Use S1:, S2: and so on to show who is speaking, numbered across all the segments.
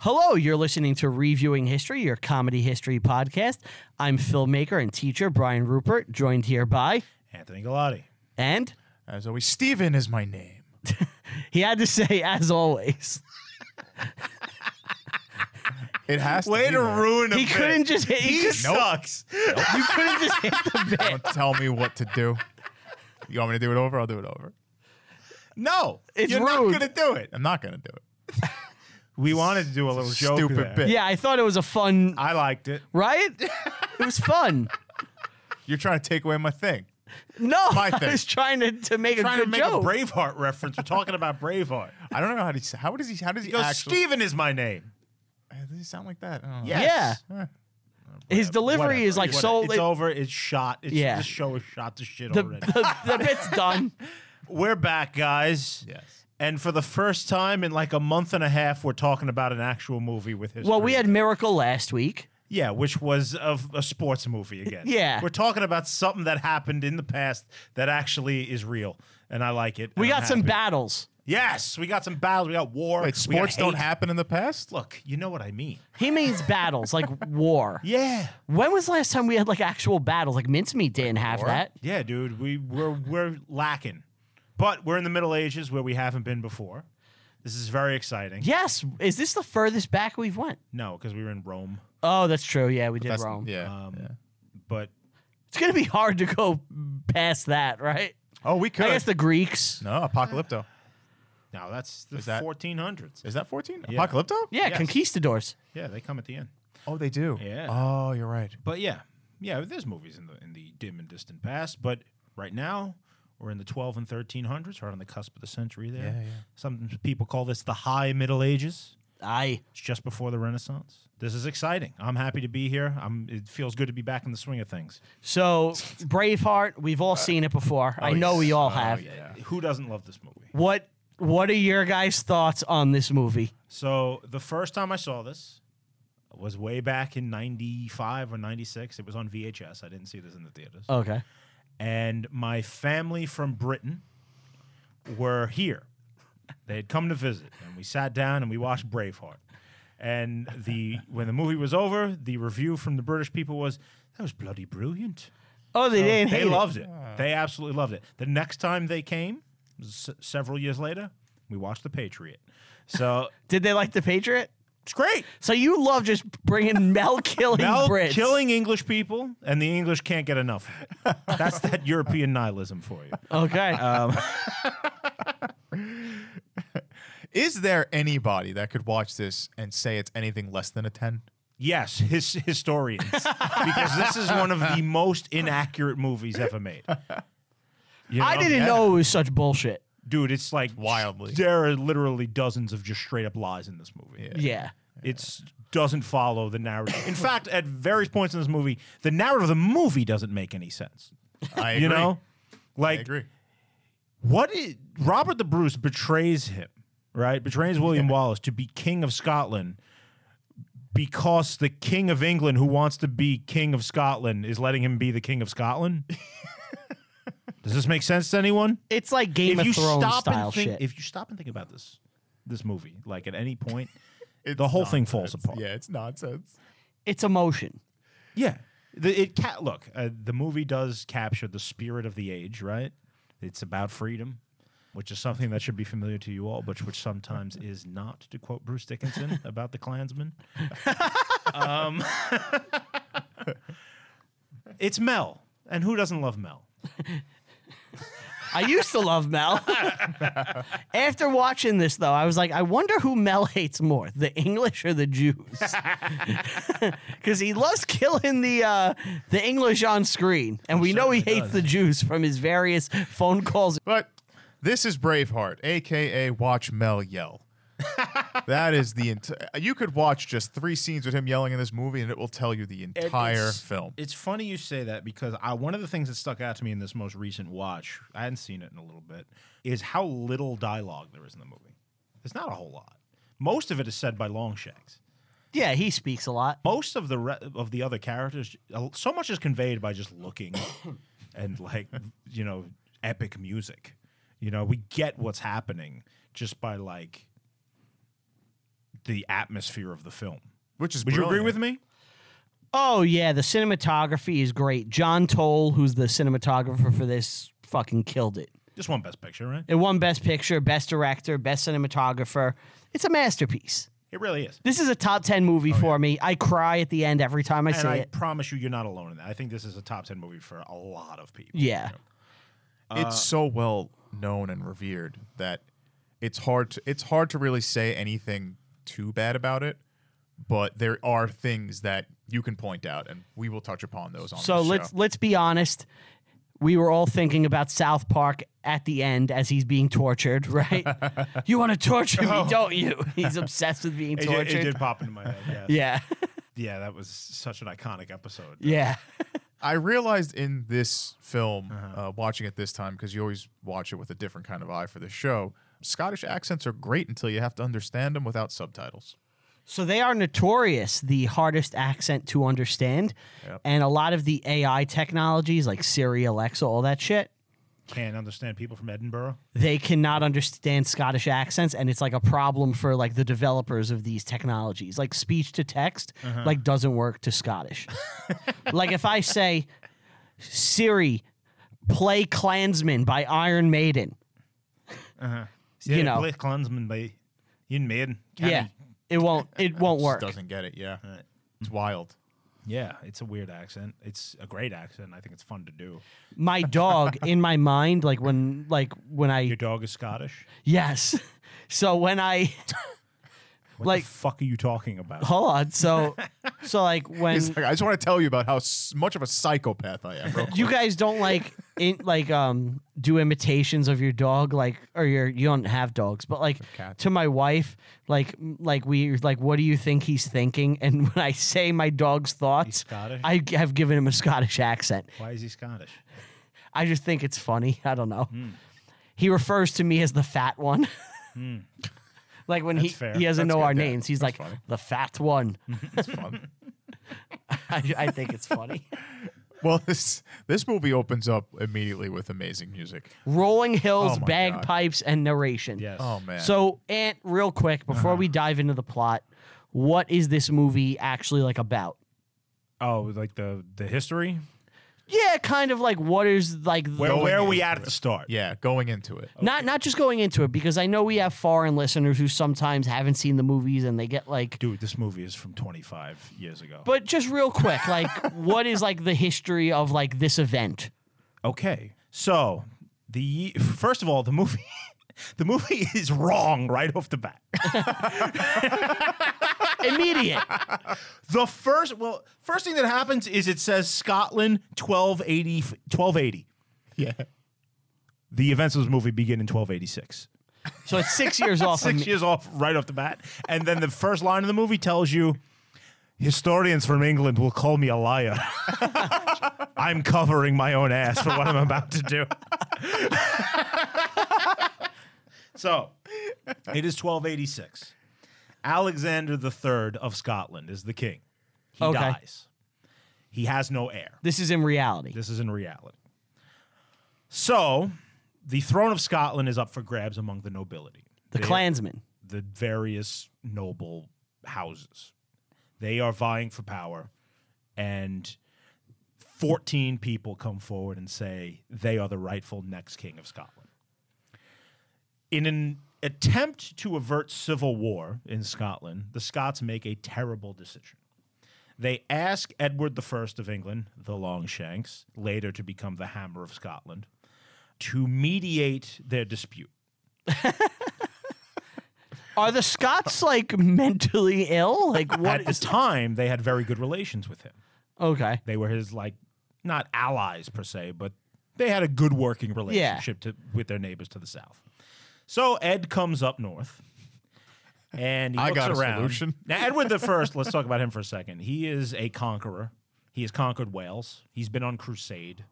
S1: Hello, you're listening to Reviewing History, your comedy history podcast. I'm filmmaker and teacher Brian Rupert, joined here by
S2: Anthony Galati.
S1: and
S2: As always, Steven is my name.
S1: he had to say as always.
S3: It has to
S4: Way
S3: be
S4: to
S3: that.
S4: ruin him.
S1: He couldn't just hit. He
S4: He
S1: could,
S4: sucks.
S1: you couldn't just hit the bit.
S3: Don't tell me what to do. You want me to do it over? I'll do it over.
S4: No,
S1: It's
S4: you're
S1: rude.
S4: not gonna do it.
S3: I'm not gonna do it.
S2: We wanted to do a little joke
S3: Stupid
S2: there.
S3: bit.
S1: Yeah, I thought it was a fun.
S2: I liked it.
S1: Right? It was fun.
S3: You're trying to take away my thing.
S1: No,
S3: My
S1: I
S3: thing.
S1: was trying to, to make a
S2: Trying
S1: good
S2: to make
S1: joke.
S2: a Braveheart reference. We're talking about Braveheart.
S3: I don't know how to. How does he? How does he
S2: Goes,
S3: actually?
S2: Steven is my name.
S3: Uh, Does he sound like that? I don't know.
S1: Yes.
S3: Eh.
S1: His delivery
S2: Whatever.
S1: is like
S2: Whatever.
S1: so.
S2: It's
S1: like,
S2: over. It's shot. It's,
S1: Yeah.
S2: This show is shot to shit
S1: the,
S2: already.
S1: the, the bit's done.
S2: We're back, guys.
S3: Yes.
S2: And for the first time in like a month and a half, we're talking about an actual movie with history.
S1: Well, we had Miracle last week.
S2: yeah, which was a, a sports movie again.
S1: Yeah.
S2: we're talking about something that happened in the past that actually is real, and I like it.
S1: We
S2: and I'm
S1: got some
S2: happy.
S1: battles.
S2: Yes, we got some battles. We got war.
S3: Wait,
S2: we got
S3: sports don't
S2: hate.
S3: happen in the past.
S2: Look, you know what I mean.
S1: He means battles, like war.
S2: Yeah,
S1: When was the last time we had like actual battles? Like Mincemeat didn't have that.
S2: yeah, dude. We we're we're lacking, but we're in the Middle Ages where we haven't been before. This is very exciting.
S1: Yes. Is this the furthest back we've went?
S2: No, because we were in Rome.
S1: Oh, that's true. Yeah, we did
S3: That's-
S1: Rome.
S3: Yeah.
S2: Um,
S3: yeah.
S2: But
S1: It's gonna be hard to go past that, right?
S3: Oh, we could.
S1: I guess the Greeks.
S3: no, Apocalypto.
S2: no, that's the
S3: Is that-
S2: 1400s.
S3: Is that 14?
S2: Yeah.
S3: Apocalypto?
S1: Yeah,
S2: Yes.
S1: conquistadors.
S2: Yeah, they come at the end.
S3: Oh, they do.
S2: Yeah.
S3: Oh, you're right.
S2: But yeah, yeah, there's movies in the in the dim and distant past, but right now we're in the 12 and 1300s, right on the cusp of the century there.
S3: Yeah, yeah.
S2: Some people call this the High Middle Ages.
S1: Aye.
S2: It's just before the Renaissance. This is exciting. I'm happy to be here. I'm, it feels good to be back in the swing of things.
S1: So Braveheart, we've all seen it before.
S2: oh,
S1: I know we all have.
S2: Who doesn't love this movie?
S1: What What are your guys' thoughts on this movie?
S2: So the first time I saw this was way back in 95 or 96. It was on VHS. I didn't see this in the theaters.
S1: Okay.
S2: and my family from Britain were here. They had come to visit, and we sat down and we watched Braveheart. And the when the movie was over, the review from the British people was that was bloody brilliant.
S1: Oh, they didn't
S2: They
S1: hate it.
S2: loved it. They absolutely loved it. The next time they came, s- several years later, we watched The Patriot. So
S1: Did they like the Patriot?
S2: it's great.
S1: So you love just bringing Mel killing
S2: Mel
S1: Brits.
S2: killing English people, and the English can't get enough. of it. That's that European nihilism for you.
S1: Okay.
S3: Is there anybody that could watch this and say it's anything less than a 10?
S2: Yes, his historians, because this is one of the most inaccurate movies ever made. You
S1: I
S2: know?
S1: didn't know it was such bullshit.
S2: dude. It's like
S3: Wildly.
S2: There are literally dozens of just straight up lies in this movie.
S3: Yeah.
S1: Yeah.
S2: It's doesn't follow the narrative. In fact, at various points in this movie, the narrative of the movie doesn't make any sense.
S3: I agree.
S2: You know,
S3: I
S2: like
S3: agree.
S2: what is, Robert the Bruce betrays him, right? Betrays William Wallace to be king of Scotland because the king of England who wants to be king of Scotland is letting him be the king of Scotland. Does this make sense to anyone?
S1: It's like Game of Thrones style
S2: and think,
S1: shit.
S2: if you stop and think about this this movie, like at any point,
S3: It's
S2: the whole thing falls
S3: nonsense.
S2: apart.
S3: Yeah, it's nonsense.
S1: it's emotion.
S2: Yeah. The, it ca- look, uh, the movie does capture the spirit of the age, right? It's about freedom, which is something that should be familiar to you all, but which sometimes is not, to quote Bruce Dickinson about the Klansman. um, it's Mel. And who doesn't love Mel?
S1: I used to love Mel. After watching this, though, I was like, I wonder who Mel hates more, the English or the Jews? Because he loves killing the uh, the English on screen, and we know he hates the Jews from his various phone calls.
S3: But this is Braveheart, aka Watch Mel Yell. that is the entire. You could watch just three scenes with him yelling in this movie, and it will tell you the
S2: It-
S3: entire
S2: it's-
S3: film.
S2: It's funny you say that because I one of the things that stuck out to me in this most recent watch, I hadn't seen it in a little bit, is how little dialogue there is in the movie. There's not a whole lot. Most of it is said by Longshanks.
S1: Yeah, he speaks a lot.
S2: Most of the re- of the other characters, so much is conveyed by just looking and like you know epic music. You know, we get what's happening just by like the atmosphere of the film.
S3: which is
S2: Would you agree
S3: brilliant.
S2: with me?
S1: Oh yeah, the cinematography is great. John Toll, who's the cinematographer for this, fucking killed it.
S2: Just one best picture, right?
S1: It won Best Picture, Best Director, Best Cinematographer. It's a masterpiece.
S2: It really is.
S1: This is a top ten movie for me. I cry at the end every time I see
S2: Oh, And I
S1: it.
S2: promise you, you're not alone in that. I think this is a top 10 movie for a lot of people.
S1: Yeah,
S2: uh,
S3: it's so well known and revered that it's hard to, it's hard to really say anything too bad about it but there are things that you can point out and we will touch upon those on
S1: So
S3: this
S1: let's
S3: show.
S1: let's be honest. We were all thinking about South Park at the end as he's being tortured, right? you want to torture me, don't you? He's obsessed with being
S2: Oh. It, did- it
S1: tortured.
S2: did pop into my head. Yes.
S1: Yeah.
S2: Yeah, that was such an iconic episode.
S1: yeah.
S3: i realized in this film
S2: Uh-huh.
S3: uh watching it this time because you always watch it with a different kind of eye for the show scottish accents are great until you have to understand them without subtitles
S1: So they are notorious the hardest accent to understand. And a lot of the AI technologies like Siri, Alexa, all that shit,
S2: Can't understand people from Edinburgh.
S1: they cannot understand Scottish accents and it's like a problem for like the developers of these technologies. Like speech to text
S3: Uh-huh.
S1: like doesn't work to Scottish. like if I say Siri play Klansman by Iron Maiden. You
S2: Yeah,
S1: know.
S2: Blake Klansman by Ian Maiden. Can't
S1: Yeah.
S2: be-
S1: It won't it won't
S3: Just
S1: work.
S3: doesn't get it yeah it's wild
S2: Yeah, it's a weird accent. It's a great accent. I think it's fun to do.
S1: My dog in my mind like when like when I
S2: Your dog is Scottish.
S1: Yes. So when I
S2: What
S1: Like-
S2: the fuck are you talking about?
S1: hold on, so so like when
S3: He's like, i just want to tell you about how s- much of a psychopath i am real quick.
S1: you guys don't like in, like um do imitations of your dog like or your you don't have dogs but like
S3: cats.
S1: to my wife like like we like what do you think he's thinking and when I say my dog's thoughts
S2: Scottish?
S1: I g- have given him a Scottish accent
S2: Why is he Scottish?
S1: I just think it's funny I don't know
S3: Hmm.
S1: he refers to me as the fat one. Like when he,
S2: That's fair.
S1: he doesn't
S3: Hmm. That's
S1: know
S3: good,
S1: our
S3: yeah.
S1: names, he's like
S3: That's funny.
S1: the fat one.
S3: it's fun
S1: I, I think it's funny.
S3: Well, this this movie opens up immediately with amazing music.
S1: Rolling Hills,
S3: Oh my
S1: bagpipes, and narration.
S2: Yes.
S3: Oh man.
S1: So, Ant, real quick, before
S3: Uh-huh.
S1: we dive into the plot, what is this movie actually like about?
S2: Oh, like the the history.
S1: Yeah, kind of like what is like the,
S2: Where
S3: Going
S2: where are we
S3: into
S2: at at the start?
S3: yeah, going into it.
S1: not not just going into it because I know we have foreign listeners who sometimes haven't seen the movies and they get like
S2: Dude, this movie is from 25 years ago.
S1: but just real quick, like what is like the history of like this event?
S2: Okay. So the first of all, the movie the movie is wrong right off the bat.
S1: Immediate.
S2: The first well, first thing that happens is it says Scotland 1280 1280.
S3: Yeah.
S2: The events of this movie begin in 1286.
S1: so it's six years off.
S2: Six
S1: imme-
S2: years off right off the bat. And then the first line of the movie tells you historians from England will call me a liar. I'm covering my own ass for what I'm about to do. so it is 1286. Alexander III of Scotland is the king. He
S1: Okay.
S2: dies. He has no heir.
S1: This is in reality.
S2: This is in reality. So, the throne of Scotland is up for grabs among the nobility.
S1: the
S2: They-
S1: Klansman.
S2: the various noble houses. They are vying for power, and 14 people come forward and say they are the rightful next king of Scotland. In an attempt to avert civil war in Scotland, the Scots make a terrible decision. They ask Edward I of England, the Longshanks, later to become the Hammer of Scotland, to mediate their dispute.
S1: Are the Scots like mentally ill? Like what
S2: At the
S1: is
S2: time, they had very good relations with him.
S1: Okay.
S2: They were his like not allies per se, but they had a good working relationship to, with their neighbors to the south. So Ed comes up north, and he
S3: I
S2: looks
S3: got a
S2: around.
S3: solution.
S2: Now Edward the First. let's talk about him for a second. He is a conqueror. He has conquered Wales. He's been on crusade.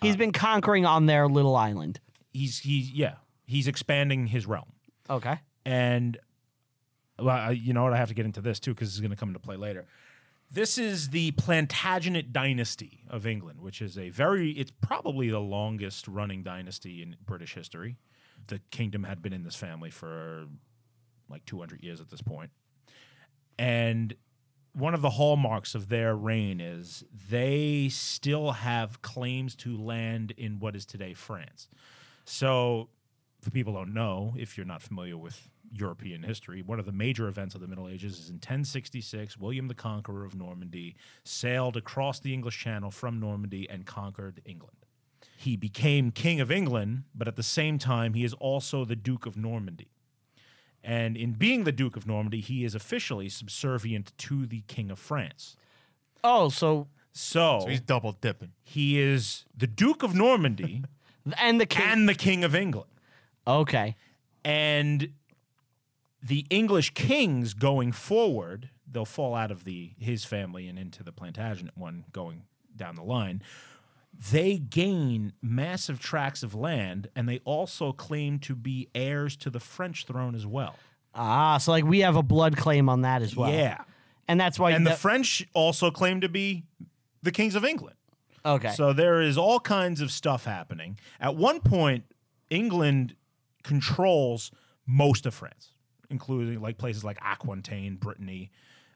S1: He's been conquering on their little island.
S2: He's he's yeah. He's expanding his realm.
S1: Okay.
S2: and well, I- you know what? I have to get into this too because it's going to come into play later. This is the Plantagenet dynasty of England, which is a very, it's probably the longest running dynasty in British history. The kingdom had been in this family for like 200 years at this point. And one of the hallmarks of their reign is they still have claims to land in what is today France. So, for people who don't know, if you're not familiar with European history, one of the major events of the Middle Ages is in 1066, William the Conqueror of Normandy sailed across the English Channel from Normandy and conquered England. He became King of England, but at the same time, he is also the Duke of Normandy. And in being the Duke of Normandy, he is officially subservient to the King of France.
S1: Oh, so
S2: So,
S3: He's double dipping.
S2: he is the Duke of Normandy
S1: and the king.
S2: and the King of England.
S1: okay.
S2: and the English kings going forward, they'll fall out of the his family and into the Plantagenet one going down the line. They gain massive tracts of land, and they also claim to be heirs to the French throne as well.
S1: Ah, so like we have a blood claim on that as well.
S2: Yeah,
S1: And that's why.
S2: and the
S1: the-
S2: French also claim to be the kings of England.
S1: okay.
S2: So there is all kinds of stuff happening. At one point, England controls most of France, including like places like Aquitaine, Brittany,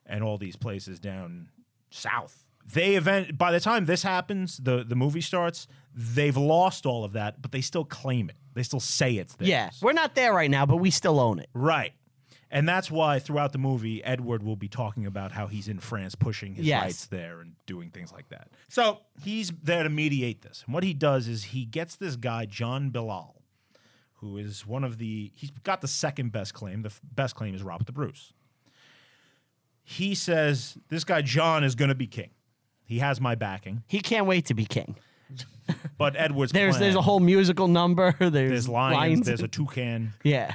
S2: and all these places down south. They event by the time this happens, the the movie starts. They've lost all of that, but they still claim it. They still say it's theirs.
S1: yeah, we're not there right now, but we still own it.
S2: right. And that's why throughout the movie, Edward will be talking about how he's in France pushing his
S1: Yes.
S2: rights there and doing things like that. So he's there to mediate this. And what he does is he gets this guy, John Bilal, who is one of the, he's got the second best claim. The f- best claim is Robert the Bruce. He says, This guy, John, is going to be king. He has my backing.
S1: He can't wait to be king.
S2: But Edward's
S1: There's
S2: plan-
S1: there's a whole musical number. There's,
S2: There's lions, there's a Oh, toucan.
S1: yeah,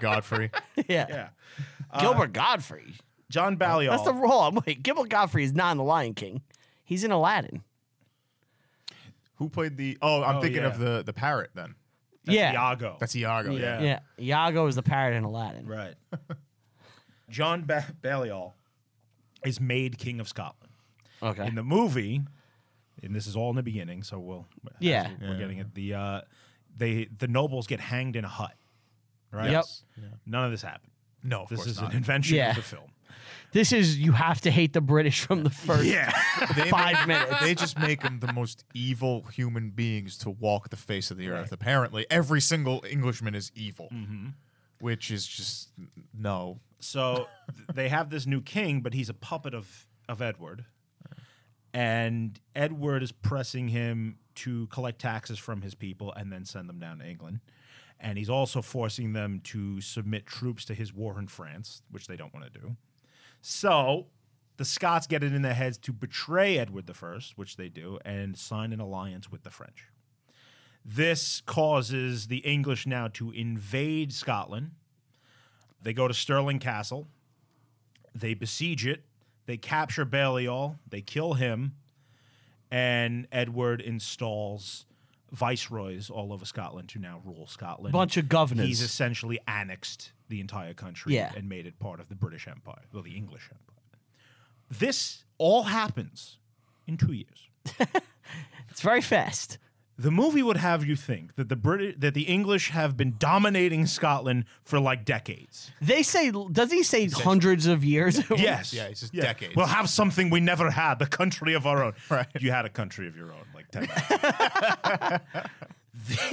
S3: Godfrey.
S1: yeah. Gilbert
S2: Uh,
S1: Godfrey.
S2: John Balliol.
S1: That's the role. I'm wait. Gilbert Godfrey is not in The Lion King. He's in Aladdin.
S3: Who played the? Oh, I'm
S2: Oh,
S3: thinking of
S2: yeah.
S3: the the parrot. Then
S1: yeah.
S2: Iago.
S3: that's Iago.
S2: Yeah.
S1: Yeah, Iago is the parrot in Aladdin.
S2: Right. John ba- Balliol is made king of Scotland.
S1: Okay.
S2: In the movie, and this is all in the beginning, so we'll
S1: Yeah.
S2: we're getting it. The uh, they the nobles get hanged in a hut. Right.
S1: Yep.
S2: None of this happened.
S3: No, of
S2: This
S3: course
S2: is
S3: not.
S2: an invention
S1: Yeah.
S2: of the film.
S1: This is you have to hate the British from the first
S3: They
S1: five
S3: make-
S1: minutes.
S3: They just make them the most evil human beings to walk the face of the earth. Apparently, every single Englishman is evil, which is just no.
S2: So th- they have this new king, but he's a puppet of of Edward, and Edward is pressing him to collect taxes from his people and then send them down to England. And he's also forcing them to submit troops to his war in France, which they don't want to do. So the Scots get it in their heads to betray Edward I, which they do, and sign an alliance with the French. This causes the English now to invade Scotland. They go to Stirling Castle. They besiege it. They capture Balliol. They kill him. And Edward installs viceroys all over Scotland to now rule Scotland.
S1: Bunch of governors.
S2: He's essentially annexed the entire country
S1: Yeah.
S2: and made it part of the British Empire, well, the English Empire. This all happens in two years.
S1: It's very fast.
S2: The movie would have you think that the Brit- that the English have been dominating Scotland for like decades.
S1: They say, does he say hundreds of years?
S2: Yes.
S3: Yeah, it's just decades.
S2: We'll have something we never had, the country of our own. right. You had a country of your own, like 10 they,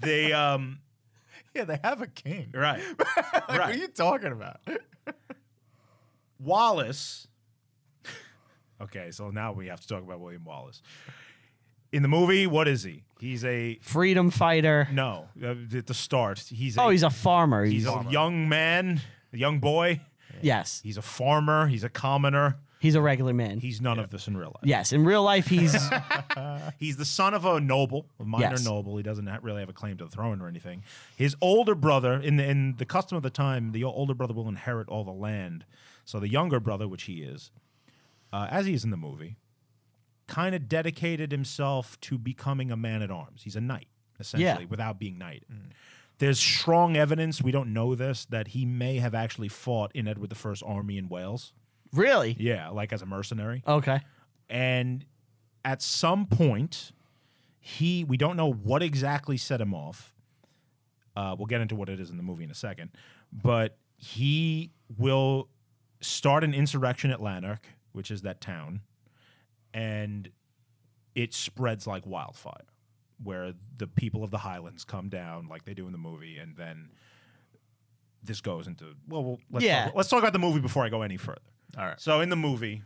S2: they, um,
S3: Yeah, they have a king.
S2: right.
S3: Like, What
S2: right.
S3: are you talking about?
S2: Wallace. Okay, so now we have to talk about William Wallace. In the movie, what is he? He's a
S1: Freedom fighter.
S2: no. uh, At the start, he's a,
S1: Oh, he's a farmer.
S2: he's
S1: He's,
S2: a young man, a young boy.
S1: yes,
S2: He's a farmer. He's a commoner.
S1: he's a regular man.
S2: He's none of this in real life.
S1: yes, in real life, he's
S2: He's the son of a noble, a minor
S1: Yes.
S2: noble. He doesn't ha- really have a claim to the throne or anything. His older brother, in the, in the custom of the time, the older brother will inherit all the land. So the younger brother, which he is, uh, as he is in the movie, kind of dedicated himself to becoming a man at arms. He's a knight, essentially, without being knighted. There's strong evidence, we don't know this, that he may have actually fought in Edward I's army in Wales.
S1: really
S2: Yeah, like as a mercenary
S1: okay.
S2: and at some point he we don't know what exactly set him off uh, we'll get into what it is in the movie in a second but he will start an insurrection at Lanark, which is that town, and it spreads like wildfire, where the people of the Highlands come down like they do in the movie, and then this goes into well, well let's,
S1: Yeah.
S2: talk, let's talk about the movie before I go any further.
S3: All right.
S2: So in the movie,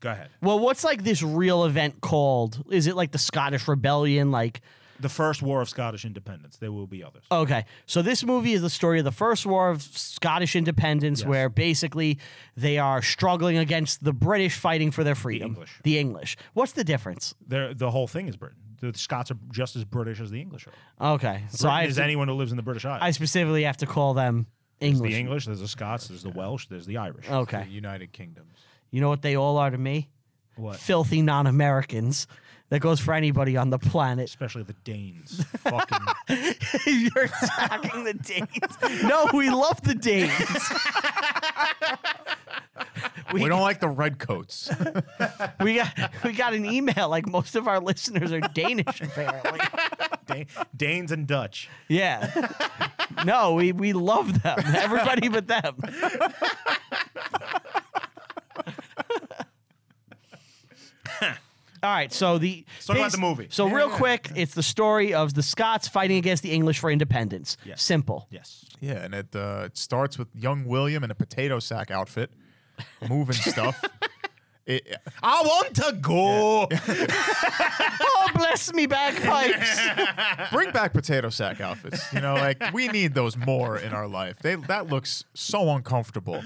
S2: go ahead.
S1: Well, what's like this real event called? Is it like the Scottish Rebellion? Like,
S2: The first war of Scottish independence. There will be others.
S1: okay. So this movie is the story of the First War of Scottish Independence,
S2: Yes.
S1: where basically they are struggling against the British fighting for their freedom.
S2: English.
S1: The English. What's the difference?
S2: There, the whole thing is Britain. The Scots are just as British as the English are.
S1: Okay. So I,
S2: Britain
S1: have
S2: is
S1: to-
S2: anyone who lives in the British Isles.
S1: I specifically have to call them English.
S2: the English, there's the Scots, there's the Welsh, there's the Irish.
S1: Okay.
S3: The United Kingdoms.
S1: You know what they all are to me?
S2: What?
S1: Filthy non Americans. That goes for anybody on the planet.
S2: Especially the Danes. Fucking
S1: You're attacking the Danes. No, we love the Danes.
S3: We, don't like the redcoats.
S1: We got we got an email like most of our listeners are Danish apparently.
S2: Dan- Danes and Dutch.
S1: Yeah. No, we, we love them. Everybody but them. All right, so the
S2: talk about the movie.
S1: So real quick, it's the story of the Scots fighting against the English for independence.
S2: Yes.
S1: Simple.
S2: Yes.
S3: yeah, and it uh, it starts with young William in a potato sack outfit, moving stuff. It, I want to go.
S1: Oh, bless me bagpipes.
S3: Bring back potato sack outfits. You know, like we need those more in our life. They that looks so uncomfortable.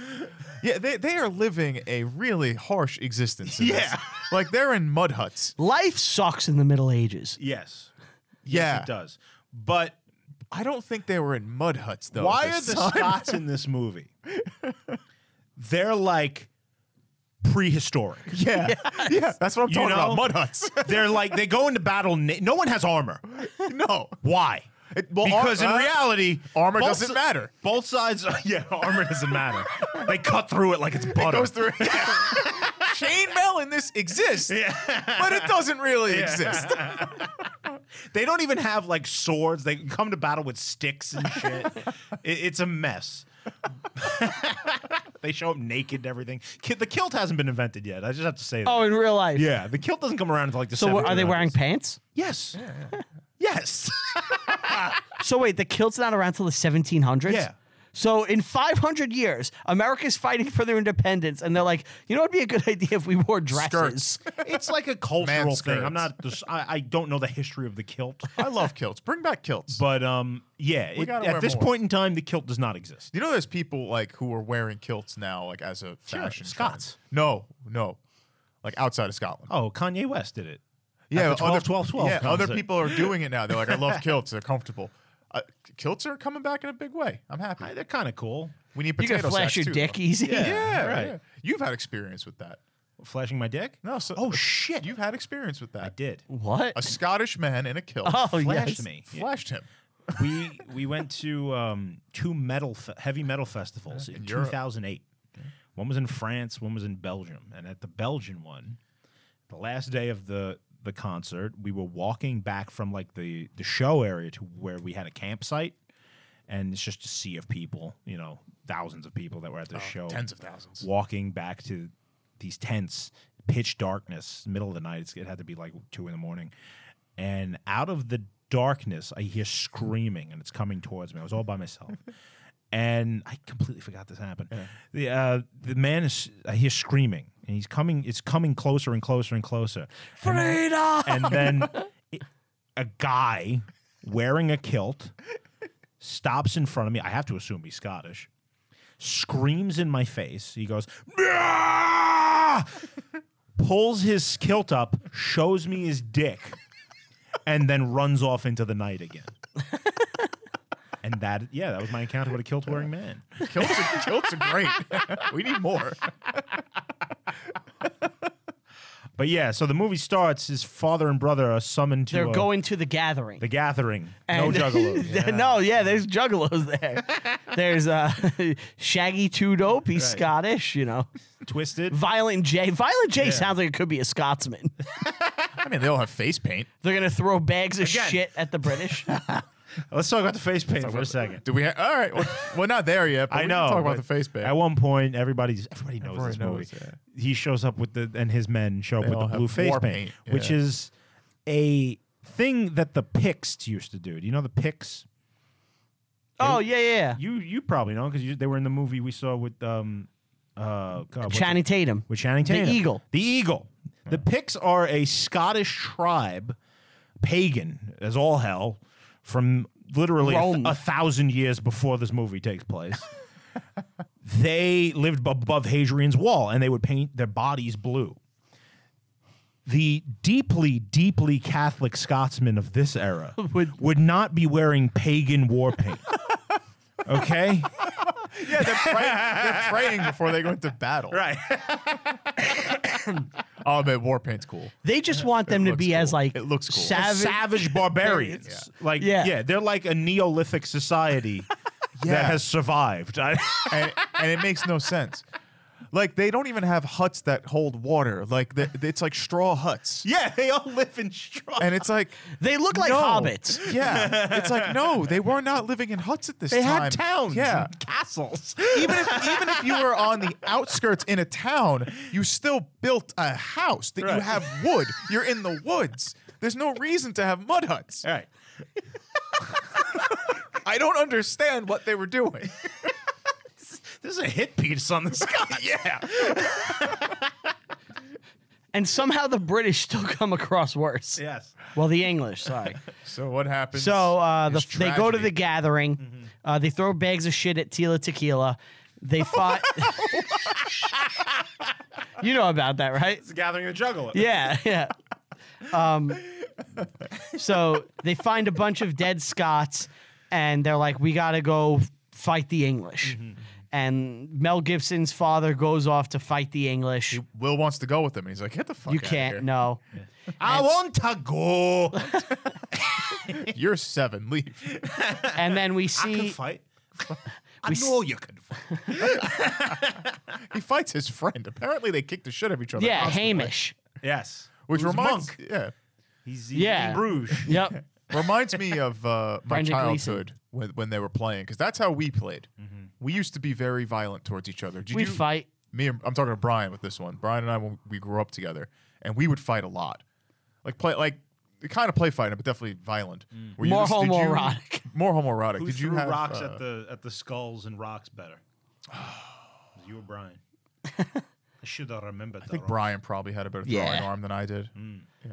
S3: Yeah, they, they are living a really harsh existence. in this.
S2: Yeah.
S3: like they're in mud huts.
S1: Life sucks in the Middle Ages.
S2: Yes.
S3: Yeah,
S2: It does. But
S3: I don't think they were in mud huts though.
S2: why
S3: The
S2: are the
S3: sun-
S2: Scots in this movie? They're like prehistoric.
S3: Yeah, yeah, that's what I'm
S2: You
S3: talking
S2: know?
S3: about. Mud huts.
S2: They're like they go into battle. Na- no one has armor.
S3: no,
S2: Why?
S3: It- well, ar-
S2: because in
S3: uh,
S2: reality,
S3: armor
S2: both
S3: doesn't
S2: si-
S3: matter.
S2: Both sides, yeah, armor doesn't matter. they cut through it like it's butter.
S3: goes through. Chainmail in this exists, but it doesn't really exist.
S2: They don't even have like swords. They come to battle with sticks and shit. it, it's a mess. they show up naked and everything. Ki- the kilt hasn't been invented yet. I just have to say that.
S1: Oh, in real life.
S2: yeah, the kilt doesn't come around until like the.
S1: So what- are they wearing
S2: 1700s.
S1: pants?
S2: Yes. Yes.
S1: So wait, the kilt's not around till the 1700s.
S2: Yeah.
S1: So in 500 years, America's fighting for their independence, and they're like, you know, it'd be a good idea if we wore dresses.
S2: it's like a cultural
S3: Man
S2: thing. I'm
S3: skirts.
S2: not. The, I, I don't know the history of the kilt,
S3: I love kilts. Bring back kilts.
S2: but um, yeah. it-
S3: gotta
S2: at
S3: wear
S2: this
S3: more.
S2: point in time, the kilt does not exist.
S3: you know, there's people like who are wearing kilts now, like as a fashion.
S2: Scots.
S3: trend. No, no, like outside of Scotland.
S2: Oh, Kanye West did it.
S3: yeah,
S2: the 12, 12, 12
S3: Yeah, other
S2: concert.
S3: people are doing it now. They're like, I love kilts. They're comfortable. Uh, kilts are coming back in a big way. I'm happy.
S2: Hi, They're kind of cool.
S3: We need
S1: You
S3: potato
S1: can flash
S3: sacks,
S1: your
S3: too,
S1: dick
S3: though.
S1: easy.
S3: Yeah,
S2: right.
S3: yeah. You've had experience with that.
S2: Flashing my dick.
S3: No, so
S2: Oh shit!
S3: You've had experience with that.
S2: I did.
S1: What?
S3: A Scottish man in a kilt
S1: Oh,
S2: flashed
S1: yes.
S2: me.
S3: flashed him.
S2: we we went to um, two metal fe- heavy metal festivals in
S3: Europe.
S2: 2008. One was in France, one was in Belgium, and at the Belgian one, the last day of the the concert, we were walking back from like the the show area to where we had a campsite, and it's just a sea of people, you know, thousands of people that were at the show,
S3: Oh, tens of thousands.
S2: walking back to these tents, pitch darkness, middle of the night. It's, it had to be like two in the morning. And out of the darkness, I hear screaming and it's coming towards me. I was all by myself. and I completely forgot this happened. The, uh, the man is, I hear screaming and he's coming, it's coming closer and closer and closer.
S1: Freedom!
S2: And then it- a guy wearing a kilt stops in front of me. I have to assume he's Scottish. Screams in my face. He goes, "Bah!" pulls his kilt up, shows me his dick, and then runs off into the night again. and that, yeah, that was my encounter with a kilt wearing man.
S3: Kilts are, kilts are great. we need more.
S2: But yeah, so the movie starts. His father and brother are summoned to
S1: They're
S2: uh,
S1: going to the gathering.
S2: the gathering.
S1: And-
S2: no juggalos.
S1: No, yeah, there's juggalos there. there's uh, Shaggy Two Dope. He's Scottish, you know.
S2: Twisted.
S1: Violent J. Violent J sounds like it could be a Scotsman.
S3: I mean, they all have face paint.
S1: They're gonna throw bags of
S2: Again.
S1: shit at the British.
S2: Let's talk about the face paint for a second.
S3: Do we? Ha- all right. Well, we're not there yet. But
S2: I
S3: we
S2: know.
S3: Can talk
S2: but
S3: about the face paint.
S2: At one point, everybody's everybody knows
S3: Everybody
S2: this
S3: knows,
S2: movie. He shows up with the and his men show up
S3: They
S2: with the
S3: all have
S2: blue face
S3: war
S2: paint,
S3: paint,
S2: which
S3: yeah.
S2: is a thing that the Picts used to do. Do you know the Picts?
S1: Oh yeah, yeah.
S2: You you probably know because they were in the movie we saw with um uh God, what's it-
S1: Channing Tatum.
S2: with Channing Tatum.
S1: eagle.
S2: The eagle. The Picts are a Scottish tribe, pagan as all hell, from literally a, th-
S1: Rome.
S2: a thousand years before this movie takes place. they lived above Hadrian's Wall, and they would paint their bodies blue. The deeply, deeply Catholic Scotsmen of this era would, would not be wearing pagan war paint. okay?
S3: yeah, they're, pray- they're praying before they go into battle.
S2: Right.
S3: Oh, man, war paint's cool.
S1: They just want them to
S3: looks
S1: be as
S3: cool.
S1: like
S3: It looks cool.
S1: savage.
S2: savage barbarians. Like yeah.
S1: Yeah.
S2: they're like a Neolithic society
S3: Yeah.
S2: that has survived. I,
S3: and, and it makes no sense. Like they don't even have huts that hold water. Like the, it's like straw huts,
S2: yeah, they all live in straw.
S3: and it's like
S1: they look like
S3: no.
S1: hobbits.
S3: Yeah, it's like no, they were not living in huts at this
S2: They
S3: time.
S2: had towns,
S3: Yeah,
S2: and castles.
S3: even if even if you were on the outskirts in a town, you still built a house that you
S2: Right.
S3: have wood. You're in the woods. There's no reason to have mud huts.
S2: all right.
S3: I don't understand what they were doing.
S2: This is a hit piece on the Scott.
S3: yeah,
S1: And somehow the British still come across worse.
S2: yes.
S1: Well, the English, sorry.
S3: So what happens?
S1: So uh,
S3: is
S1: the, they go to
S3: tragedy.
S1: the gathering. Uh, they throw bags of shit at Tila Tequila. They fought. you know about that, right?
S2: It's the gathering of the juggalo.
S1: Yeah, yeah. Um, so they find a bunch of dead Scots, and they're like, "We gotta go fight the English."
S3: Mm-hmm.
S1: And Mel Gibson's father goes off to fight the English.
S3: Will wants to go with them. He's like, get the fuck.
S1: you
S3: outta
S1: can't,
S3: here.
S1: no.
S2: I want to go.
S3: You're seven. Leave.
S1: And then we
S2: I can
S1: see
S2: fight. I
S1: We s-
S2: know you can fight.
S3: He fights his friend. Apparently, they kick the shit out of each other.
S1: Yeah,
S3: constantly.
S1: Hamish.
S2: Yes.
S3: Which
S2: Who's a
S3: reminds
S2: monk.
S3: yeah
S2: He's
S1: Yeah.
S2: in Bruges.
S1: Yep.
S3: reminds me of uh, my
S1: Brendan Gleeson.
S3: childhood when, when they were playing because that's how we played. We used to be very violent towards each other. Did
S1: we
S3: you,
S1: fight.
S3: Me, and, I'm talking to Brian with this one. Brian and I when we grew up together, and we would fight a lot, like play like the kind of play fighting, but definitely violent. Were you
S1: More
S3: this- did you-
S1: homoerotic.
S3: More homoerotic.
S2: Mm. Who
S3: did you
S2: threw
S3: have
S2: rocks
S3: uh,
S2: at the at the skulls and rocks better? you or Brian? I should have remembered.
S3: I think Brian probably had a better throwing
S1: Yeah.
S3: arm than I did.
S2: Mm.
S3: Yeah.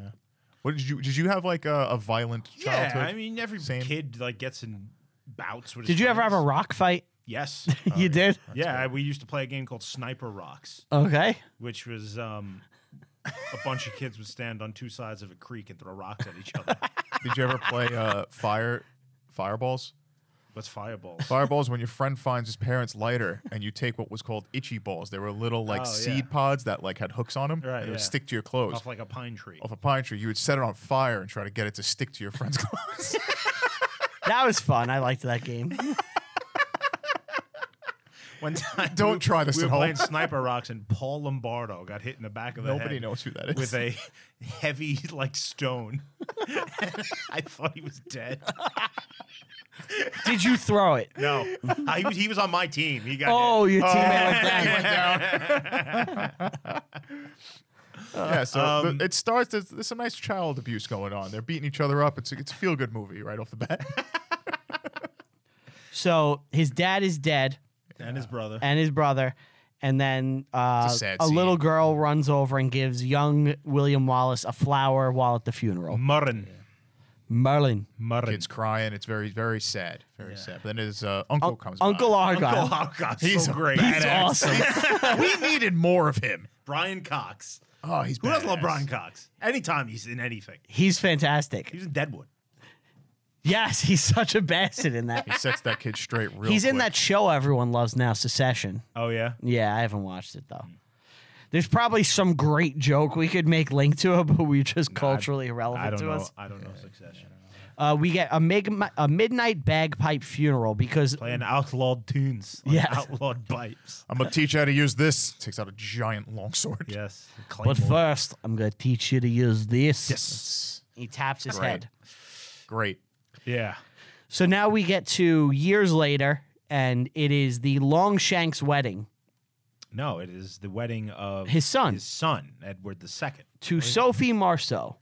S3: What did you? Did you have like a, a violent
S2: Yeah,
S3: childhood?
S2: I mean every
S3: Same.
S2: kid like gets in bouts with. his
S1: Did you ever have
S2: friends.
S1: a rock fight?
S2: Yes.
S3: Oh,
S2: Uh,
S1: you did?
S2: yeah, I- we used to play a game called Sniper Rocks,
S1: Okay.
S2: which was um, a bunch of kids would stand on two sides of a creek and throw rocks at each other.
S3: Did you ever play uh, fire fireballs?
S2: That's fireballs.
S3: Fireballs when your friend finds his parents' lighter and you take what was called itchy balls. They were little like
S2: Oh,
S3: seed
S2: yeah.
S3: pods that like had hooks on them.
S2: Right,
S3: and it would
S2: yeah.
S3: stick to your clothes.
S2: Off
S3: Off,
S2: like a pine tree.
S3: a pine tree, you would set it on fire and try to get it to stick to your friend's clothes.
S1: That was fun. I liked that game.
S2: One time,
S3: Don't
S2: we-
S3: try this
S2: we
S3: at
S2: were
S3: home.
S2: playing Sniper Rocks, and Paul Lombardo got hit in the back of the
S3: Nobody
S2: head
S3: knows who that is.
S2: with a heavy like stone. I thought he was dead.
S1: Did you throw it?
S2: No, I, he was on my team. He got
S1: Oh,
S2: hit.
S1: your teammate
S3: Oh,
S1: went down.
S3: yeah, so um, the- it starts. There's, there's some nice child abuse going on. They're beating each other up. It's a, it's a feel good movie right off the bat.
S1: So his dad is dead
S2: and his brother.
S1: and his brother. And then uh,
S3: It's a sad
S1: a little
S3: scene.
S1: girl runs over and gives young William Wallace a flower while at the funeral.
S2: Murren.
S1: Merlin.
S2: Murren.
S3: Kids crying. It's very very sad. Very sad. But then his uh, uncle comes. by.
S1: Uncle Argyle.
S2: Oh God,
S3: He's
S2: he's so
S3: a
S2: great.
S1: He's awesome.
S3: we needed more of him.
S2: Brian Cox.
S3: Oh, he's
S2: Who doesn't love
S3: badass.
S2: Brian Cox? Anytime he's in anything,
S1: He's
S2: he
S1: fantastic.
S2: was in Deadwood.
S1: Yes, he's such a bastard in that.
S3: He sets that kid straight. Real
S1: He's in
S3: quick.
S1: that show everyone loves now, Secession.
S2: Oh yeah,
S1: Yeah, I haven't watched it though. There's probably some great joke we could make link to it, but we're just culturally irrelevant
S2: I don't
S1: to
S2: know.
S1: us.
S2: I don't know Succession.
S1: Uh, we get a, mig- a midnight bagpipe funeral because
S2: Playing outlawed tunes. Like
S1: Yeah.
S2: outlawed pipes.
S3: I'm gonna teach you how to use this. Takes out a giant longsword.
S2: Yes,
S1: But
S2: Claymore.
S1: first, I'm gonna teach you to use this.
S3: Yes.
S1: He taps his
S3: Great.
S1: head.
S3: Great.
S2: yeah,
S1: So now we get to years later, and it is the Longshanks wedding
S2: No, it is the wedding of
S1: His son.
S2: his son Edward the Second,
S1: to Sophie Marceau,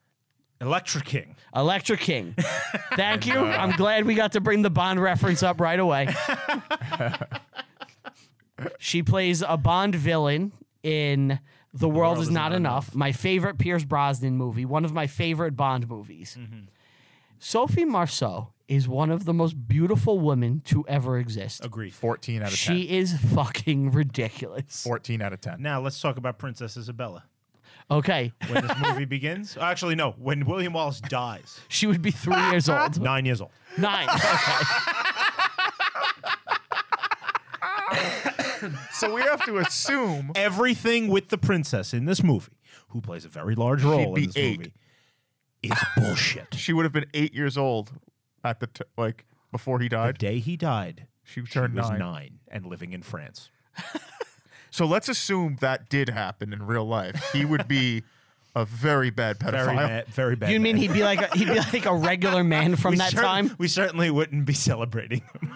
S2: Electric King.
S1: Electra King. Thank you. I'm glad we got to bring the Bond reference up right away. she plays a Bond villain in The World, is, Not, enough. my favorite Pierce Brosnan movie, one of my favorite Bond movies. Sophie Marceau is one of the most beautiful women to ever exist.
S2: Agreed.
S3: 14 out of 10.
S1: She is fucking ridiculous.
S3: 14 out of 10.
S2: Now let's talk about Princess Isabella.
S1: Okay.
S2: When this movie begins, actually no, when William Wallace dies,
S1: She would be three years old.
S2: nine years old.
S1: Nine. Okay.
S3: So we have to assume
S2: Everything with the princess in this movie, who plays a very large role
S3: be
S2: in this
S3: eight.
S2: movie, is bullshit.
S3: she would have been eight years old at the t- like before he
S2: the
S3: died.
S2: day he died,
S3: She
S2: she was
S3: turned
S2: nine.
S3: nine.
S2: and living in France.
S3: So let's assume that did happen in real life. He would be a very bad pedophile.
S2: Very bad. Very bad.
S1: You mean
S2: man.
S1: he'd be like a, he'd be like a regular man from
S2: We
S1: that
S2: cer-
S1: time?
S2: We certainly wouldn't be celebrating him.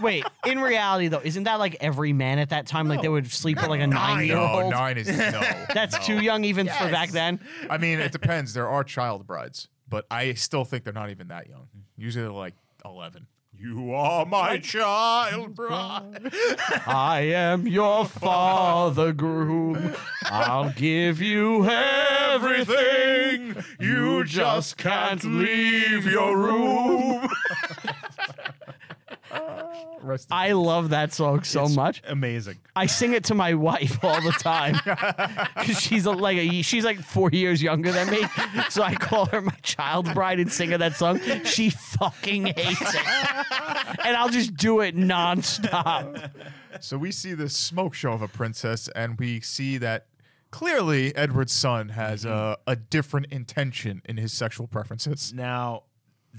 S1: Wait, in reality though, isn't that like every man at that time? Like they would sleep with like a nine year
S3: No,
S1: old.
S3: nine is no.
S1: That's
S3: no.
S1: too young even for back then.
S3: I mean, it depends. There are child brides, but I still think they're not even that young. Usually they're like 11.
S2: You are my
S3: Child bride.
S1: I am your father, groom. I'll give you
S3: Everything. You just can't leave your room. Rest
S1: I love that song so much.
S2: amazing.
S1: I sing it to my wife all the time. 'Cause she's a, like a, she's like four years younger than me, so I call her my child bride and sing her that song. She fucking hates it, and I'll just do it nonstop.
S3: So we see this smoke show of a princess, and we see that clearly Edward's son has a, a different intention in his sexual preferences.
S2: Now,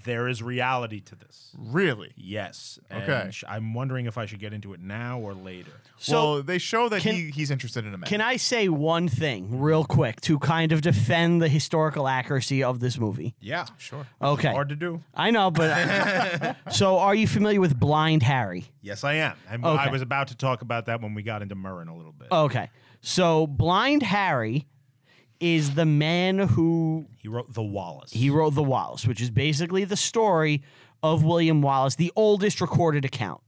S2: there is reality to this.
S3: Really?
S2: Yes. and
S3: Okay.
S2: sh- I'm wondering if I should get into it now or later.
S1: So
S3: well, they show that
S1: can-
S3: he, he's interested in a man.
S1: Can I say one thing real quick to kind of defend the historical accuracy of this movie?
S2: Yeah, sure.
S1: Okay.
S2: Hard to do.
S1: I know, but so are you familiar with Blind Harry?
S2: Yes, I am. I'm, I
S1: Okay.
S2: was about to talk about that when we got into Murrin a little bit.
S1: Okay. So Blind Harry is the man who
S2: he wrote The Wallace.
S1: he wrote The Wallace, which is basically the story of William Wallace, the oldest recorded account.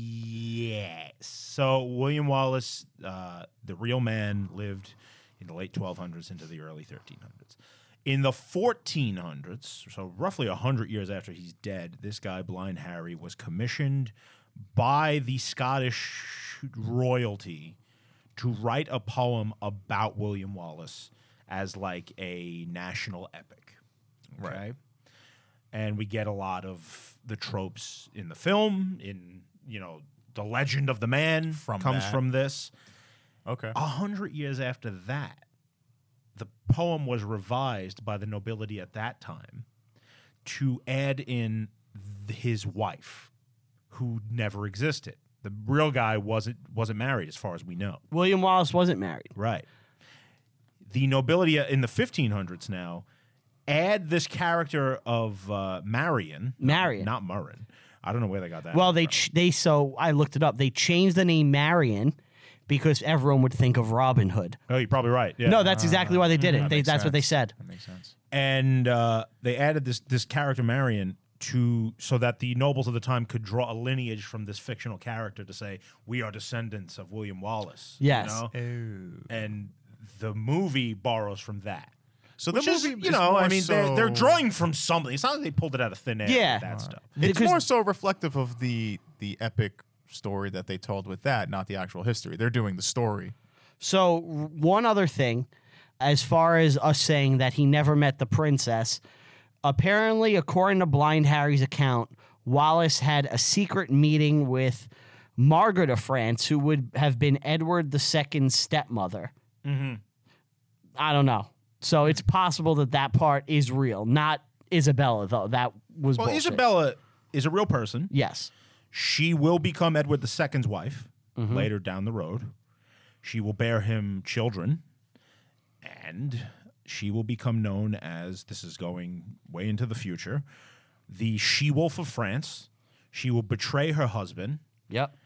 S2: Yes. So William Wallace, uh, the real man, lived in the late 1200s into the early 1300s. In the 1400s, so roughly 100 years after he's dead, this guy, Blind Harry, was commissioned by the Scottish royalty to write a poem about William Wallace as like a national epic. Right. And we get a lot of the tropes in the film, in you know, the legend of the man
S3: From
S2: comes
S3: that.
S2: from this.
S3: okay.
S2: A hundred years after that, the poem was revised by the nobility at that time to add in th- his wife, who never existed. The real guy wasn't wasn't married, as far as we know.
S1: William Wallace wasn't married.
S2: Right. The nobility in the 1500s now add this character of uh, Marion.
S1: Marion.
S2: Not Murrin. I don't know where they got that.
S1: Well,
S2: from.
S1: they ch- they so I looked it up. They changed the name Marion because everyone would think of Robin Hood.
S2: Oh, you're probably right. Yeah.
S1: No, that's exactly why they did it. They,
S3: makes
S1: that's what they
S3: sense.
S1: said.
S3: That makes sense.
S2: and uh, they added this this character Marion to so that the nobles of the time could draw a lineage from this fictional character to say we are descendants of William Wallace. you
S1: Yes.
S2: know? And the movie borrows from that.
S3: So
S2: Which
S3: the
S2: is,
S3: movie,
S2: you
S3: is
S2: know, I
S3: more
S2: mean, they're, they're
S3: so-
S2: drawing from something. It's not like they pulled it out of thin air. with
S1: Yeah.
S2: that stuff.
S3: It's
S1: Because-
S3: more so reflective of the the epic story that they told with that, not the actual history. They're doing the story.
S1: So r- one other thing, as far as us saying that he never met the princess, apparently, according to Blind Harry's account, Wallace had a secret meeting with Margaret of France, who would have been Edward II's stepmother. Mm-hmm. I don't know. So it's possible that that part is real, not Isabella though. That was
S2: Well,
S1: bullshit.
S2: Isabella is a real person.
S1: Yes.
S2: She will become Edward II's wife
S1: Mm-hmm.
S2: later down the road. She will bear him children, and she will become known as this is going way into the future the she wolf of France. She will betray her husband
S1: Yep.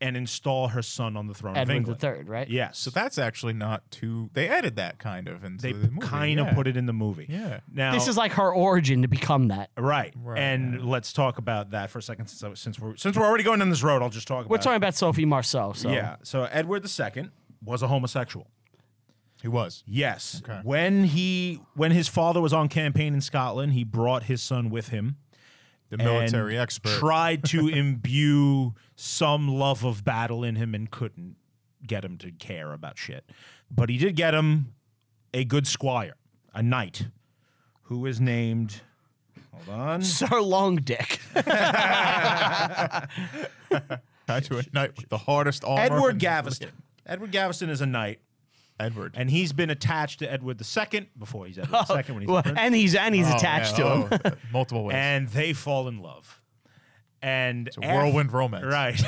S2: and install her son on the throne of
S1: Edward the
S2: England.
S1: Third, right?
S2: Yes.
S3: So that's actually not too. They added that kind of into
S2: they
S3: the movie.
S2: kind of
S3: yeah.
S2: put it in the movie.
S3: Yeah.
S2: Now
S1: This is like her origin to become that.
S2: right.
S3: Right.
S2: And let's talk about that for a second since I, was- since we're since we're already going down this road, I'll just talk about
S1: We're
S2: it.
S1: talking about Sophie Marceau. So
S2: Yeah. So Edward II was a homosexual.
S3: He was.
S2: Yes.
S3: Okay.
S2: When he when his father was on campaign in Scotland, he brought his son with him.
S3: The
S2: and
S3: military expert.
S2: tried to imbue some love of battle in him and couldn't get him to care about shit. But he did get him a good squire, a knight, who is named. Hold on.
S1: Sir Long Dick.
S3: Tied to a knight with the hardest armor.
S2: Edward
S3: and-
S2: Gaveston. Edward Gaveston is a knight,
S3: Edward.
S2: and he's been attached to Edward II before he's Edward II. When he's
S1: Well,
S2: prince.
S1: and he's and he's
S3: Oh,
S1: attached
S3: yeah,
S1: to him.
S3: oh, multiple ways.
S2: and they fall in love. And
S3: a whirlwind romance.
S2: right?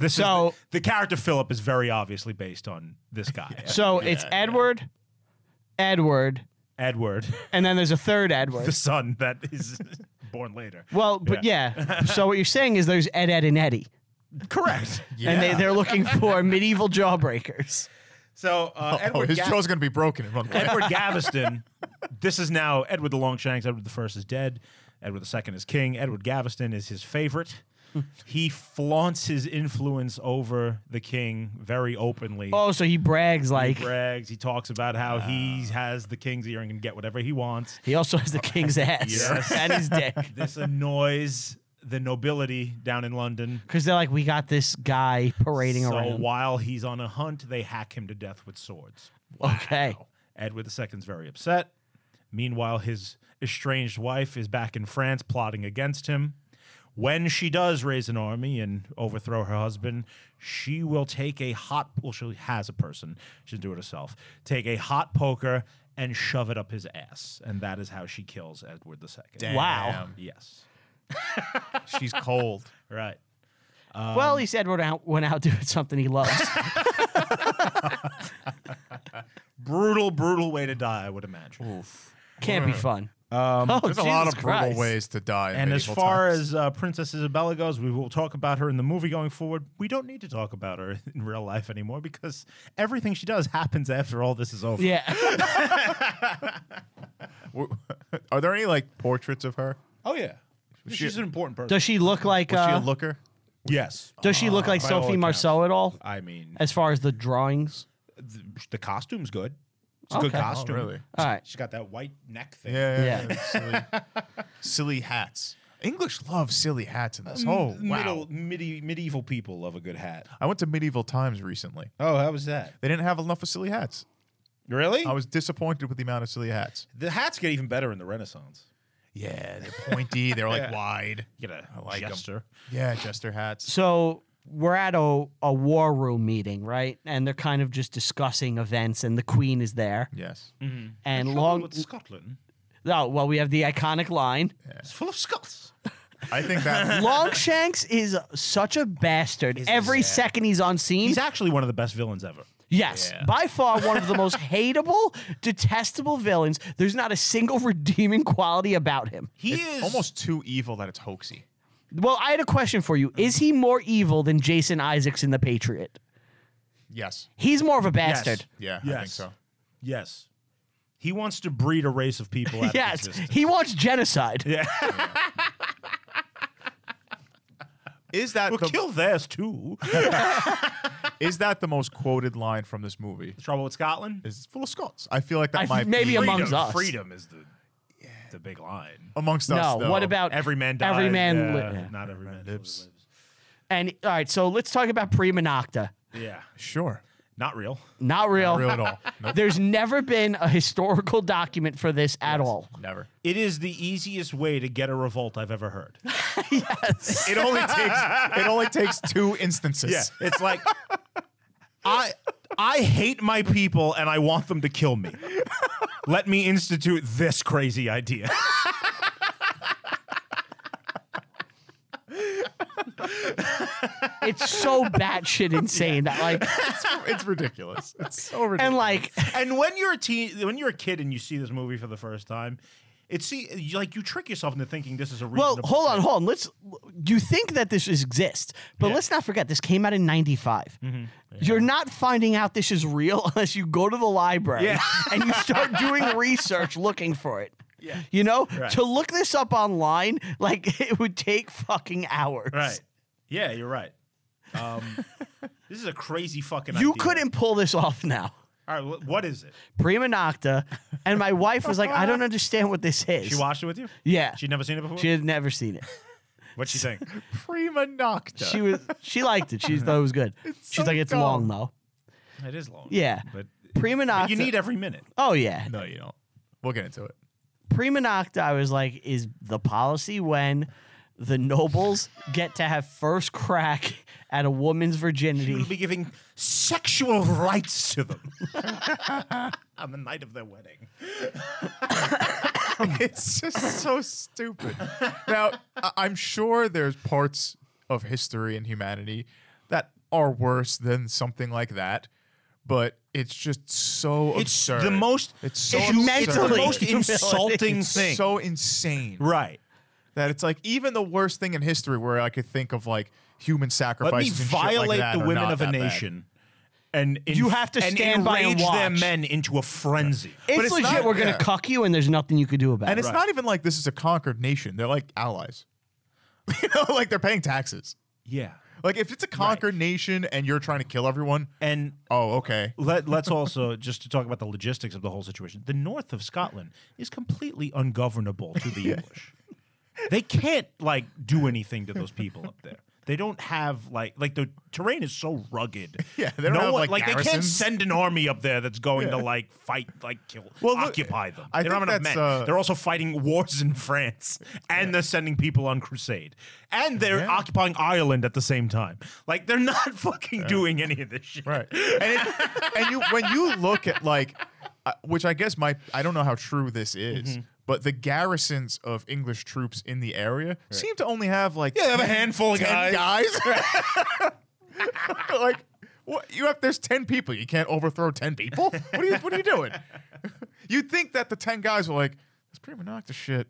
S2: this
S1: So-
S2: is the, character Philip is very obviously based on this guy,
S1: So it's Edward, Edward,
S2: Edward,
S1: and then there's a third Edward.
S2: the son that is born later.
S1: well, but yeah. so what you're saying is there's Ed, Ed, and Eddie,
S2: Correct.
S1: and they, they're looking for medieval jawbreakers.
S2: So uh,
S3: oh,
S2: Edward,
S3: his
S2: Ga-
S3: jaw's gonna be broken in one way.
S2: Edward Gaveston. This is now Edward the Longshanks. Edward the First is dead. Edward the Second is king. Edward Gaveston is his favorite. he flaunts his influence over the king very openly.
S1: Oh, so he brags like
S2: He brags. He talks about how he has the king's ear and can get whatever he wants.
S1: he also has the king's ass
S2: Yes.
S1: and his dick.
S2: This annoys the nobility down in London.
S1: Because they're like, we got this guy parading
S2: so
S1: around.
S2: while he's on a hunt, they hack him to death with swords.
S1: Okay.
S2: Edward II's very upset. Meanwhile, his estranged wife is back in France plotting against him. When she does raise an army and overthrow her husband, she will take a hot well, she has a person, she doesn't do it herself. Take a hot poker and shove it up his ass. And that is how she kills Edward II.
S1: Wow.
S2: Yes.
S3: she's cold.
S2: Right.
S1: well, he said went out, went out doing something he loves.
S2: Brutal, brutal way to die, I would imagine.
S1: Can't be fun. oh,
S3: Um, There's a lot of
S1: Jesus
S3: brutal
S1: Christ.
S3: ways to die. in
S2: And as
S3: medieval
S2: far
S3: times.
S2: as uh, Princess Isabella goes, we will talk about her in the movie going forward. We don't need to talk about her in real life anymore because everything she does happens after all this is over.
S1: Yeah.
S3: W- are there any like portraits of her?
S2: Oh yeah, she's an important person.
S1: Does she look like?
S3: Was she a
S1: Uh,
S3: looker?
S2: yes, Uh,
S1: does she look like
S2: by all
S1: Sophie
S2: accounts.
S1: Marceau at all?
S2: I mean
S1: As far as the drawings,
S2: th- the costume's good. It's a good
S1: Okay. Oh,
S2: costume.
S3: really?
S1: All right.
S2: She's got that white neck thing.
S3: Yeah, yeah.
S1: Yeah.
S3: yeah. silly, silly hats. English love silly hats in this. Oh wow!
S2: Um, Middle, midi- medieval people love a good hat.
S3: I went to medieval times recently.
S2: Oh, how was that?
S3: They didn't have enough of silly hats.
S2: Really?
S3: I was disappointed with the amount of silly hats.
S2: the hats get even better in the Renaissance.
S3: Yeah, they're pointy. They're like
S2: Yeah.
S3: wide.
S2: You get a
S3: I like 'em.
S2: jester.
S3: Yeah, jester hats.
S1: so we're at a, a war room meeting, right? And they're kind of just discussing events, and the Queen is there,
S3: Yes.
S1: and
S2: Trouble
S1: long.
S2: with Scotland.
S1: Oh well, we have the iconic line.
S2: It's full of Scots.
S3: I think that.
S1: Longshanks is such a bastard. Every second he's on scene,
S2: He's actually one of the best villains ever.
S1: Yes, by far one of the most hateable, detestable villains. There's not a single redeeming quality about him.
S2: He
S3: It's almost too evil that it's hoaxy.
S1: Well, I had a question for you. Is he more evil than Jason Isaacs in The Patriot?
S3: Yes.
S1: He's more of a bastard.
S3: Yeah, I think
S2: Yes.
S3: so.
S2: Yes. He wants to breed a race of people out
S1: Yes,
S2: of existence.
S1: he wants genocide.
S3: Is that
S2: Well,
S3: the,
S2: kill theirs too.
S3: is that the most quoted line from this movie?
S2: Trouble with Scotland?
S3: Is full of Scots. I feel like that
S1: I-
S3: might
S1: maybe
S3: be
S1: among- Amongst us.
S2: freedom, freedom is the, the big line.
S3: amongst
S1: No,
S3: us. though.
S1: what about
S2: Every man dies.
S1: Every man
S2: yeah,
S1: li- yeah.
S2: Not every man lives.
S3: lives.
S1: And all right, so let's talk about Prima Nocta.
S2: Yeah.
S3: Sure.
S2: Not real.
S1: Not real.
S3: Not real at all. Nope.
S1: There's never been a historical document for this at all.
S3: Never.
S2: It is the easiest way to get a revolt I've ever heard.
S3: It only takes it only takes two instances.
S2: Yeah. It's like I I hate my people and I want them to kill me. Let me institute this crazy idea.
S1: It's so batshit insane that like
S3: It's ridiculous. It's so ridiculous.
S1: and like
S2: And when you're a teen, when you're a kid and you see this movie for the first time, It's see, you- like you trick yourself into thinking this is a
S1: Well,
S2: reasonable.
S1: hold on, hold on. Let's. You think that this is- exists, but let's not forget this came out in '95. You're not finding out this is real unless you go to the library and you start doing research looking for it. Yeah. You know, to look this up online, like it would take fucking hours.
S2: Right. Yeah, you're right. Um, this is a crazy fucking.
S1: You
S2: idea.
S1: couldn't pull this off now.
S2: All right, wh- what is it?
S1: Prima Nocta, and my wife was like, "I don't understand what this is."
S2: She watched it with you.
S1: yeah,
S2: She'd never seen it before.
S1: she had never seen it.
S2: What'd she think?
S3: Prima nocta.
S1: She was, she liked it. She thought it was good. She's
S3: so
S1: like, "It's
S3: dumb.
S1: long though."
S2: it is long.
S1: Yeah.
S2: but
S1: Prima Nocta.
S2: you need every minute.
S1: Oh yeah.
S3: no, you don't. We'll get into it.
S1: Prima Nocta, I was like, is the policy when the nobles get to have first crack at a woman's
S2: You'll
S1: virginity?
S2: be giving sexual rights to them on the night of their wedding.
S3: it's just so stupid. Now, I- I'm sure there's parts of history and humanity that are worse than something like that, but it's just so
S2: It's
S3: absurd.
S2: the most.
S3: It's so
S2: it's
S3: absurd.
S2: the
S1: mentally
S2: most
S1: humiliating.
S2: insulting
S3: It's
S2: thing.
S3: so insane
S2: right.
S3: that it's like even the worst thing in history where I could think of like human sacrifice.
S2: Let me violate the women of a nation. And
S1: You have to
S2: and
S1: stand by and
S2: enrage their
S1: watch.
S2: men into a frenzy.
S1: It's,
S3: it's
S1: legit.
S3: not-
S1: we're gonna
S3: yeah.
S1: cuck you, and there's nothing you could do about
S3: And
S1: it.
S3: it's not even like this is a conquered nation. They're like allies. You know, like they're paying taxes.
S2: Yeah.
S3: Like if it's a conquered nation and you're trying to kill everyone,
S2: And
S3: oh okay.
S2: let, let's also just to talk about the logistics of the whole situation. The north of Scotland is completely ungovernable to the English. They can't like do anything to those people up there. They don't have like like the terrain is so rugged.
S3: Yeah, they don't
S2: no
S3: have,
S2: one,
S3: like,
S2: they can't
S3: garrisons.
S2: send an army up there that's going to like fight, like kill,
S3: Well, look,
S2: occupy them.
S3: I
S2: they don't have
S3: think
S2: enough
S3: that's,
S2: men.
S3: uh,
S2: they're also fighting wars in France, and they're sending people on crusade, and they're
S3: Yeah.
S2: occupying Ireland at the same time. Like they're not fucking doing any of this shit.
S3: Right. And, it, and you when you look at like, uh, which I guess my I don't know how true this is,
S2: Mm-hmm.
S3: but the garrisons of English troops in the area seem to only have like yeah,
S2: they have a handful of
S3: guys. like. What, you have there's ten people. You can't overthrow ten people. What are you What are you doing? You'd think that the ten guys were like, "This prima nocta shit."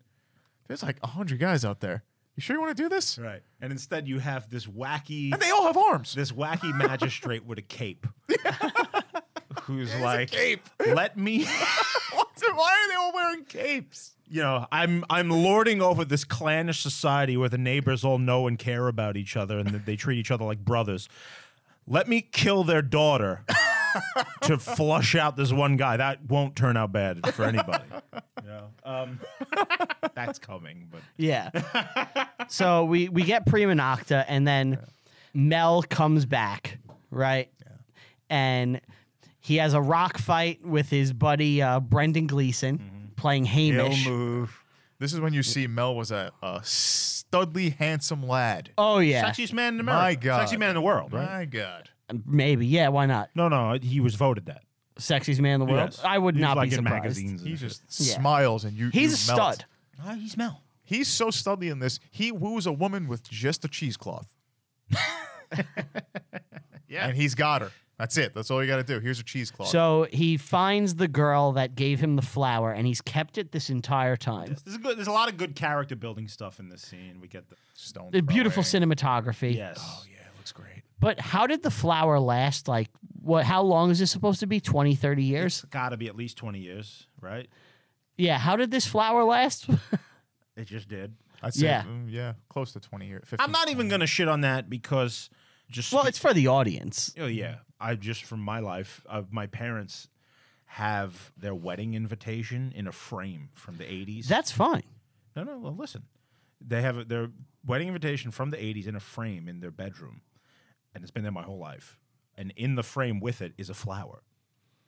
S3: There's like hundred guys out there. You sure you want to do this?
S2: Right. And instead you have this wacky
S3: And they all have arms.
S2: this wacky magistrate with a cape. who's like let me
S3: Why are they all wearing capes?
S2: you know, I'm I'm lording over this clannish society where the neighbors all know and care about each other and that they treat each other like brothers. Let me kill their daughter to flush out this one guy. That won't turn out bad for anybody. You know, um, that's coming, but
S1: Yeah. so we we get Prima Nocta, and then Mel comes back, right? And he has a rock fight with his buddy uh, Brendan Gleeson
S3: Mm-hmm.
S1: playing Hamish.
S2: move.
S3: This is when you see Mel was a, a studly, handsome lad.
S1: Oh yeah,
S2: Sexiest man in America.
S3: My God.
S2: Sexiest man in the world, right?
S3: My God.
S1: maybe yeah. Why not?
S2: No, no, he was voted that.
S1: Sexiest man in the world.
S2: Yes.
S1: I would
S2: He was,
S1: not
S2: like
S1: be
S2: in
S1: surprised.
S2: magazines.
S3: He just
S1: Yeah.
S3: smiles and you.
S1: He's
S3: you
S1: a
S3: melt.
S1: stud.
S2: he's Mel.
S3: He's so studly in this. He woos a woman with just a cheesecloth. yeah. And he's got her. That's it. That's all you got to do. Here's a cheesecloth.
S1: So he finds the girl that gave him the flower, and he's kept it this entire time.
S2: There's, good, there's a lot of good character building stuff in this scene. We get the
S1: Oh,
S3: Stone.
S1: The beautiful
S3: throwing.
S1: cinematography.
S2: yes.
S3: Yeah, it looks great.
S1: But how did the flower last? Like, what? How long is this supposed to be? 20, 30 years?
S2: It's got to be at least 20 years, right?
S1: Yeah. How did this flower last?
S2: It just did.
S3: I'd say,
S1: Yeah.
S3: yeah, yeah close to 20 years.
S2: I'm not even going to shit on that because just
S1: well, it's for the audience.
S2: Oh yeah, I just from my life, uh, my parents have their wedding invitation in a frame from the 80s.
S1: That's fine.
S2: No, no, well, listen. They have their wedding invitation from the 80s in a frame in their bedroom, and it's been there my whole life. And in the frame with it is a flower,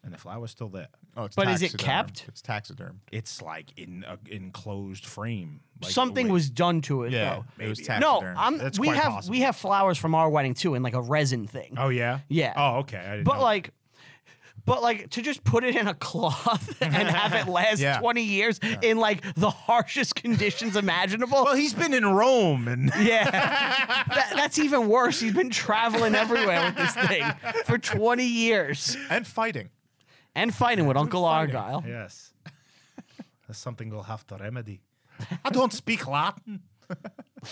S2: and the flower's still there.
S3: Oh, it's
S1: But is it Oh,
S3: taxidermed.
S1: kept?
S3: It's taxidermed.
S2: It's like in an enclosed frame. Like
S1: Something
S2: with-
S1: was done to it.
S3: Yeah,
S1: though.
S3: it was
S2: maybe.
S1: No,
S3: taxidermed.
S1: I'm.
S2: That's
S1: we
S2: quite
S1: have
S2: possible.
S1: we have flowers from our wedding too, in like a resin thing.
S2: Oh yeah.
S1: Yeah.
S2: Oh okay. I didn't
S1: but
S2: know.
S1: like, but like to just put it in a cloth and have it last
S3: Yeah.
S1: twenty years in like the harshest conditions imaginable.
S2: well, he's been in Rome and
S1: Yeah. That- that's even worse. He's been traveling everywhere with this thing for 20 years
S3: And fighting.
S1: and fighting with Uncle Argyle.
S2: yes. That's something we'll have to remedy. I don't speak Latin.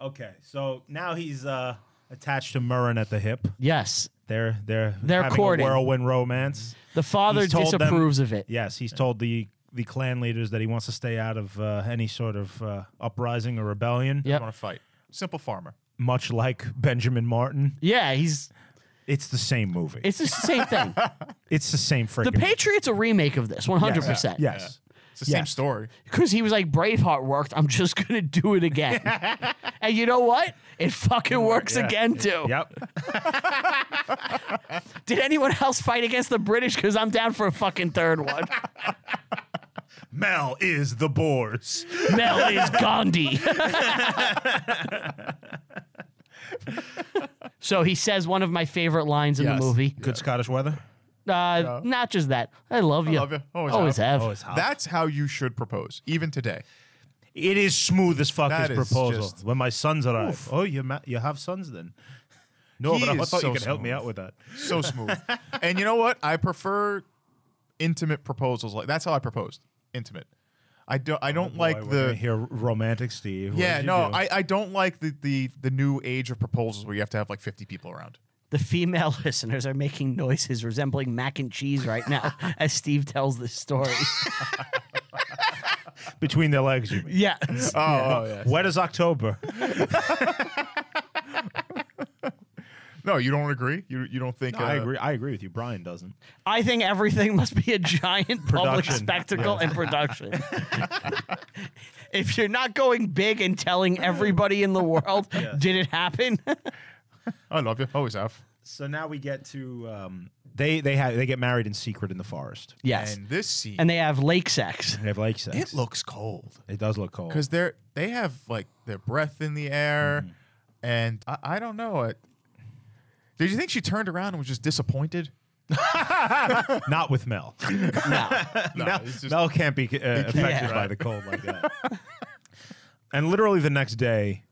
S2: okay, so now he's uh, attached to Murren at the hip.
S1: Yes.
S2: They're they're
S1: They're
S2: having
S1: courting. Mm-hmm.
S2: a whirlwind romance.
S1: The father
S2: He's told them-
S1: disapproves of it.
S2: Yes, he's told the the clan leaders that he wants to stay out of uh, any sort of uh, uprising or rebellion.
S1: Yep.
S3: I want to fight. Simple farmer.
S2: Much like Benjamin Martin,
S1: Yeah, he's
S2: it's the same movie. It's,
S1: it's just the same thing.
S2: the same freaking.
S1: The Patriots a remake of this, one hundred percent.
S2: Yes.
S3: It's the same story.
S1: because he was like Braveheart worked. I'm just gonna do it again. and you know what? It fucking works
S2: yeah.
S1: again too.
S2: Yep.
S1: Did anyone else fight against the British? Because I'm down for a fucking third one.
S2: Mel is the Boers.
S1: Mel is Gandhi. so he says one of my favorite lines in
S3: Yes.
S1: the movie.
S2: Good Scottish weather.
S1: Uh, Not just that. I love you.
S3: love ya. Always have.
S1: have.
S2: Always Oh, hot.
S3: That's how you should propose, even today.
S2: It is smooth as fuck.
S3: That
S2: his
S3: is
S2: proposal
S3: just-
S2: when my sons arrive. Oh, you ma- you have sons then? No,
S3: He
S2: but I
S3: is
S2: thought
S3: so
S2: you could help me
S3: smooth.
S2: out with that.
S3: So smooth. and you know what? I prefer intimate proposals. Like that's how I proposed. Intimate. I don't. I don't like
S2: Oh, Boy, we're gonna
S3: the.
S2: hear romantic Steve. What
S3: Yeah,
S2: did you
S3: no,
S2: do?
S3: I, I don't like the, the the new age of proposals where you have to have like 50 people around.
S1: The female listeners are making noises resembling mac and cheese right now as Steve tells this story.
S2: between their legs. You mean?
S1: yeah.
S3: Oh, oh, yeah.
S2: Wet as October.
S3: No, you don't agree. You you don't think?
S2: I
S3: uh,
S2: agree. I agree with you. Brian doesn't.
S1: I think everything must be a giant public
S2: Production,
S1: spectacle and production. if you're not going big and telling everybody in the world, did it happen?
S3: I love you. Always have.
S2: So now we get to um, they they have they get married in secret in the forest.
S1: yes.
S3: And this scene,
S1: and they have lake sex.
S2: They have like sex.
S3: it looks cold
S2: It does look cold.
S3: because they're they have like their breath in the
S2: Mm-hmm.
S3: air, and I, I don't know it. Did you think she turned around and was just disappointed?
S2: Not with Mel.
S1: No.
S3: No,
S2: Mel,
S3: it's just-
S2: Mel can't be uh, affected
S1: Yeah.
S2: by the cold like that. and literally the next day,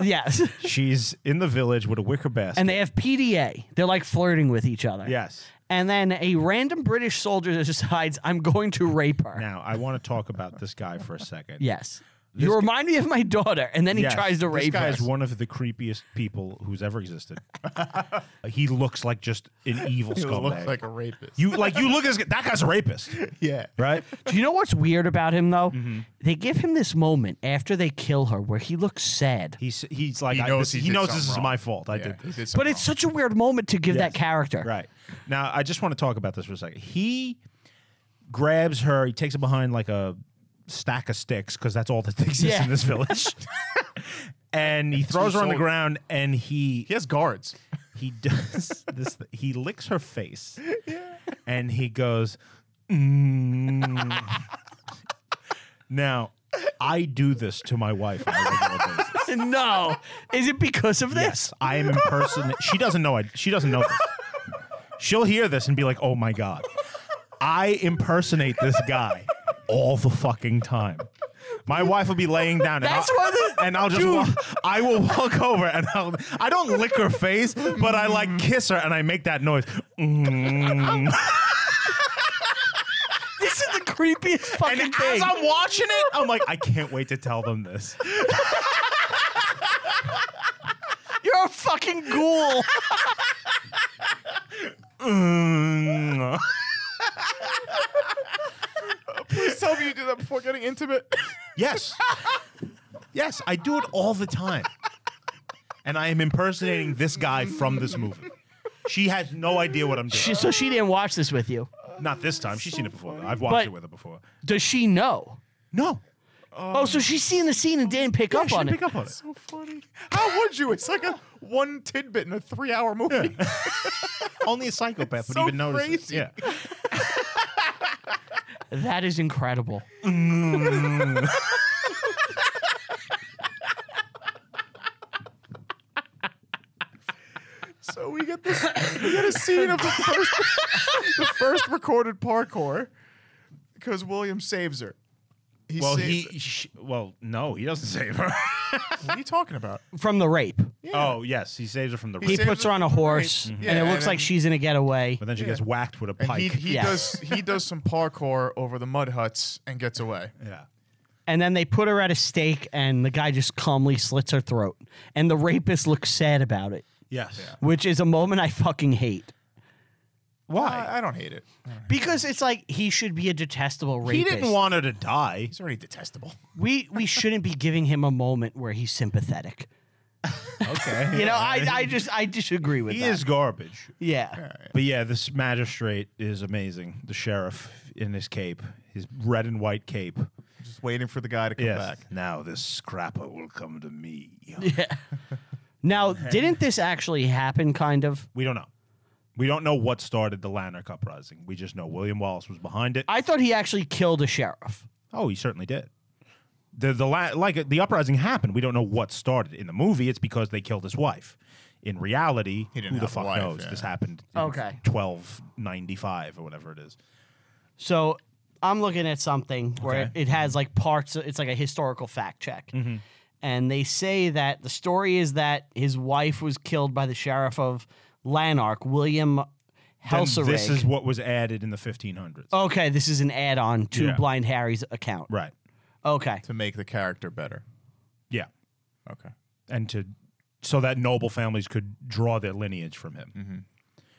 S1: yes.
S2: she's in the village with a wicker basket.
S1: And they have PDA. They're like flirting with each other.
S2: yes.
S1: And then a random British soldier decides, I'm going to rape her.
S2: Now I want to talk about this guy for a second.
S1: Yes. you remind me of my daughter. And then he
S2: Yes,
S1: tries to
S2: This
S1: rape her.
S2: guy is one of the creepiest people who's ever existed. he looks like just an evil
S3: She
S2: scumbag.
S3: looks like a rapist.
S2: you like you look at this guy, that guy's a rapist,
S3: yeah.
S2: right?
S1: Do you know what's weird about him, though?
S2: Mm-hmm.
S1: They give him this moment after they kill her where he looks sad.
S2: He's he's like
S3: He
S2: I-
S3: knows
S2: this,
S3: he did
S2: knows
S3: something
S2: this is
S3: wrong.
S2: my fault. I
S3: Yeah,
S2: did
S3: he
S2: this.
S3: did
S1: But
S3: something
S1: it's such a weird moment to give that character.
S2: Right. Now, I just want to talk about this for a second. He grabs her, he takes her behind like a stack of sticks because that's all that exists
S1: Yeah.
S2: in this village. and he throws her on the
S3: soldiers.
S2: ground and he
S3: He has guards.
S2: he does this th- he licks her face. And he goes "Mm." Now, I do this to my wife on a regular basis.
S1: no. Is it because of this?
S2: Yes, I am impersonating. she doesn't know. I, she doesn't know. This. She'll hear this and be like, "Oh my god, I impersonate this guy all the fucking time." My wife will be laying down, and,
S1: That's
S2: I'll,
S1: why the-
S2: and I'll just walk, I will walk over and I'll I don't lick her face, but I like kiss her and I make that noise. Mm.
S1: This is the creepiest fucking
S2: And
S1: thing.
S2: as I'm watching it, I'm like, I can't wait to tell them this.
S1: You're a fucking ghoul.
S2: Mm.
S3: Please tell me you did that before getting intimate.
S2: Yes. yes, I do it all the time. And I am impersonating this guy from this movie. She has no idea what I'm doing.
S1: She- so she didn't watch this with you.
S2: Not this time. She's seen it before. Though. I've watched
S1: But-
S2: it with her before.
S1: Does she know?
S2: No.
S1: oh, so she's seen the scene and didn't pick up
S2: she
S1: on
S2: didn't
S1: it.
S2: pick up on it.
S3: so funny. How would you? It's like a one tidbit in a three hour movie.
S2: Only a psychopath would
S3: So
S2: even notice. it.
S3: crazy.
S2: Yeah.
S1: That is incredible.
S3: So we get this. We get a scene of the first, the first recorded parkour, because William saves her. He
S2: Well,
S3: saves
S2: he. Sh- well, no, he doesn't save her.
S3: her. What are you talking about?
S1: From the rape.
S2: Oh yes, he saves her from the.
S1: He
S2: Rape,
S3: saves
S1: puts her
S3: her
S1: on a
S3: from the rape.
S1: horse,
S3: Yeah,
S1: and it
S3: and
S1: looks like
S3: then-
S1: she's in a getaway.
S2: but then she gets whacked with a
S3: And
S2: pike.
S3: he, he
S1: Yeah.
S3: does he does some parkour over the mud huts and gets away.
S2: yeah.
S1: And then they put her at a stake, and the guy just calmly slits her throat. And the rapist looks sad about it,
S2: Yes.
S1: which is a moment I fucking hate.
S2: Why?
S3: I, I don't hate it.
S1: Because it's like he should be a detestable
S2: he
S1: rapist.
S2: didn't want her to die.
S3: He's already detestable.
S1: we we shouldn't be giving him a moment where he's sympathetic.
S2: Okay.
S1: You know, I, I just I disagree with
S2: he
S1: that.
S2: is garbage.
S1: yeah.
S2: But yeah, this magistrate is amazing. The sheriff in his cape, his red and white cape.
S3: Just waiting for the guy to come
S2: Yes.
S3: back.
S2: Now this scrapper will come to me.
S1: Now, didn't this actually happen? Kind of.
S2: We don't know. We don't know what started the Lanark uprising. We just know William Wallace was behind it.
S1: I thought he actually killed a sheriff.
S2: oh, he certainly did. The the la- like the uprising happened. We don't know what started. In the movie, it's because they killed his wife. In reality,
S3: He didn't
S2: who the
S3: have a
S2: fuck
S3: wife,
S2: knows?
S3: yeah.
S2: This happened. in
S1: Okay.
S2: 1295 or whatever it is.
S1: So I'm looking at something where it, it has like parts. It's like a historical fact check,
S2: Mm-hmm.
S1: and they say that the story is that his wife was killed by the sheriff of Lanark, William
S2: Then
S1: Helserig.
S2: this is what was added in the 1500s.
S1: okay. This is an add-on to
S2: Yeah.
S1: Blind Harry's account.
S2: Right.
S1: Okay.
S3: To make the character better.
S2: Yeah.
S3: Okay.
S2: And to so that noble families could draw their lineage from him.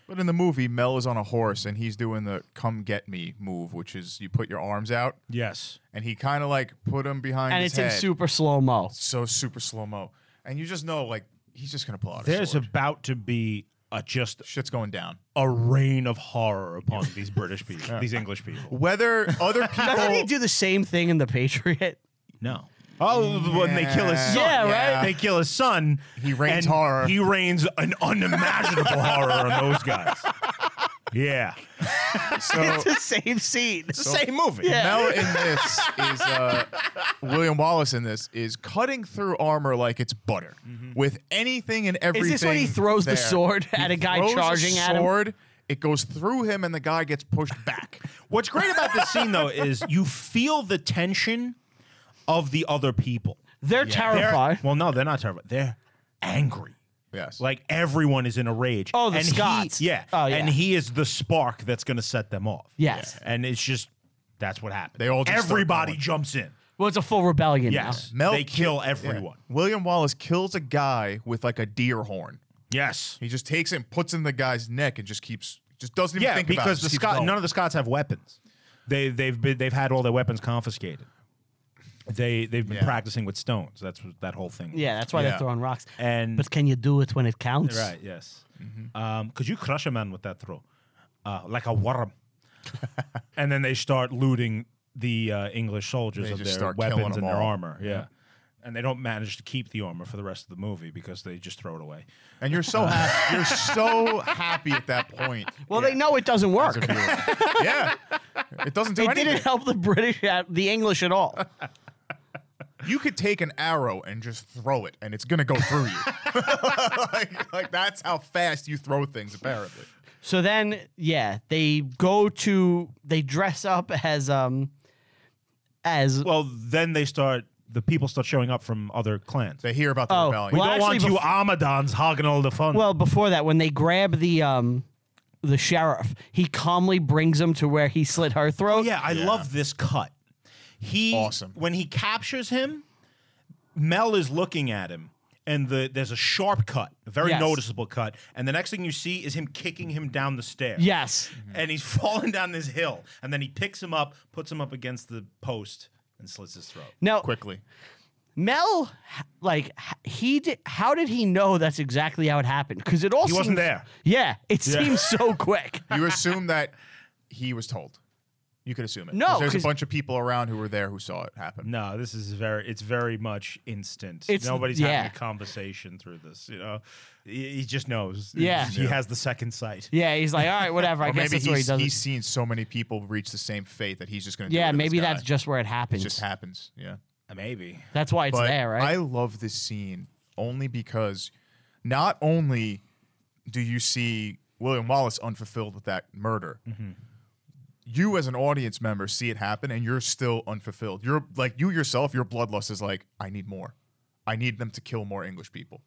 S3: But in the movie, Mel is on a horse and he's doing the come get me move, which is you put your arms out
S2: Yes.
S3: and he kind of like put him behind
S1: And
S3: his
S1: it's in
S3: head.
S1: super slow mo.
S3: so super slow mo. And you just know like he's just gonna pull out.
S2: There's
S3: There's a sword.
S2: about to be a, just
S3: shit's going down.
S2: a reign of horror upon these British people, these English people.
S3: Whether other
S1: Doesn't he
S3: people,
S1: do the same thing in The Patriot?
S2: No. Oh, when they kill his son.
S1: Yeah,
S3: Yeah. right?
S2: They kill his son.
S3: He reigns
S2: and
S3: horror.
S2: He reigns an unimaginable horror on those guys. Yeah.
S3: so
S1: The same scene.
S2: Same movie.
S3: Mel in this is uh, William Wallace in this is cutting through armor like it's butter with anything and
S1: Is
S3: everything.
S1: this when he throws the
S3: there.
S1: sword
S3: He
S1: at a guy
S3: throws
S1: charging
S3: a
S1: at him?
S3: sword, It goes through him and the guy gets pushed back.
S2: What's great about this scene, though, is you feel the tension of the other people.
S1: They're
S2: They're-
S1: terrified.
S2: Well, no, they're not terrified. They're angry.
S3: yes.
S2: Like everyone is in a rage.
S1: Oh, the
S2: and
S1: Scots.
S2: He, yeah.
S1: Oh, yeah.
S2: And he is the spark that's going to set them off.
S1: Yes.
S2: And it's just that's what happened.
S3: They all just start
S2: everybody
S3: going.
S2: jumps in.
S1: Well, it's a full rebellion
S2: Yes.
S3: Mel
S2: they kill
S3: Yeah.
S2: everyone.
S3: William Wallace kills a guy with like a deer horn.
S2: Yes.
S3: He just takes it and puts it in the guy's neck and just keeps just doesn't even
S2: Yeah,
S3: think
S2: because
S3: about it.
S2: the Scot- none of the Scots have weapons. They they've been they've had all their weapons confiscated. They they've been
S3: Yeah.
S2: practicing with stones. That's what that whole thing.
S1: now. Yeah, that's why
S3: Yeah.
S1: they're throwing rocks.
S2: And
S1: But can you do it when it counts?
S2: Right. Yes. Um, could you crush a man with that throw, uh, like a worm? and then they start looting the uh, English soldiers
S3: They
S2: of
S3: just
S2: their
S3: start killing
S2: weapons
S3: them
S2: and their
S3: all.
S2: armor. Yeah. And they don't manage to keep the armor for the rest of the movie because they just throw it away.
S3: and you're so happy. You're so happy at that point.
S1: Well, they know it doesn't work.
S3: If you're- yeah, it doesn't do
S1: They
S3: anything.
S1: didn't help the British out, the English at all.
S3: you could take an arrow and just throw it, and it's gonna go through you. like, like that's how fast you throw things, apparently.
S1: So then, yeah, they go to they dress up as um as
S2: Well, then they start. The people start showing up from other clans.
S3: They hear about the
S1: Oh,
S3: rebellion.
S2: we
S1: Well,
S2: don't want
S1: actually,
S2: you Amadons hogging all the fun.
S1: well before that when they grab the um the sheriff, he calmly brings them to where he slit her throat.
S2: Oh, Yeah, I love this cut. He
S3: Awesome.
S2: when he captures him, Mel is looking at him, and the there's a sharp cut, a very
S1: Yes.
S2: noticeable cut, and the next thing you see is him kicking him down the stairs. Mm-hmm.
S1: Yes.
S2: and he's falling down this hill, and then he picks him up, puts him up against the post, and slits his throat.
S1: Now,
S3: quickly.
S1: Mel, h- like h- he did. How did he know that's exactly how it happened? Because it all
S2: He wasn't
S1: seems-
S2: there.
S1: Yeah, it seems so quick.
S3: You assume that he was told. You could assume it. 'Cause
S1: No,
S3: there's
S1: 'cause-
S3: a bunch of people around who were there who saw it happen.
S2: No, this is very. It's very much instant.
S1: It's-
S2: Nobody's
S1: yeah.
S2: having a conversation through this. You know, he, he just knows. He
S1: Yeah.
S2: just- he has the second sight.
S1: Yeah, he's like, all right, whatever. I
S3: Or
S1: guess
S3: maybe
S1: that's where he
S3: he's,
S1: does.
S3: he's
S1: it.
S3: seen so many people reach the same fate that he's just going to.
S1: Yeah,
S3: do it to this
S1: maybe
S3: guy.
S1: that's just where it happens.
S3: It just happens. Yeah.
S2: Maybe.
S1: that's why it's
S3: but
S1: there, right?
S3: I love this scene only because not only do you see William Wallace unfulfilled with that murder,
S2: Mm-hmm.
S3: you as an audience member see it happen and you're still unfulfilled. You're like you yourself, your bloodlust is like, I need more. I need them to kill more English people.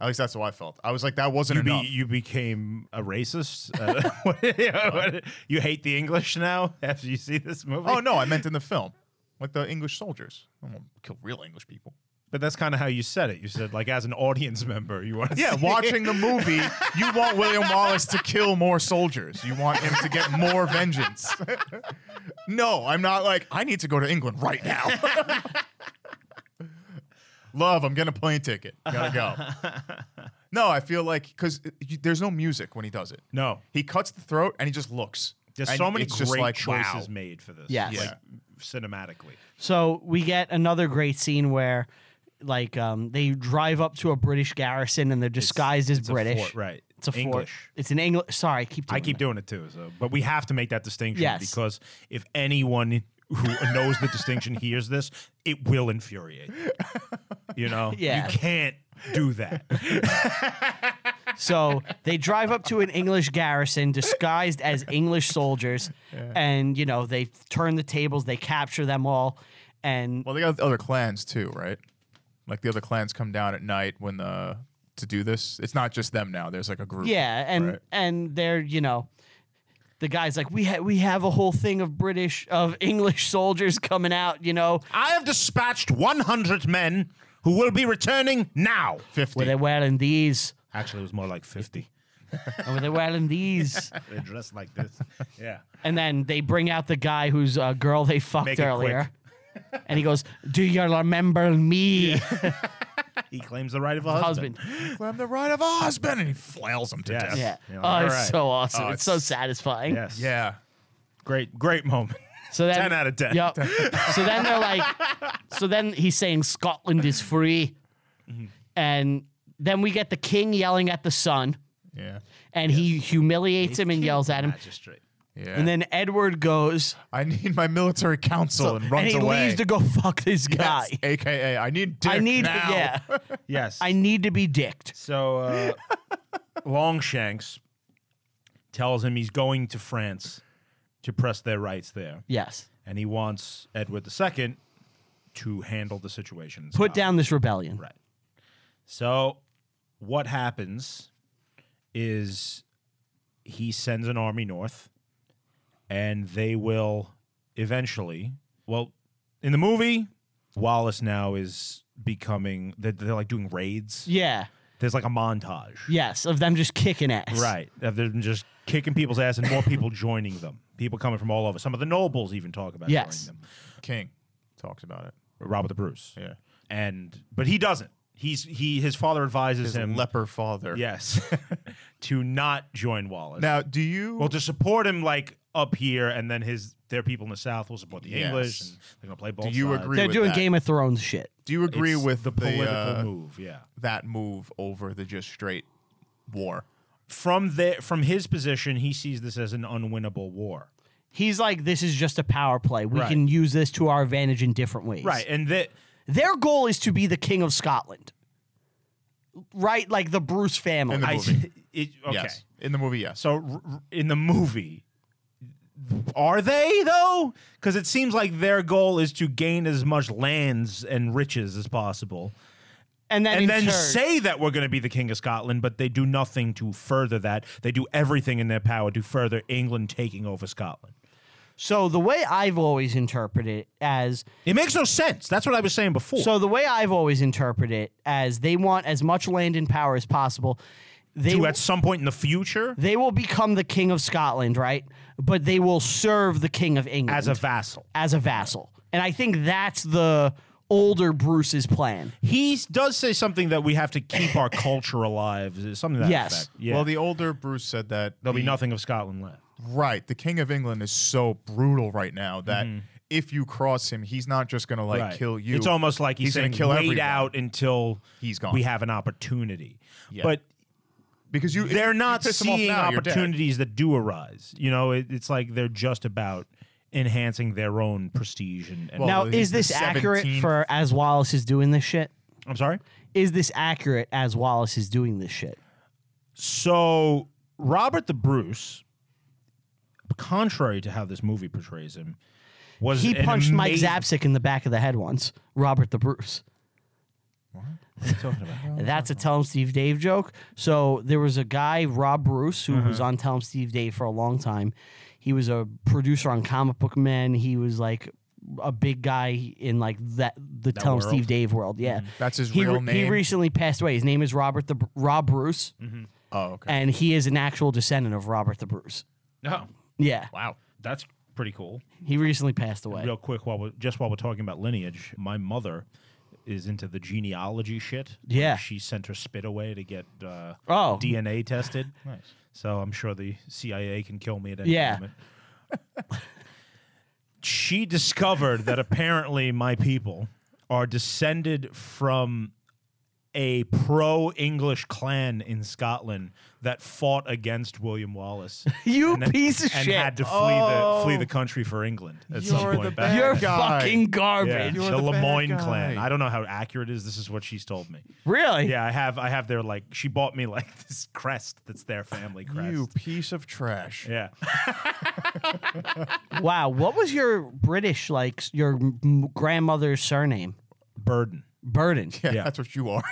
S3: At least that's how I felt. I was like, that wasn't
S2: You, be,
S3: enough.
S2: you became a racist. Uh, what- yeah, what- you hate the English now after you see this movie.
S3: oh no, I meant in the film, like the English soldiers. I'm gonna kill real English people.
S2: But that's kind of how you said it. You said like as an audience member, you want to
S3: Yeah,
S2: see
S3: watching the movie, you want William Wallace to kill more soldiers. You want him to get more vengeance. no, I'm not like, I need to go to England right now. Love, I'm getting a plane ticket. Gotta go. No, I feel like, because there's no music when he does it.
S2: No,
S3: He cuts the throat and he just looks.
S2: there's
S3: And
S2: so many
S3: it's
S2: great
S3: just like,
S2: choices
S3: wow.
S2: made for this.
S1: Yes.
S2: like cinematically.
S1: So we get another great scene where, like, um, they drive up to a British garrison and they're disguised as
S2: It's a
S1: British.
S2: fort, right?
S1: It's a fort.
S2: English.
S1: It's an English. Sorry, I keep. Doing
S2: I keep
S1: that.
S2: doing it too. So, but we have to make that distinction
S1: Yes.
S2: because if anyone who knows the distinction hears this, it will infuriate. them. You know,
S1: Yeah.
S2: you can't do that.
S1: So they drive up to an English garrison disguised as English soldiers, and you know they turn the tables. They capture them all, and
S3: Well, they got other clans too, right? Like the other clans come down at night when the to do this. It's not just them now. There's like a group.
S1: yeah, and
S3: Right.
S1: and they're you know. The guy's like, we ha- we have a whole thing of British of English soldiers coming out, you know,
S2: I have dispatched 100 men who will be returning now.
S1: where
S3: 50.
S1: they're wearing these,
S2: Actually, it was more like 50.
S1: and where they're wearing these,
S2: They're dressed like this. Yeah.
S1: And then they bring out the guy whose uh, girl they fucked
S2: Make it
S1: earlier. and he goes, Do you remember me,
S2: He claims the right of a husband.
S1: husband?
S3: I'm the right of a husband, and he flails him to
S2: Yes.
S3: death.
S1: Yeah.
S2: You're
S1: oh,
S2: like,
S1: it's
S2: "All right."
S1: so awesome.
S2: Oh,
S1: it's, so
S2: it's-
S1: satisfying.
S2: Yes.
S3: Yeah.
S2: Great, great moment.
S1: So then,
S2: 10 out of 10.
S1: Yep. so then they're like, So then he's saying Scotland is free. And then we get the king yelling at the son,
S3: Yeah.
S1: and he humiliates him and yells at him.
S2: Magistrate.
S3: Yeah.
S1: And then Edward goes
S3: I need my military council and runs
S1: and he
S3: away.
S1: leaves to go fuck this guy.
S3: Yes, AKA, I need dick
S1: I need,
S3: now.
S1: yeah,
S2: Yes.
S1: I need to be dicked.
S2: So uh, Longshanks tells him he's going to France to press their rights there,
S1: Yes.
S2: and he wants Edward II to handle the situation. in
S1: Put
S2: Scotland.
S1: down this rebellion.
S2: Right. So what happens is he sends an army north and they will eventually well in the movie Wallace now is becoming they're, they're like doing raids.
S1: Yeah.
S2: There's like a montage.
S1: Yes. Of them just kicking ass.
S2: Right. Of them just kicking people's ass and more people joining them. People coming from all over. Some of the nobles even talk about
S1: Yes.
S2: joining them.
S3: King talks about it.
S2: Robert the Bruce.
S3: Yeah.
S2: And but he doesn't. He's he his father advises
S3: His
S2: him
S3: leper father.
S2: Yes. to not join Wallace.
S3: Now, do you?
S2: well, to support him like up here, and then his their people in the South will support the
S3: Yes.
S2: English. And they're gonna play both.
S3: you
S2: sides.
S3: agree-
S1: They're
S3: with
S1: doing
S3: that.
S1: Game of Thrones shit.
S3: do you agree
S2: It's
S3: with
S2: the political
S3: uh,
S2: move? Yeah.
S3: that move over the just straight war?
S2: From the from his position, he sees this as an unwinnable war.
S1: He's like, this is just a power play. We
S2: Right.
S1: can use this to our advantage in different ways.
S2: Right, and that
S1: Their goal is to be the king of Scotland. Right? Like the Bruce family.
S3: In the
S2: I
S3: movie.
S2: it, okay.
S3: Yes. In the movie, yes.
S2: So r- r- in the movie. Are they though? Because it seems like their goal is to gain as much lands and riches as possible.
S1: and then, in
S2: and then
S1: turn-
S2: say that we're going to be the king of Scotland, but they do nothing to further that. They do everything in their power to further England taking over Scotland.
S1: So the way I've always interpreted it as
S2: It makes no sense. That's what I was saying before.
S1: so the way I've always interpreted it as they want as much land and power as possible. They
S2: to at some point in the future,
S1: they will become the king of Scotland, right? But they will serve the king of England
S2: as a vassal,
S1: as a vassal. And I think that's the older Bruce's plan.
S2: he s- does say something that we have to keep our culture alive. is Something to that
S1: Yes.
S2: effect. Yeah.
S3: Well, the older Bruce said that
S2: there'll be
S3: the-
S2: nothing of Scotland left.
S3: Right. The King of England is so brutal right now that if you cross him, he's not just going to like
S2: Mm-hmm. Right.
S3: kill you.
S2: It's almost like he's,
S3: He's gonna
S2: saying
S3: kill
S2: wait
S3: everyone."
S2: out until
S3: He's gone."
S2: We have an opportunity,
S3: Yeah.
S2: but
S3: because you
S2: they're not
S3: you piss him off
S2: seeing
S3: now, you're dead.
S2: opportunities that do arise. You know, it, it's like they're just about enhancing their own prestige. And, and
S1: now,
S3: Well, he's
S1: is
S3: the
S1: this accurate
S3: 17th.
S1: for as Wallace is doing this shit?
S2: I'm sorry.
S1: Is this accurate as Wallace is doing this shit?
S2: So Robert the Bruce, contrary to how this movie portrays him, was
S1: He
S2: an
S1: punched Mike
S2: amazing-
S1: Zapsik in the back of the head once, Robert the Bruce.
S2: What are you talking about?
S1: That's a Tell 'em Steve Dave joke. So there was a guy, Rob Bruce, who was
S2: Uh-huh.
S1: on Tell 'em Steve Dave for a long time. He was a producer on Comic Book Men. He was like a big guy in like that the Tell 'em
S2: world. Mm-hmm.
S1: Steve Dave world. Yeah,
S3: That's his
S1: he,
S3: real
S1: re- He
S3: name?
S1: recently passed away. His name is Robert the Br- Rob Bruce,
S2: Mm-hmm.
S3: Oh, okay.
S1: and he is an actual descendant of Robert the Bruce.
S2: No.
S1: Yeah,
S2: Wow. That's pretty cool.
S1: he recently passed away.
S2: Real quick, while we're, just while we're talking about lineage, my mother is into the genealogy shit.
S1: Yeah.
S2: She sent her spit away to get uh,
S1: Oh.
S2: DNA tested. Nice. So I'm sure the CIA can kill me at any
S1: Yeah.
S2: moment. she discovered that apparently my people are descended from a pro English clan in Scotland that fought against William Wallace.
S1: You
S2: and then-
S1: piece of
S2: and
S1: shit.
S2: had to flee the flee the country for England at some
S3: Oh. You're
S2: point.
S3: the
S2: back
S1: You're
S2: then.
S3: guy.
S1: fucking
S2: Yeah,
S1: garbage.
S3: You're
S2: the
S3: the bad
S2: Lemoyne
S3: guy.
S2: clan. I don't know how accurate it is. This is what she's told me.
S1: Really?
S2: Yeah, I have. I have their like. She bought me like this crest that's their family crest.
S3: you piece of trash.
S2: Yeah,
S1: Wow. What was your British like s- your m- m- grandmother's surname?
S2: burden.
S1: Burden.
S3: Yeah,
S2: Yeah. Mm.
S3: that's what you are.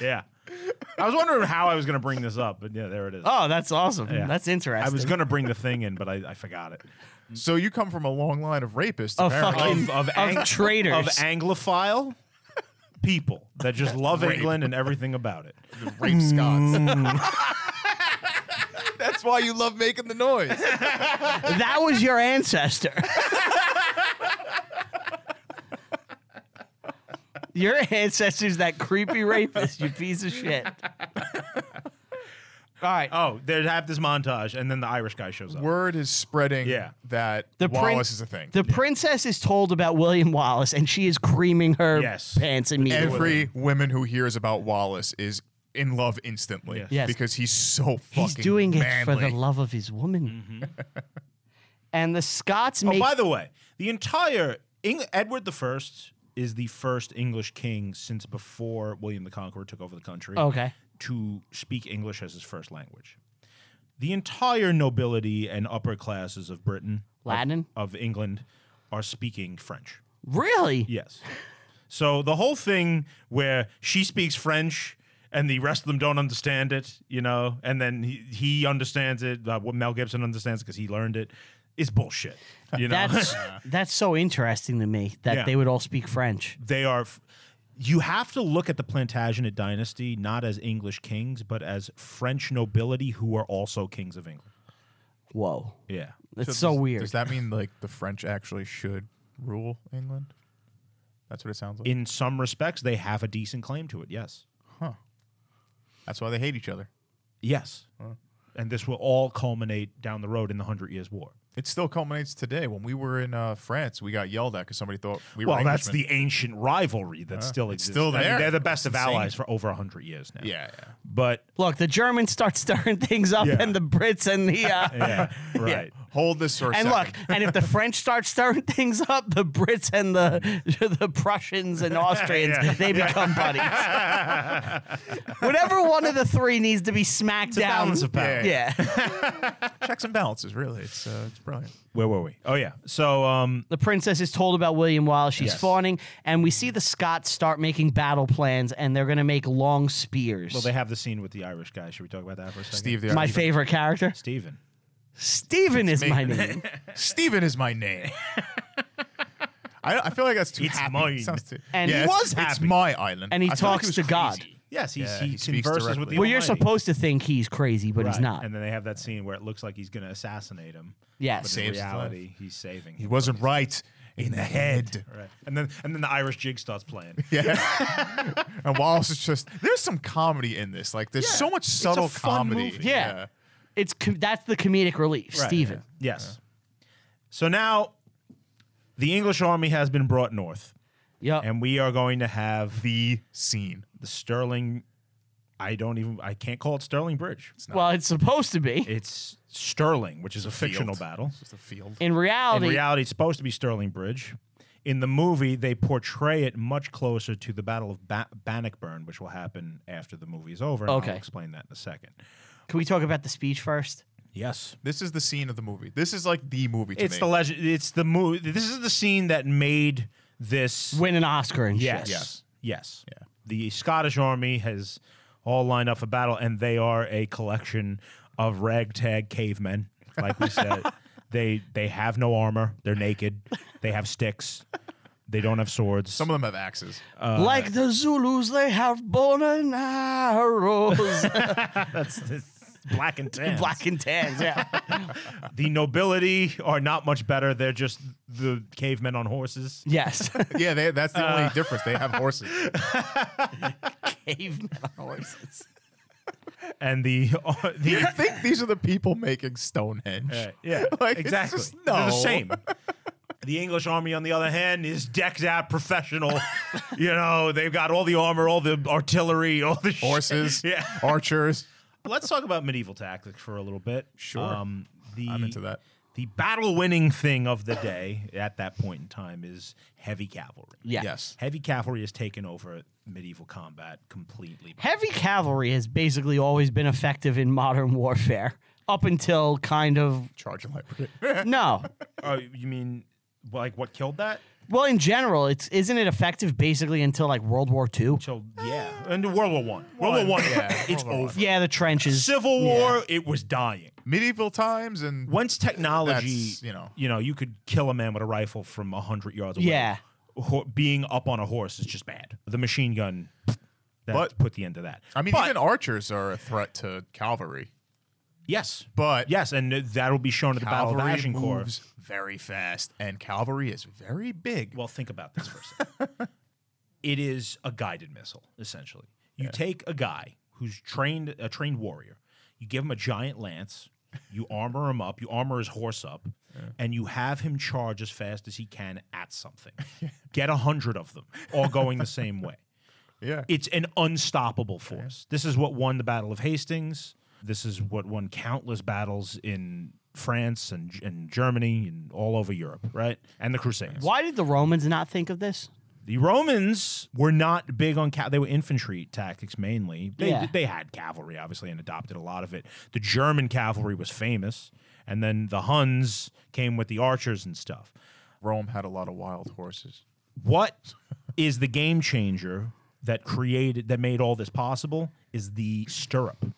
S2: Yeah, I was wondering how I was gonna bring this up, but yeah, there it is.
S1: Oh, that's awesome.
S2: Yeah.
S1: That's
S2: I
S1: interesting.
S2: was gonna bring the thing in, but I, I forgot it.
S3: so you come from a long line of rapists.
S1: Of
S3: apparently.
S1: fucking
S2: Of- of
S1: of,
S2: ang-
S1: traitors.
S2: Of Anglophile people that just love England and everything about it.
S3: The rape Scots.
S2: Mm.
S3: That's why you love making the noise.
S1: that was your ancestor. your ancestor's that creepy rapist. You piece of shit. All right.
S2: Oh, they have this montage, and then the Irish guy shows up.
S3: Word is spreading
S2: Yeah.
S3: that
S1: The prin-
S3: Wallace is a thing.
S1: The princess is told about William Wallace, and she is creaming her
S2: Yes.
S1: pants immediately.
S3: Every woman who hears about Wallace is in love instantly
S2: Yes.
S1: Yes.
S3: because he's so fucking
S1: He's doing it for the
S3: manly.
S1: love of his woman. and the Scots
S2: Mm-hmm. Oh,
S1: make
S2: by the way, the entire Eng- Edward the First is the first English king since before William the Conqueror took over the country.
S1: Okay.
S2: to speak English as his first language. The entire nobility and upper classes of Britain, of-
S1: Latin?
S2: of, England, are speaking French.
S1: really.
S2: Yes. So the whole thing where she speaks French and the rest of them don't understand it, you know, and then he, he understands it, uh, what Mel Gibson understands because he learned it, is bullshit. You know,
S1: That's that's so interesting to me that
S2: Yeah.
S1: they would all speak French.
S2: they are f- you have to look at the plantagenet dynasty not as english kings but as french nobility who are also kings of england
S1: Whoa,
S2: yeah
S1: that's so,
S3: does,
S1: Oh, weird.
S3: Does that mean like the French actually should rule England? That's what it sounds like.
S2: in some respects they have a decent claim to it yes
S3: That's why they hate each other.
S2: yes and this will all culminate down the road in the hundred years war
S3: It still culminates today. When we were in uh, France, we got yelled at because somebody thought we were.
S2: well that's
S3: Englishmen.
S2: the ancient rivalry that still
S3: it's
S2: exists
S3: still
S2: I mean,
S3: there.
S2: they're the best of
S3: It's
S2: allies for over 100 years now
S3: yeah, yeah.
S2: but
S1: Look, the Germans start stirring things up,
S2: Yeah.
S1: and the Brits and the uh,
S2: yeah right
S3: Hold this for a
S1: and
S3: second.
S1: look, and if the French start stirring things up, the Brits and the the Prussians and Austrians
S2: Yeah.
S1: they become buddies. Whatever one of the three needs to be smacked down.
S2: balance of power.
S1: Yeah,
S3: checks and balances. Really, it's uh, it's brilliant.
S2: where were we oh yeah so um
S1: the princess is told about William Wallace. She's
S2: Yes.
S1: fawning, and we see the Scots start making battle plans, and they're going to make long spears.
S2: well they have the scene with the irish guy should we talk about that for a second
S3: Steve, the
S1: my
S3: Irishman.
S1: favorite character.
S2: Stephen.
S1: Steven is
S3: me.
S1: my name.
S3: Steven is my name. I, I feel like that's too
S2: It's
S3: happy.
S2: mine.
S3: Sounds too-
S1: And he
S3: it's-
S2: was
S3: It's
S2: happy.
S3: my island.
S1: And he
S3: I feel like
S1: talks
S3: was
S1: to God.
S3: crazy.
S2: Yes, he's,
S3: Yeah,
S2: he,
S3: he speaks
S2: converses with
S3: directly.
S2: the.
S1: Well, you're
S2: Almighty.
S1: supposed to think he's crazy, but he's
S2: Right.
S1: not.
S2: And then they have that scene where it looks like he's going to assassinate him.
S1: Yes.
S2: but in
S3: Saves his
S2: reality, he's saving
S3: He
S2: him.
S3: wasn't right in the head.
S2: Right. And then and then the Irish jig starts playing.
S3: And Wallace is just there's some comedy in this. Like there's so much
S2: a
S3: subtle
S2: fun
S3: comedy.
S2: movie.
S1: yeah. It's com- that's the comedic relief,
S2: Right.
S1: Steven.
S2: Yes. So now, the English army has been brought north,
S1: Yep.
S2: and we are going to have the
S3: The scene.
S2: the Sterling. I don't even. I can't call it Sterling Bridge. It's,
S1: well, it's supposed to be.
S2: Sterling, which is a fictional
S3: Field.
S2: battle.
S3: It's just a field.
S1: In
S2: In
S1: reality,
S2: reality, it's supposed to be Sterling Bridge. In the movie, they portray it much closer to the Battle of ba- Bannockburn, which will happen after the movie's over. and
S1: Okay.
S2: I'll explain that in a second.
S1: can we talk about the speech first?
S2: Yes.
S3: This is the scene of the movie. This is like the movie to
S2: It's
S3: me.
S2: the legend. It's the movie. This is the scene that made this.
S1: Win an Oscar and
S2: yes.
S1: shit.
S2: Yes. Yes. The Scottish army has all lined up for battle, and they are a collection of ragtag cavemen. Like we said, they they have no armor. They're naked. They have sticks. They don't have swords.
S3: Some of them have axes.
S2: Uh,
S1: Uh, like the Zulus, they have bone and arrows.
S2: That's this black and tan.
S1: Black and tans, yeah.
S2: The nobility are not much better. They're just the cavemen on horses.
S1: yes.
S3: yeah, they, that's the
S2: uh,
S3: only difference. They have horses.
S1: Cavemen horses.
S2: And the uh,
S3: You
S2: the
S3: think these are the people making Stonehenge?
S2: Uh, yeah,
S3: Like, it's
S2: exactly.
S3: just-
S2: They're the
S3: no.
S2: same. The English army, on the other hand, is decked out professional. you know, they've got all the armor, all the artillery, all the shit.
S3: Horses,
S2: Yeah.
S3: archers.
S2: Let's talk about medieval tactics for a little bit. Um,
S3: Sure.
S2: the,
S3: I'm into that.
S2: The battle-winning thing of the day at that point in time is heavy cavalry.
S1: Yeah.
S3: Yes.
S2: Heavy cavalry has taken over medieval combat completely.
S1: Heavy cavalry has basically always been effective in modern warfare up until kind of
S3: Charging like
S1: no.
S2: Oh, you mean like what killed that?
S1: Well, in general, it's isn't it effective basically until like World War II?
S2: So yeah, and World War One. World War One.
S3: yeah,
S2: it's
S3: World War
S2: over.
S1: Yeah, the trenches.
S2: Civil War, it was dying.
S3: medieval times and
S2: Once technology,
S3: That's, you know.
S2: you know, you could kill a man with a rifle from hundred yards away.
S1: Yeah.
S2: Ho- being up on a horse is just bad. The machine gun, that
S3: But-
S2: put the end to that.
S3: I mean
S2: But-
S3: even archers are a threat to cavalry.
S2: yes,
S3: But
S2: yes, and that'll be shown at the Battle of
S3: cavalry
S2: Agincourt.
S3: moves very fast and cavalry is very big.
S2: Well, think about this for a second. it is a guided missile, essentially. You take a guy who's trained, a trained warrior, you give him a giant lance, you armor him up, you armor his horse up, and you have him charge as fast as he can at something. Get a hundred of them, all going the same way.
S3: yeah.
S2: It's an unstoppable force. This is what won the Battle of Hastings. This is what won countless battles in France and, and Germany and all over Europe, right? And the Crusades.
S1: Why did the Romans not think of this?
S2: The Romans were not big on ca- they were infantry tactics mainly. They
S1: Yeah.
S2: they had cavalry obviously and adopted a lot of it. The German cavalry was famous, and then the Huns came with the archers and stuff.
S3: Rome had a lot of wild horses.
S2: What is the game changer that created that made all this possible is the stirrup.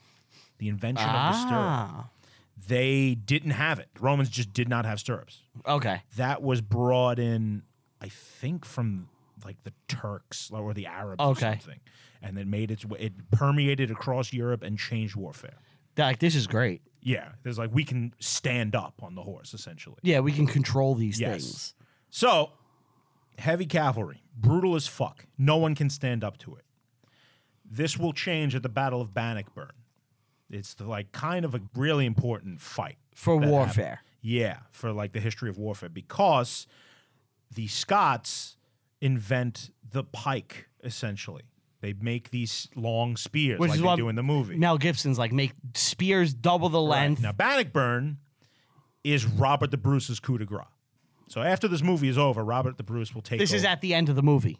S2: The invention of the stirrup.
S1: Ah.
S2: They didn't have it. Romans just did not have stirrups.
S1: Okay.
S2: That was brought in, I think, from like the Turks or the Arabs or
S1: Okay.
S2: something, and it made its way. It permeated across Europe and changed warfare.
S1: They're like, this is great.
S2: Yeah, there's like we can stand up on the horse essentially.
S1: Yeah, we can control these
S2: Yes.
S1: things.
S2: So, heavy cavalry, brutal as fuck. No one can stand up to it. This will change at the Battle of Bannockburn. It's the, like kind of a really important fight
S1: For
S2: that happened.
S1: warfare.
S2: Yeah, for like the history of warfare because the Scots invent the pike essentially. They make these long spears
S1: Which
S2: like
S1: is
S2: they
S1: why
S2: do in the movie.
S1: Mel Gibson's like make spears double the
S2: Right.
S1: length.
S2: Now, Bannockburn is Robert the Bruce's coup de grace. So after this movie is over, Robert the Bruce will take
S1: This is
S2: over.
S1: at the end of the movie.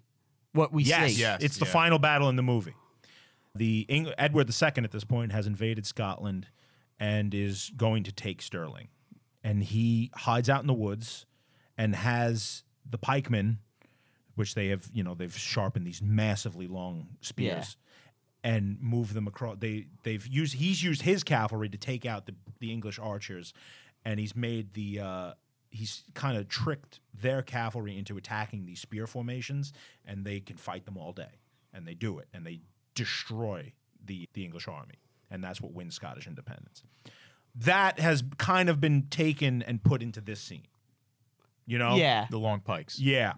S1: What we
S2: yes,
S1: see.
S3: Yes,
S2: it's the
S3: yeah.
S2: final battle in the movie. The Eng- Edward II at this point has invaded Scotland and is going to take Stirling. And he hides out in the woods and has the pikemen, which they have, you know, they've sharpened these massively long spears and move them across. They they've used he's used his cavalry to take out the the English archers, and he's made the uh, he's kind of tricked their cavalry into attacking these spear formations, and they can fight them all day, and they do it, and they destroy the the English army, and that's what wins Scottish independence. That has kind of been taken and put into this scene, you know.
S1: Yeah.
S3: The long pikes.
S2: Yeah.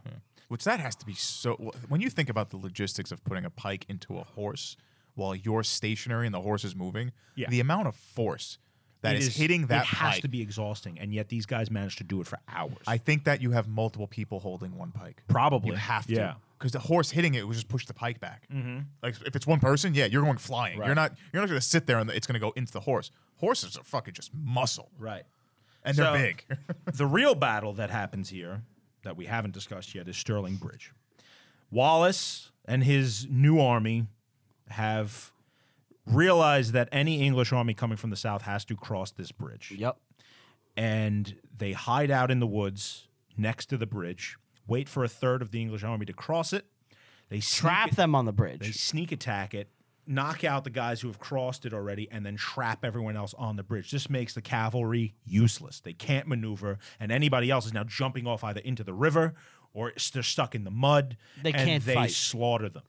S3: Which that has to be so when you think about the logistics of putting a pike into a horse while you're stationary and the horse is moving,
S2: Yeah.
S3: the amount of force that
S2: It
S3: is,
S2: is-
S3: hitting that
S2: it has
S3: pike.
S2: to be exhausting, and yet these guys managed to do it for hours.
S3: I think that you have multiple people holding one pike.
S2: probably
S3: You have to.
S2: Yeah.
S3: Because the horse hitting it would just push the pike back. Mm-hmm. Like if it's one person, yeah, you're going flying. You're not. You're not going to sit there and it's going to go into the horse. Horses are fucking just muscle,
S2: Right.
S3: and
S2: So-
S3: they're big.
S2: the real battle that happens here that we haven't discussed yet is Stirling Bridge. Wallace and his new army have realized that any English army coming from the south has to cross this bridge.
S1: Yep.
S2: and they hide out in the woods next to the bridge, wait for a third of the English army to cross it. They sneak
S1: Trap
S2: it-
S1: them on the
S2: They
S1: bridge.
S2: sneak attack it, knock out the guys who have crossed it already, and then trap everyone else on the bridge. This makes the cavalry useless. They can't maneuver, and anybody else is now jumping off either into the river or s- they're stuck in the mud.
S1: They
S2: and
S1: can't
S2: They
S1: fight.
S2: slaughter them.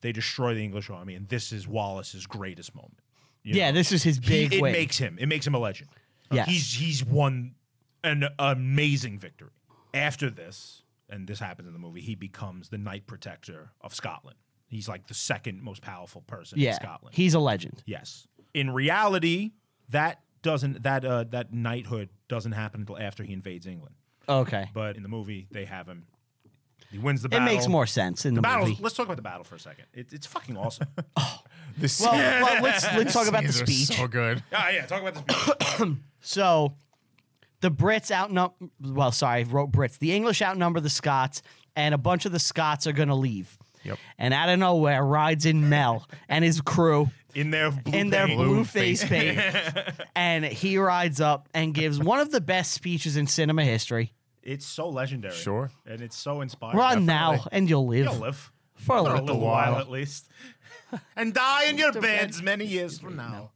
S2: They destroy the English army, and this is Wallace's greatest moment. you
S1: Yeah, this is his
S2: He-
S1: big
S2: it
S1: win.
S2: makes him. It makes him a legend.
S1: Yes.
S2: He's he's won an amazing victory. After this, and this happens in the movie, he becomes the Knight Protector of Scotland. He's like the second most powerful person
S1: yeah,
S2: in Scotland.
S1: he's a legend.
S2: yes. In reality, that doesn't that uh that knighthood doesn't happen until after he invades England.
S1: Okay,
S2: But in the movie, they have him. He wins the
S1: it
S2: battle.
S1: makes more sense in the,
S2: battle.
S1: movie.
S2: Let's talk about the battle for a second. It, it's fucking awesome.
S3: This
S1: Well, well, let's let's talk about the
S3: scenes are
S1: speech.
S3: So good.
S2: yeah, yeah. Talk about this.
S1: So the Brits outnumber, well, sorry, I wrote Brits. The English outnumber the Scots, and a bunch of the Scots are going to leave.
S3: Yep.
S1: And out of nowhere rides in Mel and his crew
S2: in their blue
S1: in their
S2: paint.
S1: blue
S3: Blue
S1: face paint. and he rides up and gives one of the best speeches in cinema history.
S2: It's so legendary.
S3: Sure.
S2: And it's so inspiring.
S1: Run now and you'll live.
S2: You'll live.
S1: For a
S2: For a
S1: little
S2: little while, at least. and die in your beds many years from now.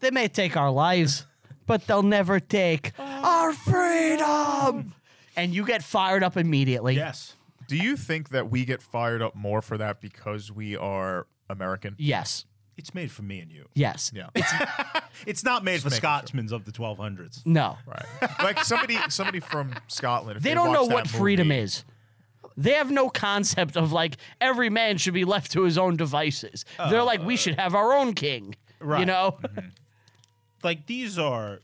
S1: They may take our lives, but they'll never take our freedom. And you get fired up immediately.
S2: Yes.
S3: Do you think that we get fired up more for that because we are American?
S1: Yes.
S2: It's made for me and you.
S1: Yes.
S3: Yeah.
S2: It's not made for
S3: making sure.
S2: Scotsmen of the 1200s.
S1: No.
S3: right. Like somebody somebody from Scotland. If
S1: They
S3: they
S1: don't know
S3: watched that
S1: what freedom
S3: movie-
S1: is. They have no concept of like every man should be left to his own devices. They're like, we should have our own king. You
S2: right.
S1: know?
S2: Like, these are,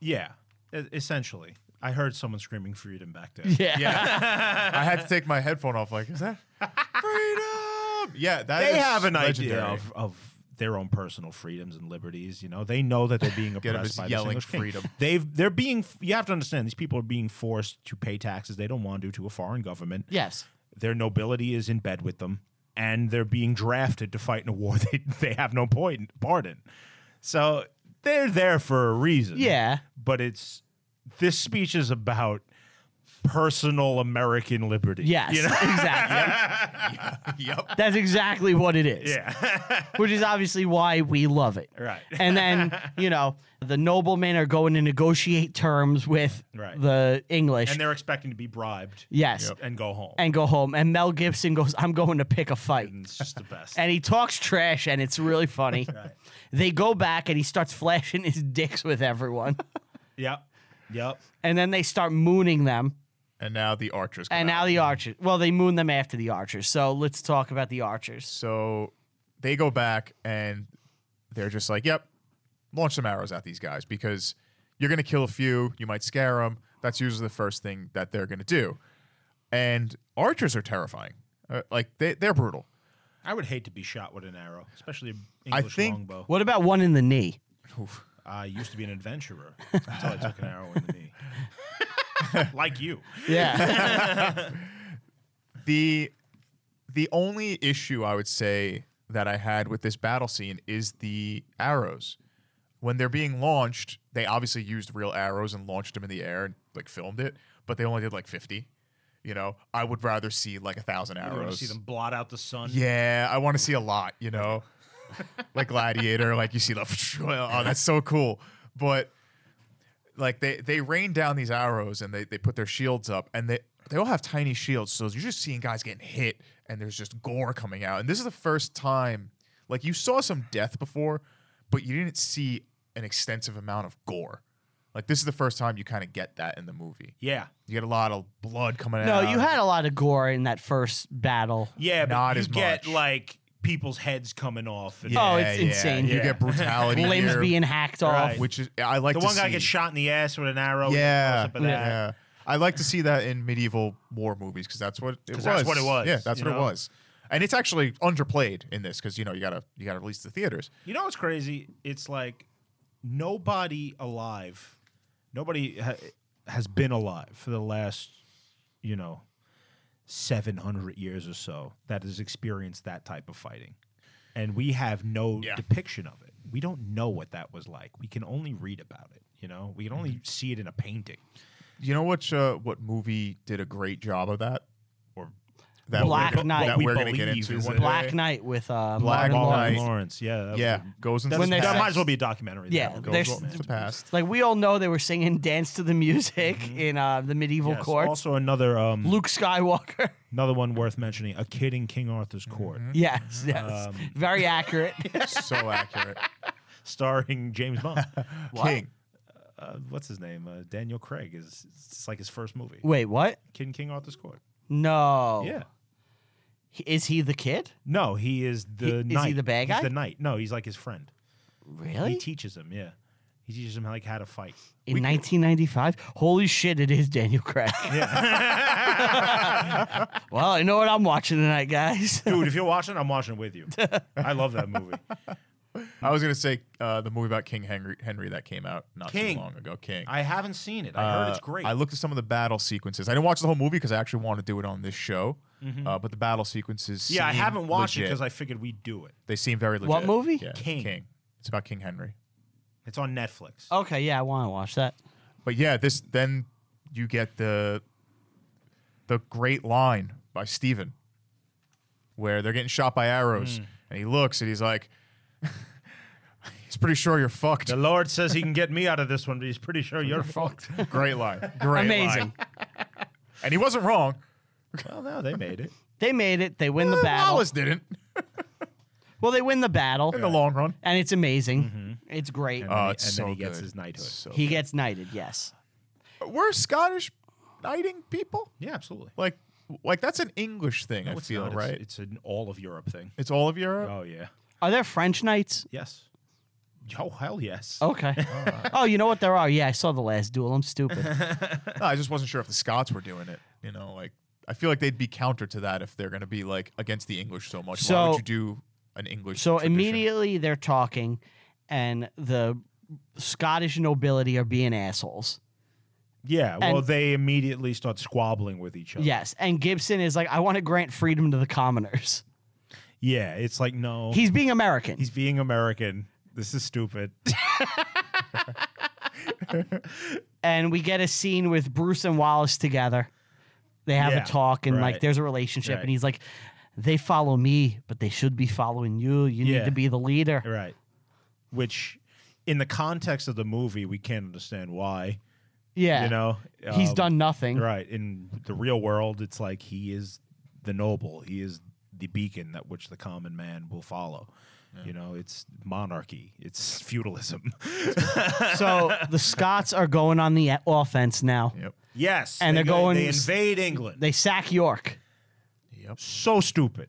S2: yeah, e- essentially. I heard someone screaming freedom back there.
S1: Yeah.
S3: I had to take my headphone off. Like, is that freedom? Yeah, that
S2: They
S3: is
S2: have an
S3: legendary.
S2: idea of, of their own personal freedoms and liberties. You know, they know that they're being
S3: Get him
S2: oppressed
S3: his
S2: by
S3: yelling
S2: this English king.
S3: freedom.
S2: They've they're being. You have to understand these people are being forced to pay taxes they don't want to to a foreign government.
S1: Yes.
S2: their nobility is in bed with them, and they're being drafted to fight in a war they, they have no point part in. So they're there for a reason.
S1: Yeah.
S2: But it's this speech is about personal American liberty.
S1: Yes.
S2: You know?
S1: Exactly.
S3: yep.
S1: That's exactly what it is.
S2: Yeah.
S1: Which is obviously why we love it.
S2: right.
S1: And then, you know, the noblemen are going to negotiate terms with
S2: Right.
S1: the English.
S2: And they're expecting to be bribed
S1: yes.
S2: and go home.
S1: And go home. And Mel Gibson goes, I'm going to pick a fight.
S2: And it's just the best.
S1: and he talks trash and it's really funny. They go back and he starts flashing his dicks with everyone.
S2: yep. Yep.
S1: and then they start mooning them.
S3: And now the archers. Come
S1: And
S3: out.
S1: now the archers. Well, they moon them after the archers. So let's talk about the archers.
S3: So they go back and they're just like, yep, launch some arrows at these guys because you're going to kill a few. You might scare them. That's usually the first thing that they're going to do. And archers are terrifying. Uh, like, they, they're brutal.
S2: I would hate to be shot with an arrow, especially an
S3: I
S2: English
S3: think-
S2: longbow.
S1: What about one in the knee?
S2: I used to be an adventurer until I took an arrow in the knee. like you.
S1: Yeah.
S3: the the only issue I would say that I had with this battle scene is the arrows. When they're being launched, they obviously used real arrows and launched them in the air and like filmed it, but they only did like fifty. You know, I would rather see like a thousand
S2: You want to
S3: arrows.
S2: see them blot out the sun.
S3: Yeah, I want to see a lot. You know, like Gladiator, like you see the oh, that's so cool. But like they they rain down these arrows and they they put their shields up and they they all have tiny shields, so you're just seeing guys getting hit and there's just gore coming out. And this is the first time like you saw some death before, but you didn't see an extensive amount of gore. Like this is the first time you kind of get that in the movie.
S2: Yeah.
S3: You get a lot of blood coming
S1: no,
S3: out.
S1: you had a lot of gore in that first battle.
S2: Yeah, but
S3: Not
S2: you
S3: as
S2: get
S3: much.
S2: like people's heads coming off. And
S1: Oh, it's insane.
S3: You
S2: Yeah.
S3: get brutality.
S1: Limbs
S3: here.
S1: being hacked off.
S2: Right.
S3: which is I like
S2: the
S3: to
S2: one
S3: see.
S2: guy gets shot in the ass with an arrow. and
S3: Yeah,
S2: goes up in the air.
S3: yeah. I like to see that in medieval war movies because that's what it was.
S2: 'Cause that's what it was,
S3: Yeah, that's
S2: you
S3: what
S2: know?
S3: it was. And it's actually underplayed in this because you know you gotta you gotta release the theaters.
S2: You know what's crazy? It's like nobody alive, nobody ha- has been alive for the last, you know, 700 years or so that has experienced that type of fighting. and we have no
S3: Yeah.
S2: depiction of it. We don't know what that was like. We can only read about it. You know, we can only
S3: Mm-hmm.
S2: see it in a painting.
S3: You know what? Uh, what movie did a great job of that?
S2: Or
S3: That
S1: Black
S3: we're, gonna-
S1: Knight.
S3: That
S2: We
S3: we're going to get
S2: believe
S3: into
S2: is
S3: one
S2: it.
S3: day.
S1: Black Knight with uh,
S3: Black
S1: Martin
S3: Knight.
S1: Lawrence.
S2: Lawrence, Lawrence yeah, that
S3: Yeah,
S2: would-
S3: goes into
S2: that's-
S1: When
S3: the
S1: they
S2: that
S1: said-
S3: past.
S2: might as well be a documentary.
S1: Yeah, they-
S2: that goes
S3: goes
S2: well
S3: into
S2: into
S3: the past.
S1: Like we all know they were singing "Dance to the Music" in uh, the medieval
S2: Yes,
S1: court.
S2: Also, another um,
S1: Luke Skywalker.
S2: another one worth mentioning: a kid in King Arthur's court,
S3: Mm-hmm.
S1: yes, yes, very accurate.
S3: so accurate.
S2: starring James Bond.
S3: King.
S2: uh, what's his name? Uh, Daniel Craig is. It's like his first movie.
S1: Wait, what?
S2: Kid in King Arthur's court.
S3: Oh.
S1: No.
S2: Yeah.
S1: H- Is he the kid?
S2: No, he is
S1: He-
S2: the
S1: is he
S2: knight.
S1: the bad
S2: He's
S1: guy?
S2: the knight. No, he's like his friend.
S1: Really?
S2: He teaches him. Yeah, he teaches him like how to fight.
S1: in 1995? Holy shit! It is Daniel Craig. well, I know what I'm watching tonight, guys.
S2: Dude, if you're watching, I'm watching with you. I love that movie.
S3: I was going to say uh, the movie about King Henry, Henry that came out not
S2: King.
S3: too long ago. King.
S2: I haven't seen it. I heard it's
S3: Uh,
S2: great.
S3: I looked at some of the battle sequences. I didn't watch the whole movie because I actually want to do it on this show. Uh, but the battle sequences.
S2: Mm-hmm. yeah, I
S3: seem
S2: haven't watched it
S3: legit.
S2: because I figured we'd do it.
S3: They seem very legit.
S1: What movie?
S3: Yeah,
S2: King.
S3: King. It's about King Henry.
S2: It's on Netflix.
S3: Oh.
S1: okay, yeah, I want to watch that.
S3: But yeah, this then you get the the great line by Steven where they're getting shot by arrows
S2: Hmm.
S3: and he looks and he's like he's pretty sure you're fucked.
S2: The Lord says he can get me out of this one, but he's pretty sure you're fucked.
S3: great line. Great
S1: Amazing.
S3: line. And he wasn't wrong.
S2: well, no, they made it.
S1: They made it. They win the battle.
S3: Wallace didn't
S1: Well, they win the battle,
S3: in the long run.
S1: and it's amazing. It's great.
S2: Mm-hmm. And, uh,
S3: Oh,
S2: then,
S3: it's
S2: and then
S3: so
S2: he gets
S3: good.
S2: his knighthood.
S3: So
S1: he gets knighted. Yes.
S3: we're Scottish knighting people.
S2: Yeah, absolutely.
S3: Like like that's an English thing,
S2: No,
S3: I
S2: Oh, it's
S3: feel,
S2: not. It's-
S3: right? It's,
S2: It's, an all of Europe thing.
S3: all of Europe.
S2: Oh yeah.
S1: Are there French knights?
S2: Yes. Oh hell yes.
S1: Okay. Oh, you know what? There are. Yeah, I saw the last duel. I'm stupid.
S3: No, I just wasn't sure if the Scots were doing it. You know, like I feel like they'd be counter to that if they're going to be like against the English so much. Why
S1: So-
S3: would you do an English?
S1: So
S3: tradition?
S1: immediately they're talking, and the Scottish nobility are being assholes.
S2: Yeah. Well,
S1: And-
S2: they immediately start squabbling with each other.
S1: Yes. And Gibson is like, I want to grant freedom to the commoners.
S2: Yeah. It's like no.
S1: He's being American.
S2: Oh. He's being American. This is stupid.
S1: and we get a scene with Bruce and Wallace together. They have
S2: Yeah,
S1: a talk, and like
S2: right.
S1: there's a relationship,
S2: Right.
S1: and he's like, they follow me, but they should be following you. You need
S2: Yeah.
S1: to be the leader.
S2: right. Which, in the context of the movie, we can't understand why.
S1: Yeah.
S2: You know.
S1: He's
S2: Um,
S1: done nothing.
S2: Right. In the real world, it's like he is the noble. He is the beacon that which the common man will follow. You know, it's monarchy. It's feudalism.
S1: So the Scots are going on the e-, offense now.
S3: Yep.
S2: yes.
S1: And they're
S2: go-
S1: going-
S2: They invade England.
S1: They sack York
S3: Yep.
S2: so stupid.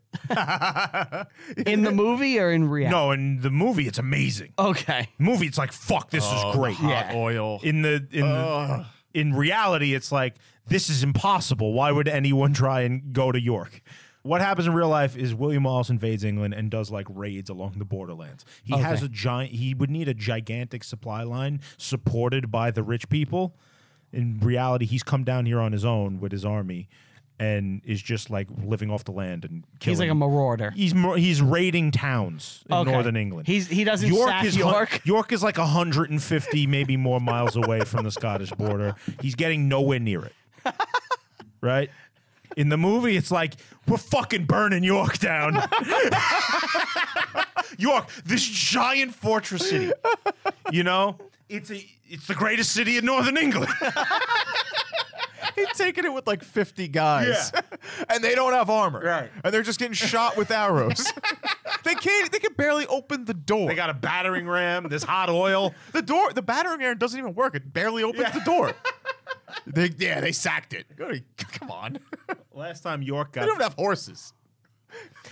S1: in the movie or in reality?
S2: No, in the movie, it's amazing.
S1: Okay.
S2: Movie, it's like fuck. This is great.
S3: Oh, Hot
S1: Yeah.
S3: oil.
S2: In the in the, in reality, it's like this is impossible. Why would anyone try and go to York? What happens in real life is William Wallace invades England and does like raids along the borderlands. He has
S1: Okay.
S2: a giant. He would need a gigantic supply line supported by the rich people. In reality, he's come down here on his own with his army, and is just like living off the land and killing.
S1: He's like a marauder.
S2: He's mo- he's raiding towns in
S1: Okay.
S2: northern England.
S1: He's- he doesn't sack
S2: hun-
S1: York?
S2: York is like 150 maybe more miles away from the Scottish border. He's getting nowhere near it. Right? In the movie it's like we're fucking burning York down. York, this giant fortress city. You know? It's a it's the greatest city in northern England.
S3: He's taking it with like fifty guys, and they don't have armor,
S2: Right.
S3: And they're just getting shot with arrows. they can't. They can barely open the door.
S2: They got a battering ram, there's hot oil.
S3: the door. The battering iron doesn't even work. It barely opens the door. they yeah, they sacked it. Good- Come on,
S2: Last time York got
S3: they don't have horses.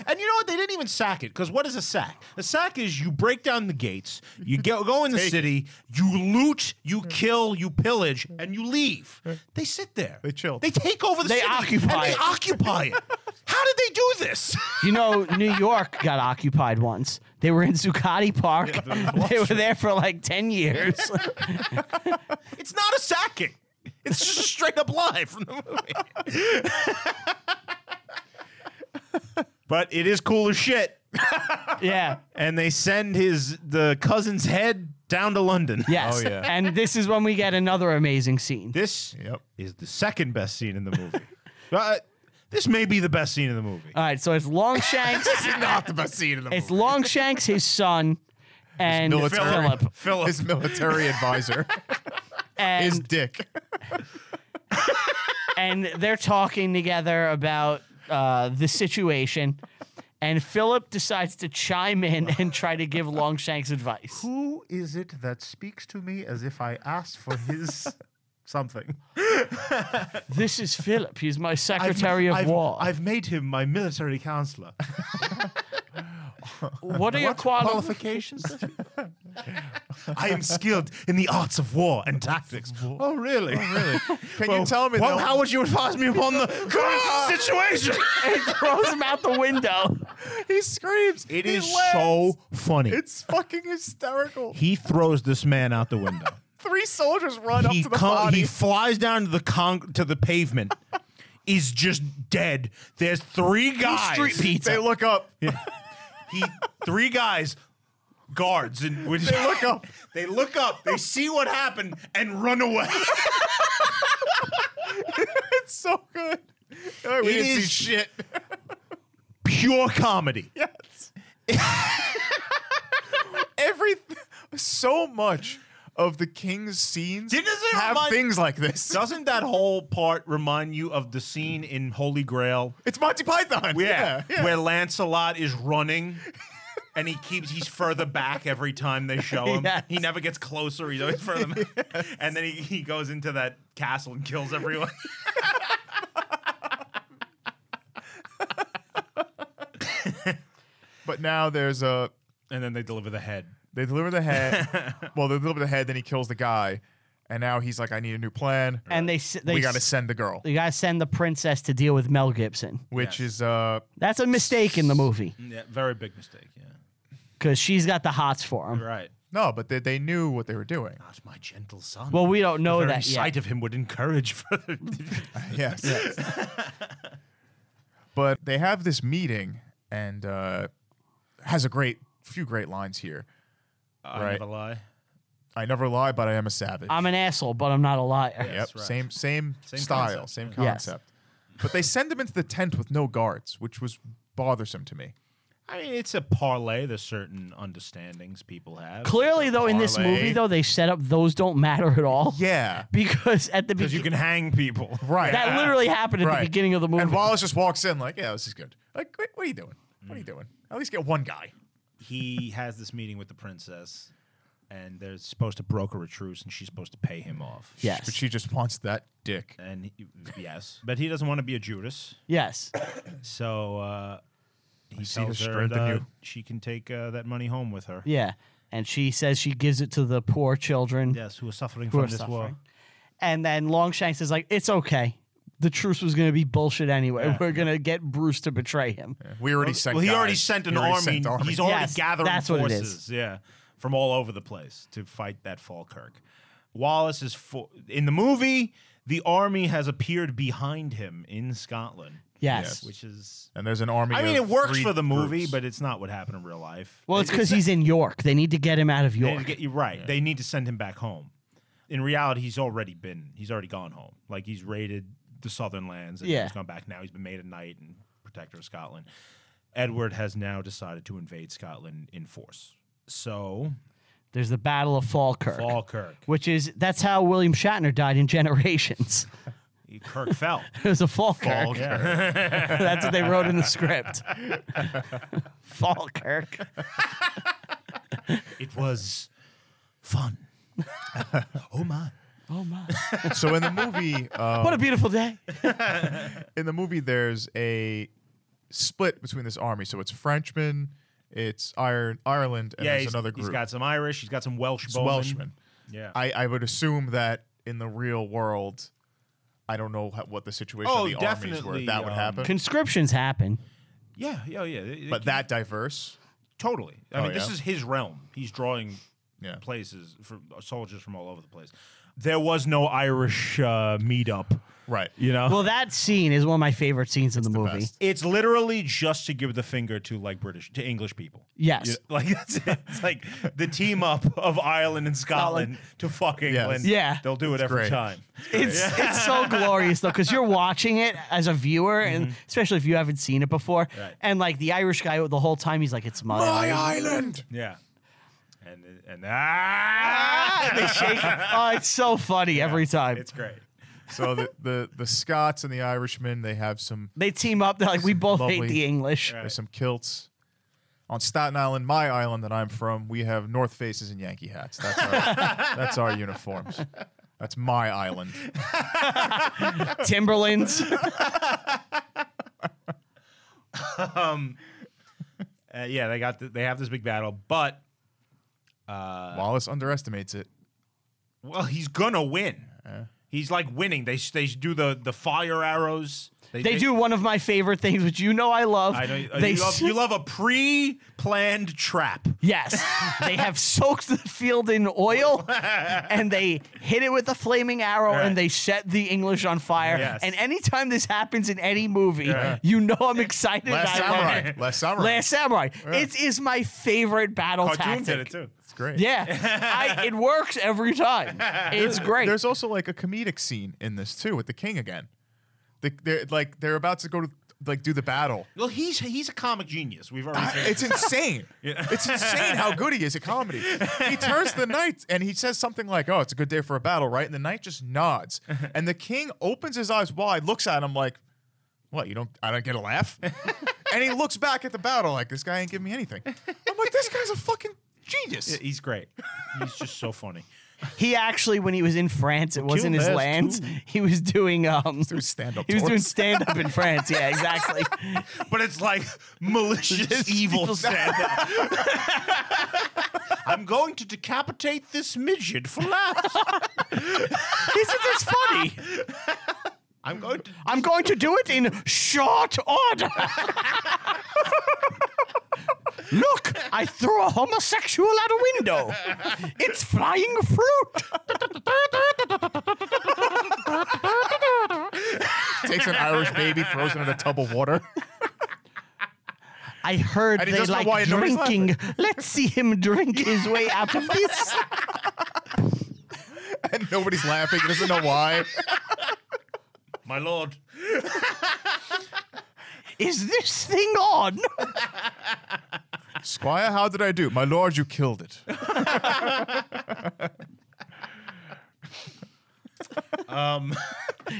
S2: And you know what? They didn't even sack it because what is a sack? A sack is you break down the gates, you go, go in the
S3: Take it.
S2: city, you loot, you kill, you pillage, and you leave. They sit there.
S3: They chill.
S2: They take over the
S1: They
S2: city.
S1: occupy
S2: and
S1: it.
S2: They occupy it. How did they do this?
S1: You know, New York got occupied once. They were in Zuccotti Park. they were there for like 10 years.
S2: It's not a sacking. It's just a straight up lie from the movie. but it is cool as shit.
S1: yeah.
S2: and they send his the cousin's head down to London.
S1: Yes.
S3: Oh, yeah.
S1: And this is when we get another amazing scene.
S2: This
S3: Yep.
S2: is the second best scene in the movie. uh, this may be the best scene in the movie.
S1: All right, so it's Longshanks.
S3: Not the best scene in the
S1: it's
S3: movie.
S1: Longshanks, his son, and
S3: military.
S1: Philip.
S2: Philip.
S3: His military advisor
S1: And
S3: is Dick.
S1: and they're talking together about uh, the situation. And Philip decides to chime in and try to give Longshanks advice.
S5: Who is it that speaks to me as if I asked for his something?
S1: This is Philip. He's my Secretary of
S2: I've,
S1: War.
S2: I've made him my military counselor.
S1: what are your qualifications?
S2: Qualifications? I am skilled in the arts of war and tactics. Oh, really? really?
S3: Can you tell me
S2: Well,
S3: though-
S2: how would you advise me upon the current situation?
S1: and throws him out the window.
S3: He screams.
S2: It
S3: He
S2: is
S3: laughs.
S2: so funny.
S3: It's fucking hysterical.
S2: he throws this man out the window.
S3: Three soldiers run up
S2: he
S3: to the
S2: come-
S3: body.
S2: he flies down to the con- to the pavement. is just dead. There's three guys.
S1: street pizza.
S3: they look up.
S2: He three guys guards and which, they look up. They look up. They see what happened and run away.
S3: It's so good. All right, we
S2: It
S3: didn't see
S2: is-
S3: shit.
S2: Pure comedy.
S3: Yes. Every so much of the king's scenes
S2: Didn't- doesn't it
S3: have
S2: remind-
S3: things like this.
S2: Doesn't that whole part remind you of the scene in Holy Grail?
S3: It's Monty Python.
S2: Yeah,
S3: yeah.
S2: where Lancelot is running. And he keeps he's further back every time they show him.
S1: Yes.
S2: He never gets closer. He's always further. back. And then he, he goes into that castle and kills everyone.
S3: But now there's a
S2: and then they deliver the head.
S3: they deliver the head. well, they deliver the head, then he kills the guy, and now he's like, I need a new plan.
S2: Mm.
S1: And they s- they
S3: we
S1: s-
S3: got to send the girl,
S1: they gotta send the princess to deal with Mel Gibson.
S3: which is uh
S1: That's a mistake in the movie
S2: Yeah, very big mistake. Yeah,
S1: because she's got the hots for him.
S2: right.
S3: no, but they, they knew what they were doing.
S2: Not my gentle son.
S1: Well, we don't know
S2: the very
S1: that yet.
S2: sight of him would encourage further.
S3: Yes. but they have this meeting and uh, has a great few great lines here.
S2: I
S3: Right.
S2: never lie.
S3: I never lie, but I am a savage.
S1: I'm an asshole, but I'm not a liar.
S3: yep.
S2: That's right.
S3: Same same,
S2: Same
S3: style,
S2: concept,
S3: same
S1: yeah. Yes.
S3: concept. But they send him into the tent with no guards, which was bothersome to me.
S2: I mean, it's a parlay. There's certain understandings people have.
S1: Clearly, though, in this
S3: Parlay.
S1: movie, though, they set up those don't matter at all.
S3: Yeah.
S1: Because at the
S2: Because you
S1: beginning,
S2: can hang people.
S3: Right.
S1: that literally happened at
S3: right.
S1: the beginning of the movie.
S3: And Wallace just walks in like, yeah, this is good. Like, what, what are you doing? What are
S1: Mm.
S3: you doing? At least get one guy.
S2: He has this meeting with the princess, and they're supposed to broker a truce, and she's supposed to pay him off.
S1: yes.
S3: But she just wants that dick.
S2: And he, yes, but he doesn't want to be a Judas,
S1: yes.
S2: so uh, he
S3: see the
S2: tells her
S3: strength in
S2: that
S3: you.
S2: she can take uh, that money home with her.
S1: Yeah. And she says she gives it to the poor children
S2: Yes, who are suffering
S1: who
S2: from
S1: are
S2: this
S1: suffering.
S2: war.
S1: And then Longshanks is like, it's okay. The truce was going to be bullshit anyway.
S2: Yeah.
S1: We're going to get Bruce to betray him.
S3: We already sent.
S2: Well, he already
S3: guys.
S2: sent an
S3: We already
S2: army.
S3: sent
S2: He's already
S1: Yes,
S2: gathering
S1: that's what it
S2: forces.
S1: is.
S2: Yeah, from all over the place to fight that Falkirk. Wallace is for, in the movie. The army has appeared behind him in Scotland,
S1: Yes.
S2: which is.
S3: and there's an army.
S2: I mean,
S3: of
S2: it works
S3: three
S2: for the movie,
S3: groups.
S2: but it's not what happened in real life.
S1: Well, it's because he's in York. They need to get him out of
S2: They need
S1: York.
S2: to get you right. They need to send him back home. In reality, he's already been. He's already gone home. Like he's raided the southern lands and
S1: Yeah.
S2: he's gone back now. He's been made a knight and protector of Scotland. Edward has now decided to invade Scotland in force. So
S1: There's the Battle of Falkirk,
S2: Falkirk,
S1: which is that's how William Shatner died in Generations.
S2: Kirk fell.
S1: it was a Falkirk.
S2: Yeah.
S1: That's what they wrote in the script. Falkirk.
S2: Oh. it was fun. oh my!
S1: Oh my!
S3: so in the movie, uh,
S1: What a beautiful day.
S3: in the movie, there's a split between this army. So it's Frenchmen, it's Iron Ireland, and
S2: yeah,
S3: there's
S2: he's,
S3: another
S2: he's
S3: group.
S2: got some Irish. He's got some Welsh.
S3: it's
S2: bowmen.
S3: Welshmen.
S2: Yeah.
S3: I, I would assume that in the real world, I don't know how, what the situation
S2: Oh,
S3: of the armies were.
S2: definitely,
S3: That would
S2: um,
S3: happen,
S1: Conscriptions happen.
S2: yeah. Yeah. Yeah. They- they
S3: but
S2: keep-
S3: that diverse.
S2: Totally. I
S3: Oh,
S2: mean, this
S3: yeah?
S2: is his realm. He's drawing
S3: Yeah.
S2: places for soldiers from all over the place. There was no Irish uh, meetup
S3: Right.
S2: You know,
S1: Well, that scene is one of my favorite scenes in the, movie.
S3: best.
S2: it's literally just to give the finger to like British to English people.
S1: Yes.
S2: You- like that's it. It's like the team up of Ireland and Scotland to fuck England.
S1: Yeah.
S2: they'll do it every
S3: great.
S2: time.
S1: It's it's so glorious though because you're watching it as a viewer and especially if you haven't seen it before
S2: Mm-hmm. Right.
S1: and like the Irish guy the whole time he's like it's my,
S3: My
S1: island."
S3: island.
S2: Yeah, and and ah,
S1: Ah, they shake oh it's so funny every time
S2: it's great.
S3: So the, the the Scots and the Irishmen, they have some
S1: they team up they're like we both hate
S3: Lovely.
S1: the English
S2: Right.
S3: There's some kilts. On Staten Island, my island that I'm from, we have North Faces and Yankee hats. That's our, that's our uniforms. That's my island.
S1: Timberlands
S2: Uh, yeah, they got the, they have this big battle, but
S3: Wallace underestimates it.
S2: well, he's gonna win. He's like winning. They they do the the fire arrows.
S1: they do one of my favorite things which you know I love
S2: I know uh,
S1: they
S2: you, love,
S1: s-
S2: you love a pre-planned trap.
S1: Yes. they have soaked the field in oil and they hit it with a flaming arrow
S2: Right.
S1: and they set the English on fire.
S2: Yes.
S1: And anytime this happens in any movie, you know I'm excited.
S3: Last
S1: and I love it.
S3: Samurai. Last Samurai.
S1: Last Samurai. It is my favorite battle
S2: Cartoon
S1: tactic.
S2: did it too.
S3: it's great.
S1: Yeah. I, it works every time. It's great.
S3: There's also like a comedic scene in this too with the king again. The, they're like they're about to go to like do the battle.
S2: Well, he's he's a comic genius. We've
S1: Uh,
S2: already. said
S3: It's insane. It's insane how good he is at comedy. He turns to the knight and he says something like, "Oh, it's a good day for a battle, right?" And the knight just nods. And the king opens his eyes wide, looks at him like, "What? You don't? I don't get a laugh?" and he looks back at the battle like, "This guy ain't giving me anything." I'm like, "This guy's a fucking genius."
S2: He's great. He's just so funny.
S1: He actually, when he was in France, it wasn't his
S3: Last
S1: lands. He was doing um,
S3: doing stand-up
S1: He was doing
S3: tours.
S1: stand up in France. Yeah, exactly.
S2: But it's like malicious evil stand I'm going to decapitate this midget for laughs.
S1: This is it's funny.
S2: I'm going to
S1: I'm going to do it in short order. Look, I threw a homosexual out a window. It's flying fruit.
S3: Takes an Irish baby, throws it in a tub of water.
S1: I heard
S3: And he
S1: they
S3: doesn't know
S1: like
S3: why nobody's
S1: drinking. Let's see him drink his way out of this.
S3: and nobody's laughing. He doesn't know why.
S2: my lord.
S1: Is this thing on?
S3: Squire, how did I do? My lord, you killed it.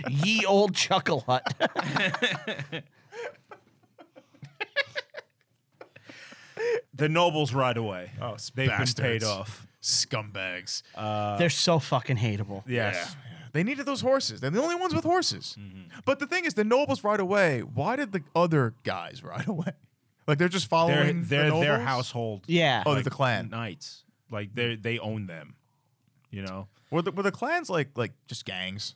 S1: Ye old chuckle hut.
S2: The nobles ride away. Oh, they've been paid
S3: bastards.
S2: off.
S3: Scumbags.
S1: They're so fucking hateable.
S2: Yes.
S3: They needed those horses. They're the only ones with horses. But the thing is, the nobles ride away. Why did the other guys ride away? Like they're just
S2: They're
S3: following
S2: they're
S3: the nobles?
S2: their household.
S1: Yeah.
S3: Oh, they're the clan.
S2: knights. Like they they own them. You know.
S3: Were the, were the clans like like just gangs?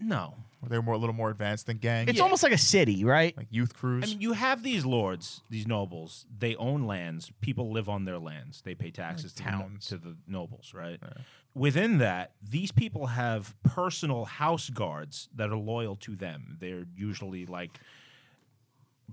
S2: No.
S3: Were they more a little more advanced than gangs?
S1: it's almost like a city, right?
S3: like youth crews.
S2: I mean, you have these lords, these nobles. They own lands. People live on their lands. They pay taxes to, the no-
S3: towns.
S2: to the nobles, right? Within that, these people have personal house guards that are loyal to them. They're usually like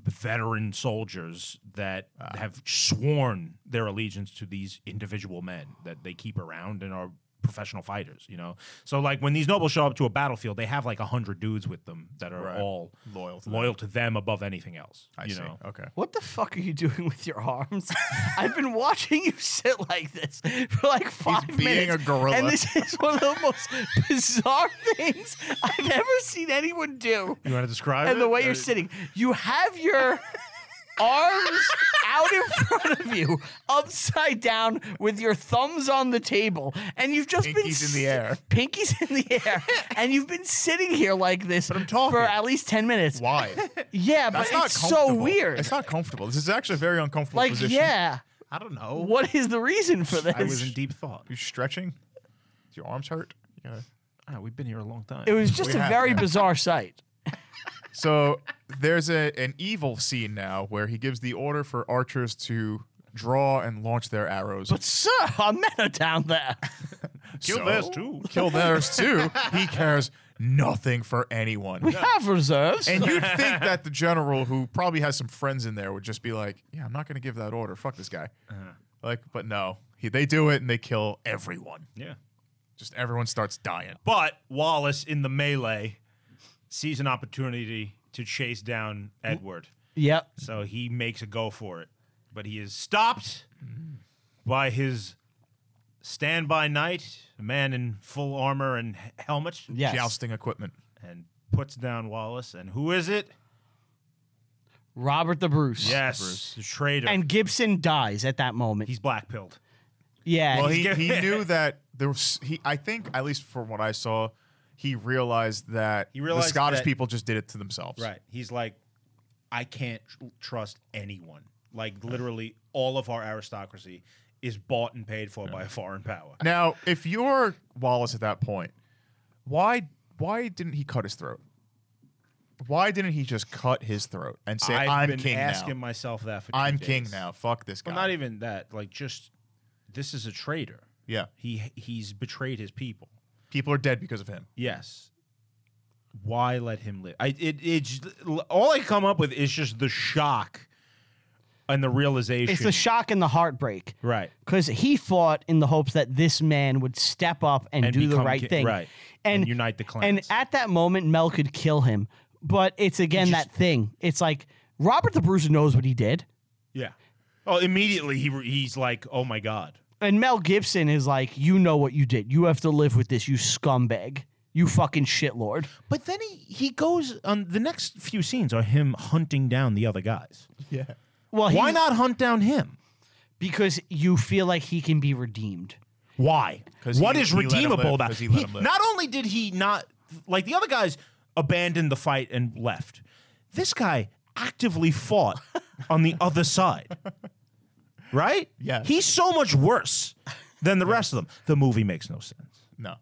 S2: veteran soldiers that
S3: Ah.
S2: have sworn their allegiance to these individual men that they keep around and are professional fighters. You know, so like when these nobles show up to a battlefield, they have like a hundred dudes with them that are
S3: Right.
S2: all
S3: Loyal to them.
S2: loyal to them above anything else.
S3: I
S2: you
S3: see.
S2: know,
S3: Okay.
S1: What the fuck are you doing with your arms? I've been watching you sit like this for like five
S3: being
S1: minutes.
S3: a gorilla.
S1: And this is one of the most bizarre things I've ever seen anyone do.
S2: you want to describe
S1: And the way you're sitting, you have your arms out in front of you, upside down, with your thumbs on the table, and you've just been
S3: Pinkies in the
S1: s-
S3: air.
S1: pinkies in the air, and you've been sitting here like this
S3: talking.
S1: for at least ten minutes.
S3: Why?
S1: Yeah,
S3: That's
S1: but
S3: not
S1: it's
S3: comfortable.
S1: so weird.
S3: It's not comfortable. This is actually a very uncomfortable
S1: Like,
S3: position.
S1: yeah.
S2: I don't know.
S1: What is the reason for this?
S2: I was in deep thought.
S3: You stretching? Do your arms hurt? You gotta-
S2: Ah, we've been here a long time.
S1: it was just a
S3: We have,
S1: very
S3: yeah.
S1: bizarre sight.
S3: So there's a an evil scene now where he gives the order for archers to draw and launch their arrows.
S1: But sir, our men are down there.
S2: Kill
S3: So-
S2: this too.
S3: Kill theirs too. He cares nothing for anyone.
S1: We have reserves.
S3: And you'd think that the general, who probably has some friends in there, would just be like, "Yeah, I'm not going to give that order. Fuck this guy."
S2: Uh-huh.
S3: Like, but no, he, they do it and they kill everyone.
S2: Yeah.
S3: Just everyone starts dying.
S2: But Wallace in the melee sees an opportunity to chase down Edward.
S1: yep.
S2: So he makes a go for it. But he is stopped by his standby knight, a man in full armor and h- helmet,
S1: Yes.
S3: Jousting equipment.
S2: and puts down Wallace. And who is it?
S1: Robert the Bruce.
S2: Yes, the traitor.
S1: And Gibson dies at that moment.
S2: he's black pilled.
S1: yeah.
S3: Well,
S1: he's-
S2: he's
S3: he, he
S2: giving-
S3: knew that there was. He, I think, at least from what I saw, he realized that
S2: He realized
S3: the Scottish
S2: that-
S3: people just did it to themselves.
S2: Right. He's like, I can't tr- trust anyone. Like literally, all of our aristocracy is bought and paid for by a foreign power.
S3: Now, if you're Wallace at that point, why why didn't he cut his throat? Why didn't he just cut his throat and say,
S2: I've
S3: "I'm
S2: been
S3: king now.
S2: asking myself that for. two
S3: I'm
S2: days.
S3: king now. Fuck this guy."
S2: Well, not even that. Like, just this is a traitor.
S3: yeah,
S2: He he's betrayed his people.
S3: people are dead because of him.
S2: Yes. Why let him live? I it it's all I come up with is just the shock and the realization.
S1: it's the shock and the heartbreak.
S2: right.
S1: Because he fought in the hopes that this man would step up and,
S2: And
S1: do the
S2: become
S1: right
S2: ki-
S1: thing.
S2: right.
S1: And,
S2: And unite the
S1: And
S2: clans.
S1: at that moment, Mel could kill him. But it's again that thing. It's like Robert the Bruce knows what he did.
S2: Yeah. Oh, immediately he re- he's like, oh my god.
S1: And Mel Gibson is like, you know what you did. You have to live with this, you scumbag. You fucking shitlord.
S2: But then he, he goes on the next few scenes are him hunting down the other guys.
S1: Well, he,
S2: Why not hunt down him?
S1: Because you feel like he can be redeemed.
S2: Why?
S3: 'Cause
S2: What
S3: he-
S2: is
S3: he let him
S2: redeemable
S3: live,
S2: about
S3: 'cause he let him live.
S2: Not only did he not like the other guys abandoned the fight and left. This guy actively fought on the other side. Right?
S3: Yes.
S2: He's so much worse than the rest of them. The movie makes no sense.
S3: No,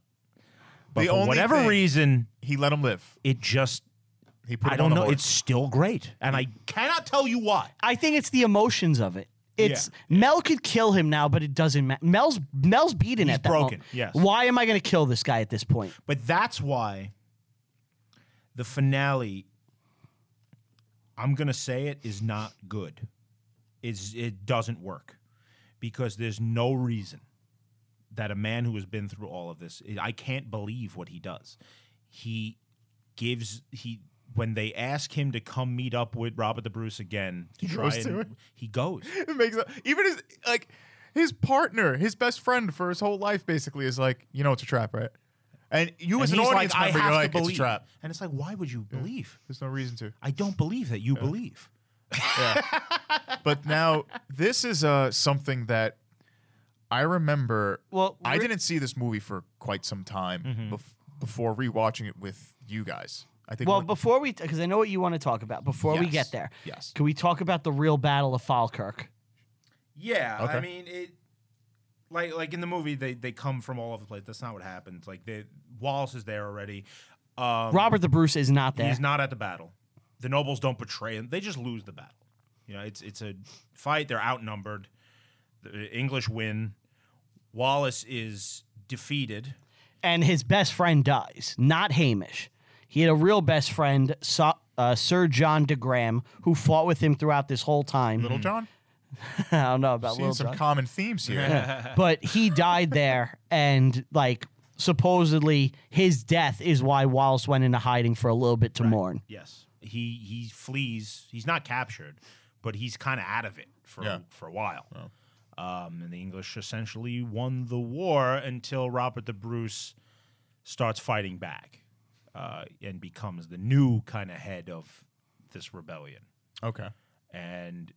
S2: But
S3: The
S2: for
S3: only
S2: whatever
S3: thing-
S2: reason,
S3: he let him live.
S2: it just
S3: He put.
S2: I
S3: him
S2: don't
S3: on the
S2: know.
S3: horse.
S2: It's still great, and I cannot tell you why.
S1: I think it's the emotions of it. It's Mel could kill him now, but it doesn't matter. Mel's Mel's beaten
S2: He's
S1: at that
S2: broken,
S1: moment.
S2: yes.
S1: Why am I going to kill this guy at this point?
S2: But that's why the finale. I'm gonna say it is not good. It's it doesn't work because there's no reason that a man who has been through all of this. I can't believe what he does. He gives he when they ask him to come meet up with Robert the Bruce again. To try
S3: goes to
S2: and-
S3: it.
S2: He goes.
S3: it makes even his like his partner, his best friend for his whole life, basically is like, you know, it's a trap, right? And you as
S2: And
S3: an
S2: he's
S3: audience
S2: like,
S3: member,
S2: I
S3: you're
S2: have
S3: like,
S2: to believe.
S3: it's a trap.
S2: And it's like, why would you believe?
S3: There's no reason to.
S2: I don't believe that you believe.
S3: But now this is uh, something that I remember.
S1: Well,
S3: I
S1: we're-
S3: didn't see this movie for quite some time
S2: Mm-hmm.
S3: bef- before rewatching it with you guys. I think.
S1: Well,
S3: we're-
S1: before we, because I know what you want to talk about. Before we
S3: Yes.
S1: get there,
S3: Yes.
S1: can we talk about the real battle of Falkirk?
S2: Yeah, I
S3: Okay.
S2: mean it. Like like in the movie, they they come from all over the place. That's not what happens. Like they, Wallace is there already. Um,
S1: Robert the Bruce is not there.
S2: he's not at the battle. The nobles don't betray him. They just lose the battle. You know, it's it's a fight. They're outnumbered. The English win. Wallace is defeated.
S1: and his best friend dies, not Hamish. He had a real best friend, Sa- uh, Sir John de Graham, who fought with him throughout this whole time.
S2: Mm-hmm.
S3: Little John,
S1: I don't know about
S3: seeing
S1: Little
S3: some
S1: John,
S3: common themes here.
S1: but he died there, and like supposedly his death is why Wallace went into hiding for a little bit to mourn.
S2: Yes, he he flees. He's not captured, but he's kind of out of it for
S3: Yeah.
S2: for a while. Um, and the English essentially won the war until Robert the Bruce starts fighting back uh, and becomes the new kind of head of this rebellion.
S3: okay.
S2: And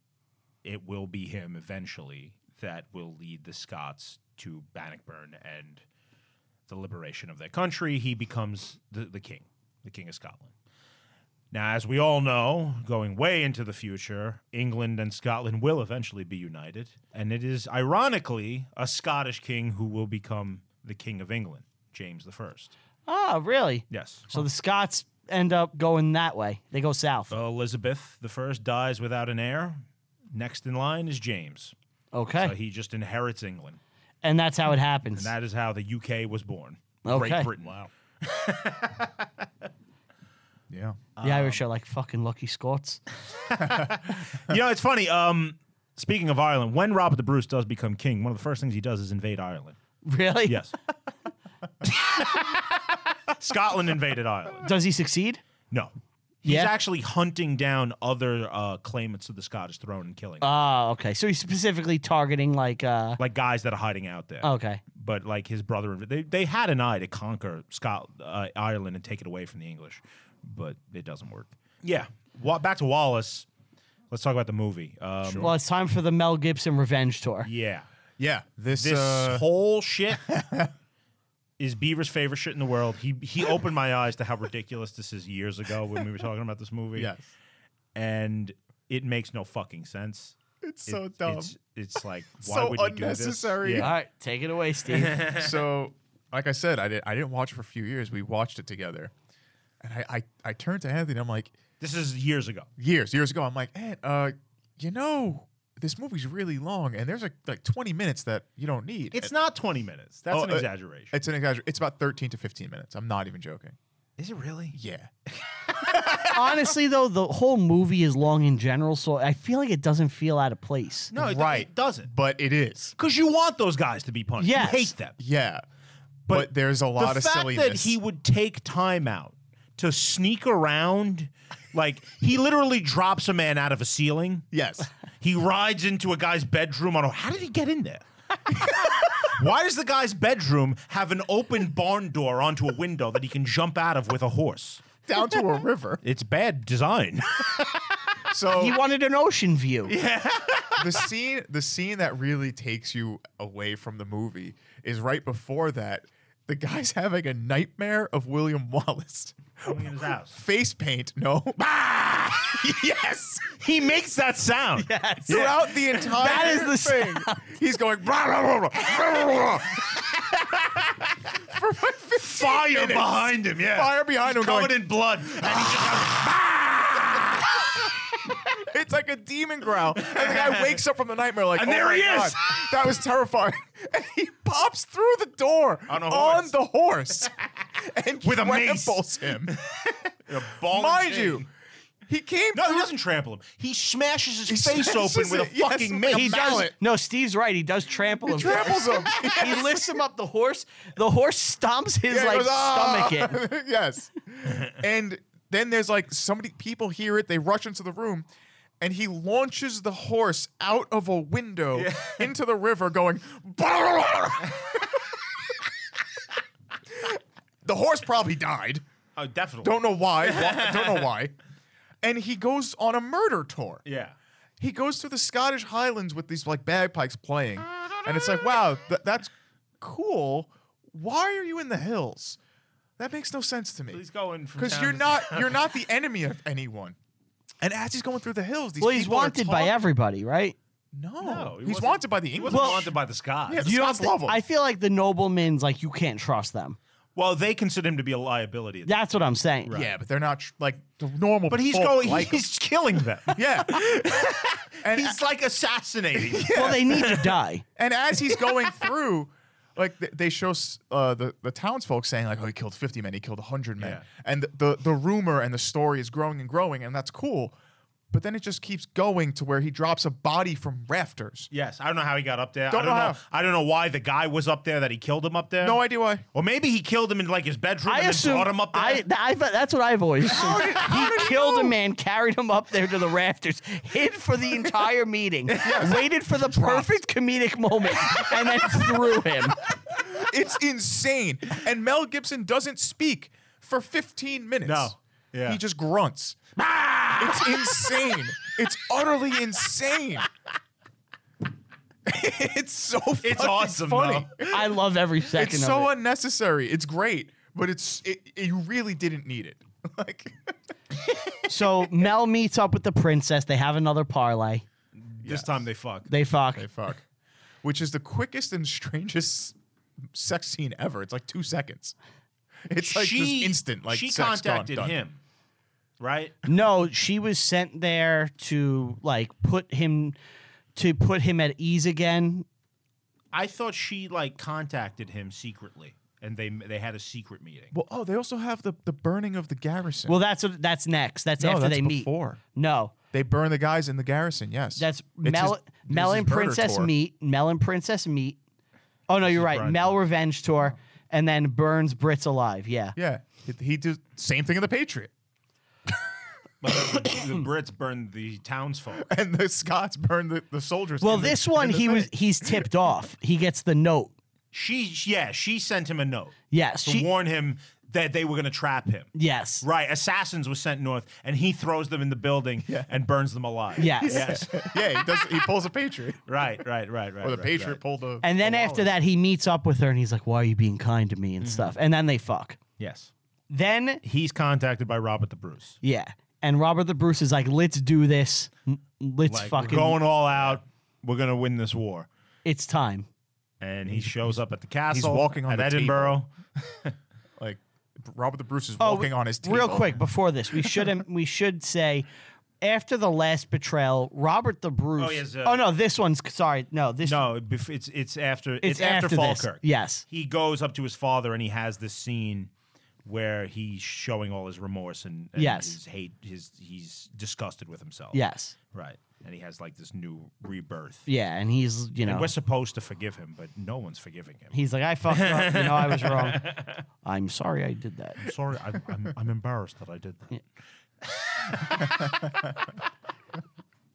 S2: it will be him eventually that will lead the Scots to Bannockburn and the liberation of their country. He becomes the, the king, the king of Scotland. Now, as we all know, going way into the future, England and Scotland will eventually be united. And it is, ironically, a Scottish king who will become the king of England, James I.
S1: Oh, really?
S2: Yes.
S1: So the Scots end up going that way. They go south.
S2: Elizabeth I dies without an heir. Next in line is James.
S1: Okay,
S2: So Uh, he just inherits England.
S1: and that's how it happens.
S2: And that is how the UK was born.
S1: Okay.
S2: Great Britain. Wow.
S3: Yeah.
S1: The Irish are like fucking lucky Scots.
S2: you know, it's funny. Um, speaking of Ireland, when Robert the Bruce does become king, one of the first things he does is invade Ireland.
S1: Really?
S2: Yes. Scotland invaded Ireland.
S1: Does he succeed?
S2: No. He's
S1: Yeah.
S2: actually hunting down other uh, claimants to the Scottish throne and killing them.
S1: Ah, okay. So he's specifically targeting like uh
S2: like guys that are hiding out there.
S1: okay.
S2: But like his brother, they, they had an eye to conquer Scot- uh, Ireland and take it away from the English, but it doesn't work. Yeah. Wa- back to Wallace. Let's talk about the movie. Um,
S1: Well, it's time for the Mel Gibson revenge tour.
S2: Yeah.
S3: Yeah. This,
S2: This
S3: uh,
S2: whole shit is Beaver's favorite shit in the world. He he opened my eyes to how ridiculous this is years ago when we were talking about this movie.
S3: Yes.
S2: And it makes no fucking sense.
S3: It's
S2: It-
S3: so dumb.
S2: It's, it's like why
S3: So
S2: would you do this?
S3: unnecessary.
S1: All right, take it away, Steve.
S3: so, like I said, I didn't I didn't watch it for a few years. We watched it together, and I I, I turned to Anthony. and I'm like,
S2: This is years ago.
S3: years years ago. I'm like, Ant, uh, you know, this movie's really long, and there's like like 20 minutes that you don't need.
S2: It's not 20 minutes. That's
S3: Uh, Oh,
S2: an
S3: uh,
S2: exaggeration.
S3: it's an exaggeration. It's about 13 to 15 minutes. I'm not even joking.
S2: is it really?
S3: Yeah.
S1: Honestly, though, the whole movie is long in general, so I feel like it doesn't feel out of place.
S2: No, it,
S3: Right.
S2: it doesn't.
S3: But it is.
S2: Because you want those guys to be punished.
S1: Yes.
S2: You hate them.
S3: Yeah. But, there's a lot
S2: the
S3: of
S2: fact
S3: silliness.
S2: that he would take time out to sneak around, like he literally drops a man out of a ceiling.
S3: yes.
S2: He rides into a guy's bedroom on. a- How did he get in there? Why does the guy's bedroom have an open barn door onto a window that he can jump out of with a horse?
S3: Down to a river.
S2: It's bad design.
S3: So
S1: He wanted an ocean view.
S3: the scene the scene that really takes you away from the movie is right before that the guy's having a nightmare of william wallace
S2: Coming in his house.
S3: face paint no yes
S2: He makes that sound.
S3: throughout the entire
S1: That is the
S3: thing he's going "Brah, brah, brah, brah, brah, brah." for like 15
S2: Fire
S3: minutes.
S2: behind him. Yeah.
S3: fire behind him
S2: covered
S3: going,
S2: in blood.
S3: it's like a demon growl and the guy wakes up from the nightmare like
S2: And
S3: "Oh
S2: there
S3: my
S2: he is."
S3: God, that was terrifying and he pops through the door
S2: On a
S3: on
S2: horse.
S3: the horse and
S2: With a mace.
S3: tramples him
S2: Mind
S3: Mind you, he came.
S2: No, he
S3: through-
S2: doesn't trample him. He smashes his
S3: He
S2: face
S3: smashes
S2: open with a
S3: it, yes,
S2: fucking
S3: with
S2: mace.
S3: a
S1: He does.
S3: mallet.
S1: No, Steve's right. He does trample him.
S3: tramples him.
S1: he lifts him up. The horse. The horse stomps his
S3: Yeah, he
S1: like
S3: goes, "Ah!"
S1: stomach in.
S3: yes. And then there's like somebody. People hear it. They rush into the room, and he launches the horse out of a window into the river, going. the horse probably died.
S2: Oh, definitely.
S3: Don't know why. Wa- Don't know why. And he goes on a murder tour.
S2: Yeah.
S3: he goes through the Scottish Highlands with these like bagpipes playing, and it's like, wow, th- that's cool. Why are you in the hills? That makes no sense to me.
S2: He's going from
S3: Because
S2: town
S3: you're
S2: to-
S3: not you're not the enemy of anyone. And as he's going through the hills, these
S1: Well, he's
S3: people are
S1: wanted by
S3: talking-
S1: everybody, right?
S3: No,
S2: No, he
S3: he's
S2: wasn't-
S3: wanted by the
S2: He
S3: English.
S2: wasn't wanted by the Scots.
S3: Yeah, the
S1: You don't
S3: Scots
S1: thi-
S3: love him.
S1: I feel like the nobleman's like you can't trust them.
S2: Well, they consider him to be a liability.
S1: That's what I'm saying.
S3: yeah, but they're not tr- like the normal.
S2: But he's
S3: folk
S2: going.
S3: like him.
S2: he's killing them.
S3: yeah. and
S2: he's like assassinating.
S1: Well, they need to die.
S3: And as he's going through, like th- they show s- uh, the the townsfolk saying like, "Oh, he killed fifty men, he killed hundred men,"
S2: Yeah.
S3: and the, the the rumor and the story is growing and growing, and that's cool. But then it just keeps going to where he drops a body from rafters.
S2: Yes, I don't know how he got up there.
S3: Don't
S2: I don't
S3: know
S2: know.
S3: how.
S2: I don't know why the guy was up there that he killed him up there.
S3: No idea why.
S2: Or maybe he killed him in like his bedroom
S1: I
S2: and then
S1: assume.
S2: brought him up there.
S1: I, I- that's what I've always assumed. he killed a man, carried him up there to the rafters, hid for the entire meeting, waited for the perfect comedic moment, and then threw him.
S3: It's insane. And Mel Gibson doesn't speak for fifteen minutes.
S2: No. Yeah.
S3: he just grunts. It's insane. It's utterly insane. it's so
S2: it's
S3: fucking
S2: awesome.
S3: funny.
S2: though.
S1: I love every second
S3: it's
S1: of
S3: so
S1: it.
S3: unnecessary. It's great, but it's it, it- you really didn't need it. Like
S1: So Mel meets up with the princess. They have another parlay.
S2: This time they fuck.
S1: They fuck.
S3: fuck, which is the quickest and strangest sex scene ever. It's like two seconds. It's like
S2: she,
S3: just instant. Like
S2: she
S3: sex, gone,
S2: contacted
S3: done.
S2: him, right?
S1: No, she was sent there to like put him to put him at ease again.
S2: I thought she like contacted him secretly and they they had a secret meeting.
S3: Well, oh, they also have the, the burning of the garrison.
S1: Well, that's what, that's next. That's
S3: no,
S1: after
S3: that's
S1: they meet.
S3: before.
S1: No,
S3: They burn the guys in the garrison. Yes,
S1: that's
S3: It's
S1: Mel.
S3: his-
S1: Mel
S3: it's his
S1: and
S3: murder
S1: Princess
S3: tour.
S1: meet. Mel and Princess meet. Oh no, you're right.
S2: Bride
S1: Mel Revenge Tour, and then burns Brits alive. Yeah.
S3: Yeah, he, he did same thing in the Patriot,
S2: But the, the Brits burned the townsfolk.
S3: and the Scots burned the, the soldiers.
S1: Well,
S3: in the-
S1: this one
S3: in the
S1: he
S3: thing.
S1: was he's tipped off. He gets the note.
S2: She yeah, she sent him a note
S1: Yes.
S2: to
S1: She,
S2: warn him that they were going to trap him.
S1: yes.
S2: Right, assassins was sent north, and he throws them in the building and burns them alive.
S1: Yes.
S2: yes,
S3: yeah, he does. He pulls a Patriot,
S2: right, right, right, right.
S3: or the
S2: right,
S3: Patriot
S2: right.
S3: pulled a.
S1: And then
S3: a
S1: after
S3: Wallace.
S1: that, he meets up with her and he's like, "Why are you being kind to
S3: Mm-hmm.
S1: me and stuff?" And then they fuck.
S2: Yes,
S1: Then
S2: he's contacted by Robert the Bruce.
S1: yeah, and Robert the Bruce is like, "Let's do this. M- Let's
S2: Like
S1: fucking.
S2: we're going all out. We're going to win this war.
S1: It's time."
S2: And he shows up at the castle.
S3: walking on
S2: at
S3: the table.
S2: Edinburgh.
S3: like Robert the Bruce is
S1: Oh,
S3: walking on his table.
S1: Real quick before this, we should we should say after the last betrayal, Robert the Bruce.
S2: Oh, yes, uh,
S1: oh no, this one's sorry. No, this
S2: No, it bef- it's it's after it's,
S1: It's
S2: after,
S1: after this,
S2: Falkirk.
S1: yes.
S2: he goes up to his father and he has this scene where he's showing all his remorse and, and
S1: Yes.
S2: his hate. His he's disgusted with himself.
S1: Yes.
S2: right. And he has like this new rebirth.
S1: Yeah, and he's you
S2: And
S1: know
S2: we're supposed to forgive him, but no one's forgiving him.
S1: he's like I fucked up. You know I was wrong. I'm sorry I did that.
S2: I'm sorry, I'm, I'm, I'm embarrassed that I did that.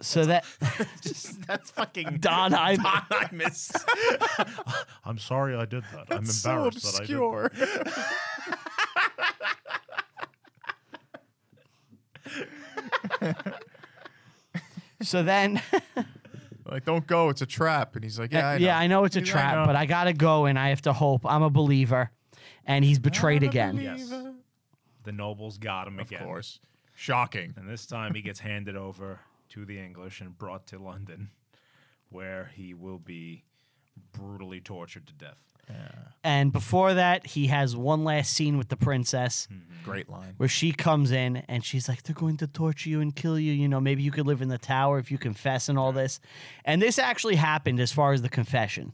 S1: So that
S2: Just- that's fucking
S1: Don, I
S2: I miss. I'm sorry I did that. I'm embarrassed
S3: so
S2: that I did
S3: obscure.
S1: so then
S3: like, don't go. It's a trap. And he's like, yeah, I know.
S1: Eh, yeah I know it's a
S3: He's like, I
S1: trap,
S3: know.
S1: but I gotta go and I have to hope I'm a believer. And he's betrayed again.
S2: Yes. The nobles got him
S3: Of
S2: again.
S3: course. Shocking.
S2: And this time he gets handed over to the English and brought to London, where he will be brutally tortured to death.
S1: And before that, he has one last scene with the
S3: Hmm.
S1: princess.
S3: Great line.
S1: where she comes in and she's like, "They're going to torture you and kill you. You know, maybe you could live in the tower if you confess and all this." And this actually happened as far as the confession.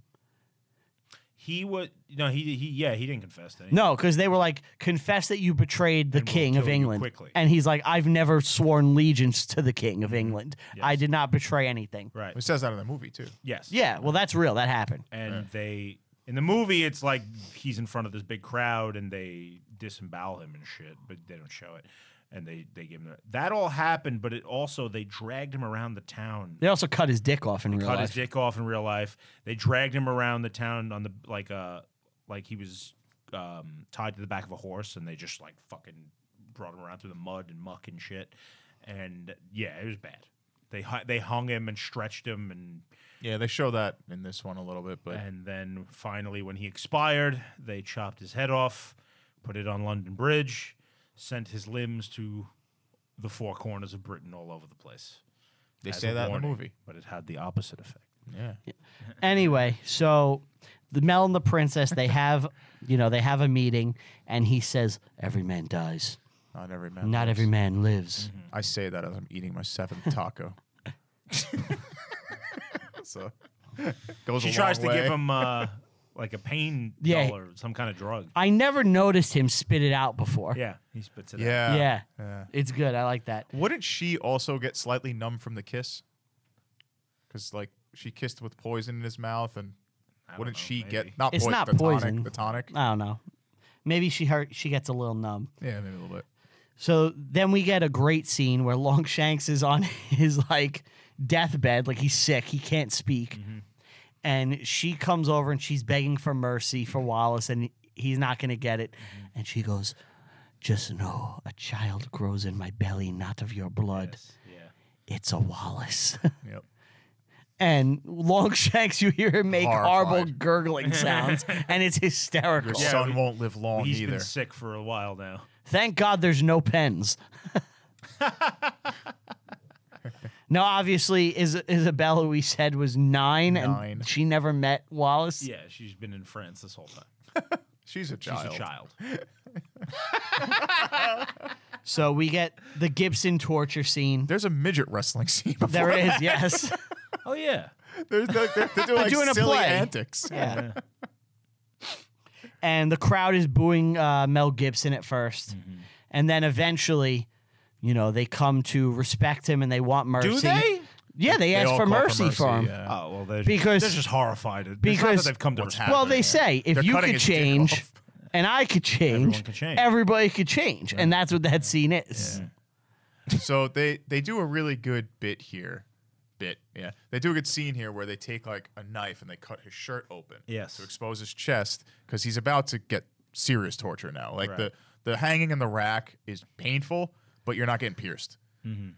S2: He was no, he he yeah, he didn't confess to anything.
S1: No, because they were like, "Confess that you betrayed the
S2: And we'll
S1: king of
S2: kill you
S1: England."
S2: quickly. Mm-hmm.
S1: And he's like, "I've never sworn allegiance to the king of England. I
S2: Yes.
S1: did not betray anything."
S2: Right.
S3: It says that in the movie, too.
S2: Yes.
S1: Yeah, well, that's real. That happened.
S2: And they in the movie it's like he's in front of this big crowd and they disembowel him and shit, but they don't show it. And they, they give him the, that all happened, but it also they dragged him around the town
S1: They also cut his dick off in real
S2: cut
S1: life.
S2: his dick off in real life. They dragged him around the town on the like uh like he was um, tied to the back of a horse, and they just like fucking brought him around through the mud and muck and shit. And yeah, it was bad. They hu- they hung him and stretched him, and
S3: Yeah, they show that in this one a little bit, but
S2: and then finally when he expired, they chopped his head off, put it on London Bridge, sent his limbs to the four corners of Britain all over the place.
S3: they
S2: as
S3: say
S2: a
S3: that in
S2: warning,
S3: the movie.
S2: but it had the opposite effect.
S3: Yeah.
S1: anyway, so the Mel and the princess they have, you know, they have a meeting, and he says, "Every man dies,
S3: Not every man.
S1: not
S3: lives.
S1: every man lives."
S3: I say that as I'm eating my seventh taco. so goes
S2: She
S3: a
S2: tries to
S3: long
S2: give
S3: way.
S2: him uh, like a pain
S1: Yeah.
S2: pill or some kind of drug.
S1: I never noticed him spit it out before.
S2: Yeah, he spits it out.
S3: Yeah.
S1: Yeah. It's good. I like that.
S3: Wouldn't she also get slightly numb from the kiss? Because like she kissed with poison in his mouth, and
S2: I
S3: wouldn't
S2: don't know,
S3: she
S2: maybe.
S3: get not
S1: It's
S3: poison?
S1: not
S3: the
S1: poison.
S3: Tonic, the tonic.
S1: I don't know. Maybe she hurt she gets a little numb.
S3: Yeah, maybe a little bit.
S1: So then we get a great scene where Longshanks is on his like deathbed, like he's sick, he can't speak.
S2: Mm-hmm.
S1: And she comes over and she's begging for mercy for Wallace and he's not going to get it.
S2: Mm-hmm.
S1: And she goes, "Just know a child grows in my belly, not of your blood.
S2: Yes, yeah.
S1: It's a Wallace."
S3: Yep.
S1: and Longshanks, you hear him make horrible
S3: Horrified.
S1: gurgling sounds, and it's hysterical.
S3: Your
S2: Yeah,
S3: son
S2: we-
S3: won't live long
S2: He's
S3: either.
S2: been sick for a while now.
S1: Thank God there's no pens. no, obviously, Is- Isabella, we said, was nine,
S3: Nine.
S1: and she never met Wallace.
S2: Yeah, she's been in France this whole time.
S3: She's a
S2: She's
S3: child.
S2: a child.
S1: So we get the Gibson torture scene.
S3: There's a midget wrestling scene. Before
S1: There is,
S3: that.
S1: yes.
S2: Oh yeah.
S3: There's like, they're, they're doing, like,
S1: doing a
S3: silly
S1: play.
S3: antics.
S1: Yeah. and the crowd is booing uh, Mel Gibson at 1st and then eventually, you know, they come to respect him and they want mercy.
S2: they?
S1: Yeah, they, ask
S3: all
S1: for
S3: call
S1: mercy, for him.
S3: yeah.
S2: Oh well, they're
S1: Because-
S2: just, they're just horrified. It's because
S1: because-
S2: they've come to
S3: What's
S2: respect.
S1: Well,
S3: happening.
S1: they say if
S3: They're
S1: you
S3: cutting
S1: could
S3: his dick
S1: change
S3: off.
S1: and I could change,
S2: can change.
S1: everybody could change, and that's what that scene is.
S3: so they they do a really good bit here bit yeah they do a good scene here where they take like a knife and they cut his shirt open
S2: Yes.
S3: to expose his chest because he's about to get serious torture now like the the hanging in the rack is painful but you're not getting pierced
S2: Mm-hmm.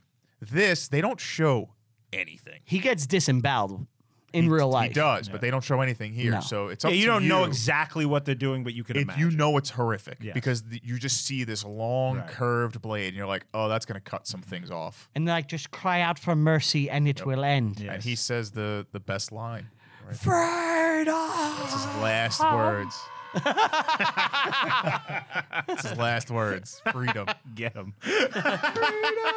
S3: this they don't show anything
S1: He gets disemboweled in real life.
S3: he does but they don't show anything here
S1: No.
S3: so it's up
S2: Yeah, you
S3: to
S2: don't know
S3: you
S2: exactly what they're doing, but you can
S3: if
S2: imagine.
S3: you know it's horrific
S2: Yes.
S3: because th- you just see this long
S2: Right.
S3: curved blade and you're like oh that's going to cut some things off
S1: And they're like, just cry out for mercy and it will end.
S2: Yeah. Yes.
S3: And he says the the best line. Right? That's his last words. That's his last words. Freedom.
S2: get them.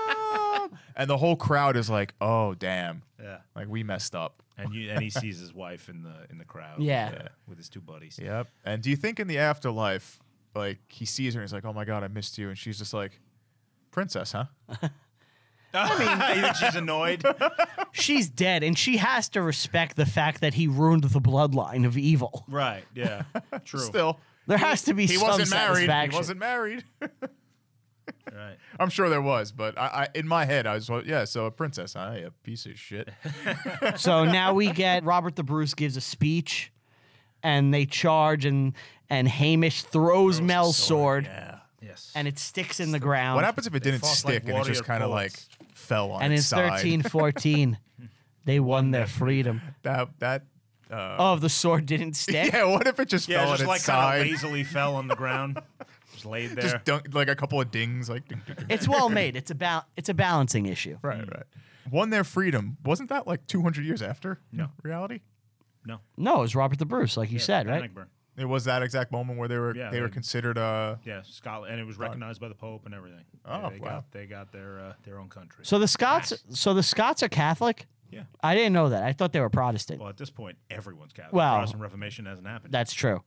S3: And the whole crowd is like, "Oh, damn!
S2: Yeah,
S3: Like we messed up."
S2: and you and he sees his wife in the in the crowd.
S1: Yeah.
S2: with his two buddies.
S3: Yep. And do you think in the afterlife, like he sees her and he's like, "Oh my god, I missed you," and she's just like, "Princess, huh?"
S2: I mean, you think she's annoyed.
S1: She's dead, and she has to respect the fact that he ruined the bloodline of evil.
S2: Right. Yeah. True.
S3: Still,
S1: There has to be
S3: he
S1: some
S3: wasn't married. He
S1: satisfaction.
S3: wasn't married.
S2: Right.
S3: I'm sure there was, but I, I in my head, I was like, "Yeah, so a princess, huh? You piece of shit."
S1: So now we get Robert the Bruce gives a speech, and they charge, and and Hamish throws, Mel's sword,
S3: Yeah.
S2: Yes.
S1: and it sticks in the ground.
S3: What happens if it didn't
S2: fought like
S3: stick and it just
S2: warrior
S3: kind of like
S2: poets.
S3: fell on
S1: and
S3: its,
S1: it's
S3: side?
S1: 13 14. They won their freedom.
S3: That that
S1: Oh, the sword didn't stick.
S3: yeah. What if it just
S2: yeah,
S3: fell
S2: just
S3: on
S2: like
S3: its
S2: kind
S3: side?
S2: of lazily fell on the ground, just laid there.
S3: Just dunk, like a couple of dings, like ding, ding, ding.
S1: It's well made. It's about it's a balancing issue.
S3: right,
S2: Mm.
S3: right. Won their freedom. Wasn't that like 200 years after?
S2: No.
S3: reality.
S2: no.
S1: No, it was Robert the Bruce, like you said, right?
S2: Panic burn.
S3: It was that exact moment where they were
S2: Yeah,
S3: they, were
S2: they-
S3: considered uh
S2: Yeah, Scotland, and it was recognized by the Pope and everything.
S3: Oh,
S2: they, they
S3: wow.
S2: Got, they got their uh, their own country.
S1: So the Scots, so the Scots are Catholic.
S2: yeah.
S1: I didn't know that. I thought they were Protestant.
S2: Well, at this point, everyone's Catholic.
S1: Well,
S2: Protestant Reformation hasn't happened.
S1: That's true.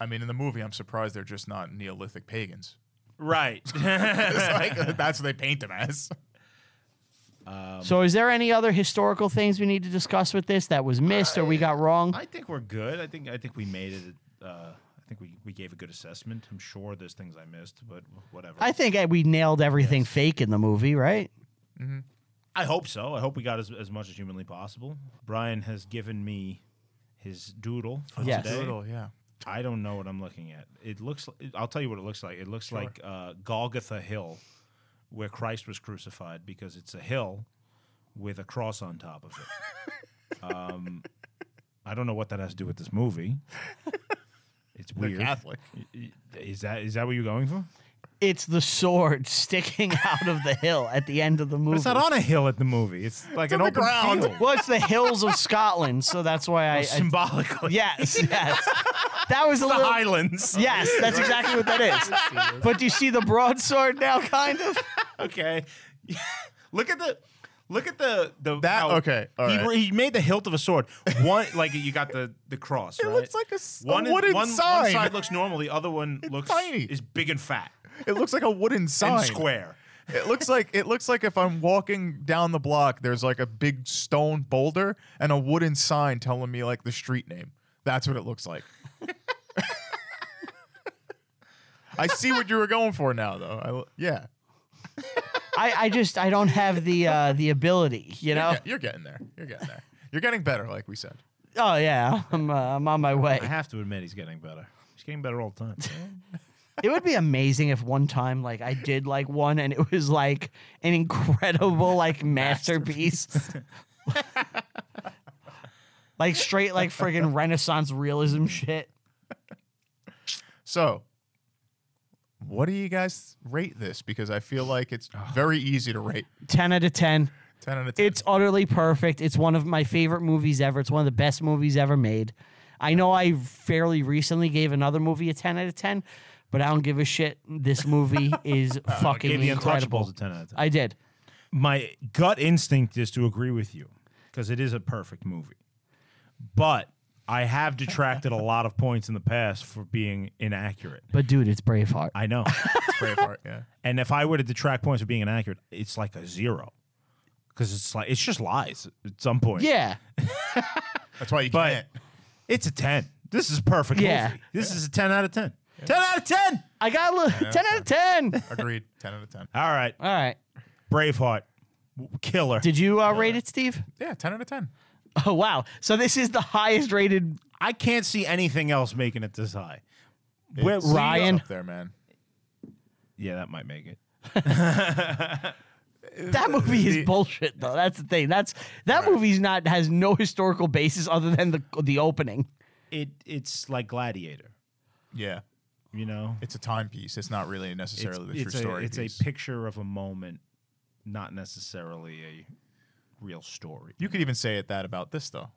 S3: I mean in the movie I'm surprised they're just not Neolithic pagans.
S2: right.
S3: It's like, uh, that's what they paint them as.
S2: um,
S1: so, is there any other historical things we need to discuss with this that was missed or we got wrong?
S2: I think we're good. I think I think we made it. Uh, I think we, we gave a good assessment. I'm sure there's things I missed, but whatever.
S1: I think eh, we nailed everything fake in the movie, right?
S2: I hope so. I hope we got as, as much as humanly possible. Brian has given me his doodle for
S1: Yes.
S2: today.
S3: Doodle, yeah.
S2: I don't know what I'm looking at. It looks. li- I'll tell you what it looks like. It looks like uh, Golgotha Hill, where Christ was crucified, because it's a hill with a cross on top of it. um, I don't know what that has to do with this movie. It's
S3: They're
S2: weird.
S3: Catholic.
S2: Is that is that what you're going for?
S1: It's the sword sticking out of the hill at the end of the movie.
S2: But it's not on a hill at the movie. It's like an
S3: on the
S2: open
S3: ground.
S2: field.
S1: well, it's the hills of Scotland, so that's why I. I
S2: Symbolically,
S1: yes, yes. That was a
S2: Oh, the
S1: little.
S2: Highlands.
S1: Yes, that's exactly what that is. But do you see the broadsword now, kind of?
S2: okay. look at the look at the the
S3: That-
S2: how-
S3: okay, all
S2: he,
S3: right.
S2: re- he made the hilt of a sword. One like you got the the cross. It
S3: looks like a s- a
S2: one, is-
S3: wooden
S2: one, One
S3: sign.
S2: side looks normal. The other one looks
S3: tiny.
S2: is big and fat
S3: It looks like a wooden sign.
S2: and square.
S3: It looks like it looks like if I'm walking down the block, there's like a big stone boulder and a wooden sign telling me like the street name. That's what it looks like. I see what you were going for now, though. I, yeah,
S1: I, I just I don't have the uh, the ability, you know.
S3: yeah, you're getting there. You're getting there. You're getting better, like we said.
S1: Oh yeah, I'm uh, I'm on my way.
S2: I have to admit, he's getting better. He's getting better all the time.
S1: It would be amazing if one time like I did like one and it was like an incredible like masterpiece. like straight like friggin' Renaissance realism shit.
S3: So, what do you guys rate this? Because I feel like it's very easy to rate.
S1: Ten out of ten.
S3: Ten out of ten.
S1: It's utterly perfect. It's one of my favorite movies ever. It's one of the best movies ever made. I know I fairly recently gave another movie a 10 out of 10, but I don't give a shit. This movie is fucking
S2: Uh, Gave the
S1: incredible.
S2: Untouchables a ten out of ten.
S1: I did.
S2: my gut instinct is to agree with you because it is a perfect movie. But I have detracted a lot of points in the past for being inaccurate.
S1: But dude, it's Braveheart.
S2: I know.
S3: It's Braveheart, yeah.
S2: and if I were to detract points for being inaccurate, it's like a zero. Because it's like it's just lies at some point.
S1: yeah.
S3: That's why you
S2: But-
S3: can't.
S2: It's a ten. This is perfect.
S1: Yeah.
S2: movie. This is a ten out of ten. Ten out of ten.
S1: I got a little, 10 out of 10.
S3: Agreed. 10 out of 10.
S2: All right.
S1: All right.
S2: Braveheart. W- Killer.
S1: Did you uh, rate it, Steve?
S3: Yeah, 10 out of 10.
S1: Oh, wow. So this is the highest rated.
S2: I can't see anything else making it this high. Where-
S3: It's
S1: Ryan.
S3: up there, man.
S2: yeah, that might make it.
S1: That movie is
S3: the-
S1: bullshit, though. That's the thing. That's that movie's not has no historical basis other than the the opening.
S2: It it's like Gladiator.
S3: Yeah.
S2: You know,
S3: It's a timepiece. It's not really necessarily the
S2: it's
S3: true
S2: a,
S3: story.
S2: It's
S3: piece.
S2: a picture of a moment, not necessarily a real story.
S3: You could even say it that about this though.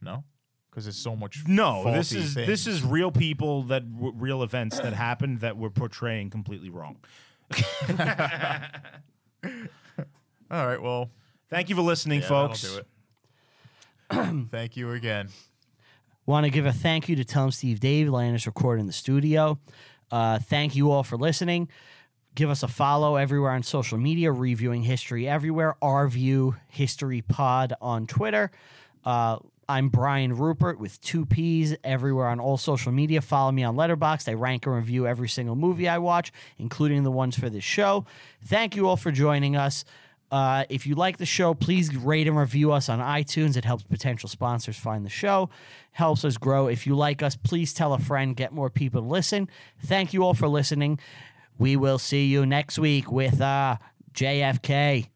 S3: No, because there's so much.
S2: No, this
S3: faulty
S2: is
S3: things.
S2: this is real people that w- real events that happened that we're portraying completely wrong.
S3: all right. Well,
S2: Thank you for listening,
S3: yeah,
S2: folks.
S3: That'll do it. Thank you again.
S1: Want to give a thank you to Tell 'em Steve Dave, Landis Record in the studio. Uh, thank you all for listening. Give us a follow everywhere on social media, reviewing history everywhere, our view history pod on Twitter. Uh, I'm Brian Rupert with two P's everywhere on all social media. Follow me on Letterboxd. I rank and review every single movie I watch, including the ones for this show. Thank you all for joining us. Uh, if you like the show, please rate and review us on iTunes. It helps potential sponsors find the show, helps us grow. If you like us, please tell a friend, get more people to listen. Thank you all for listening. We will see you next week with uh, JFK.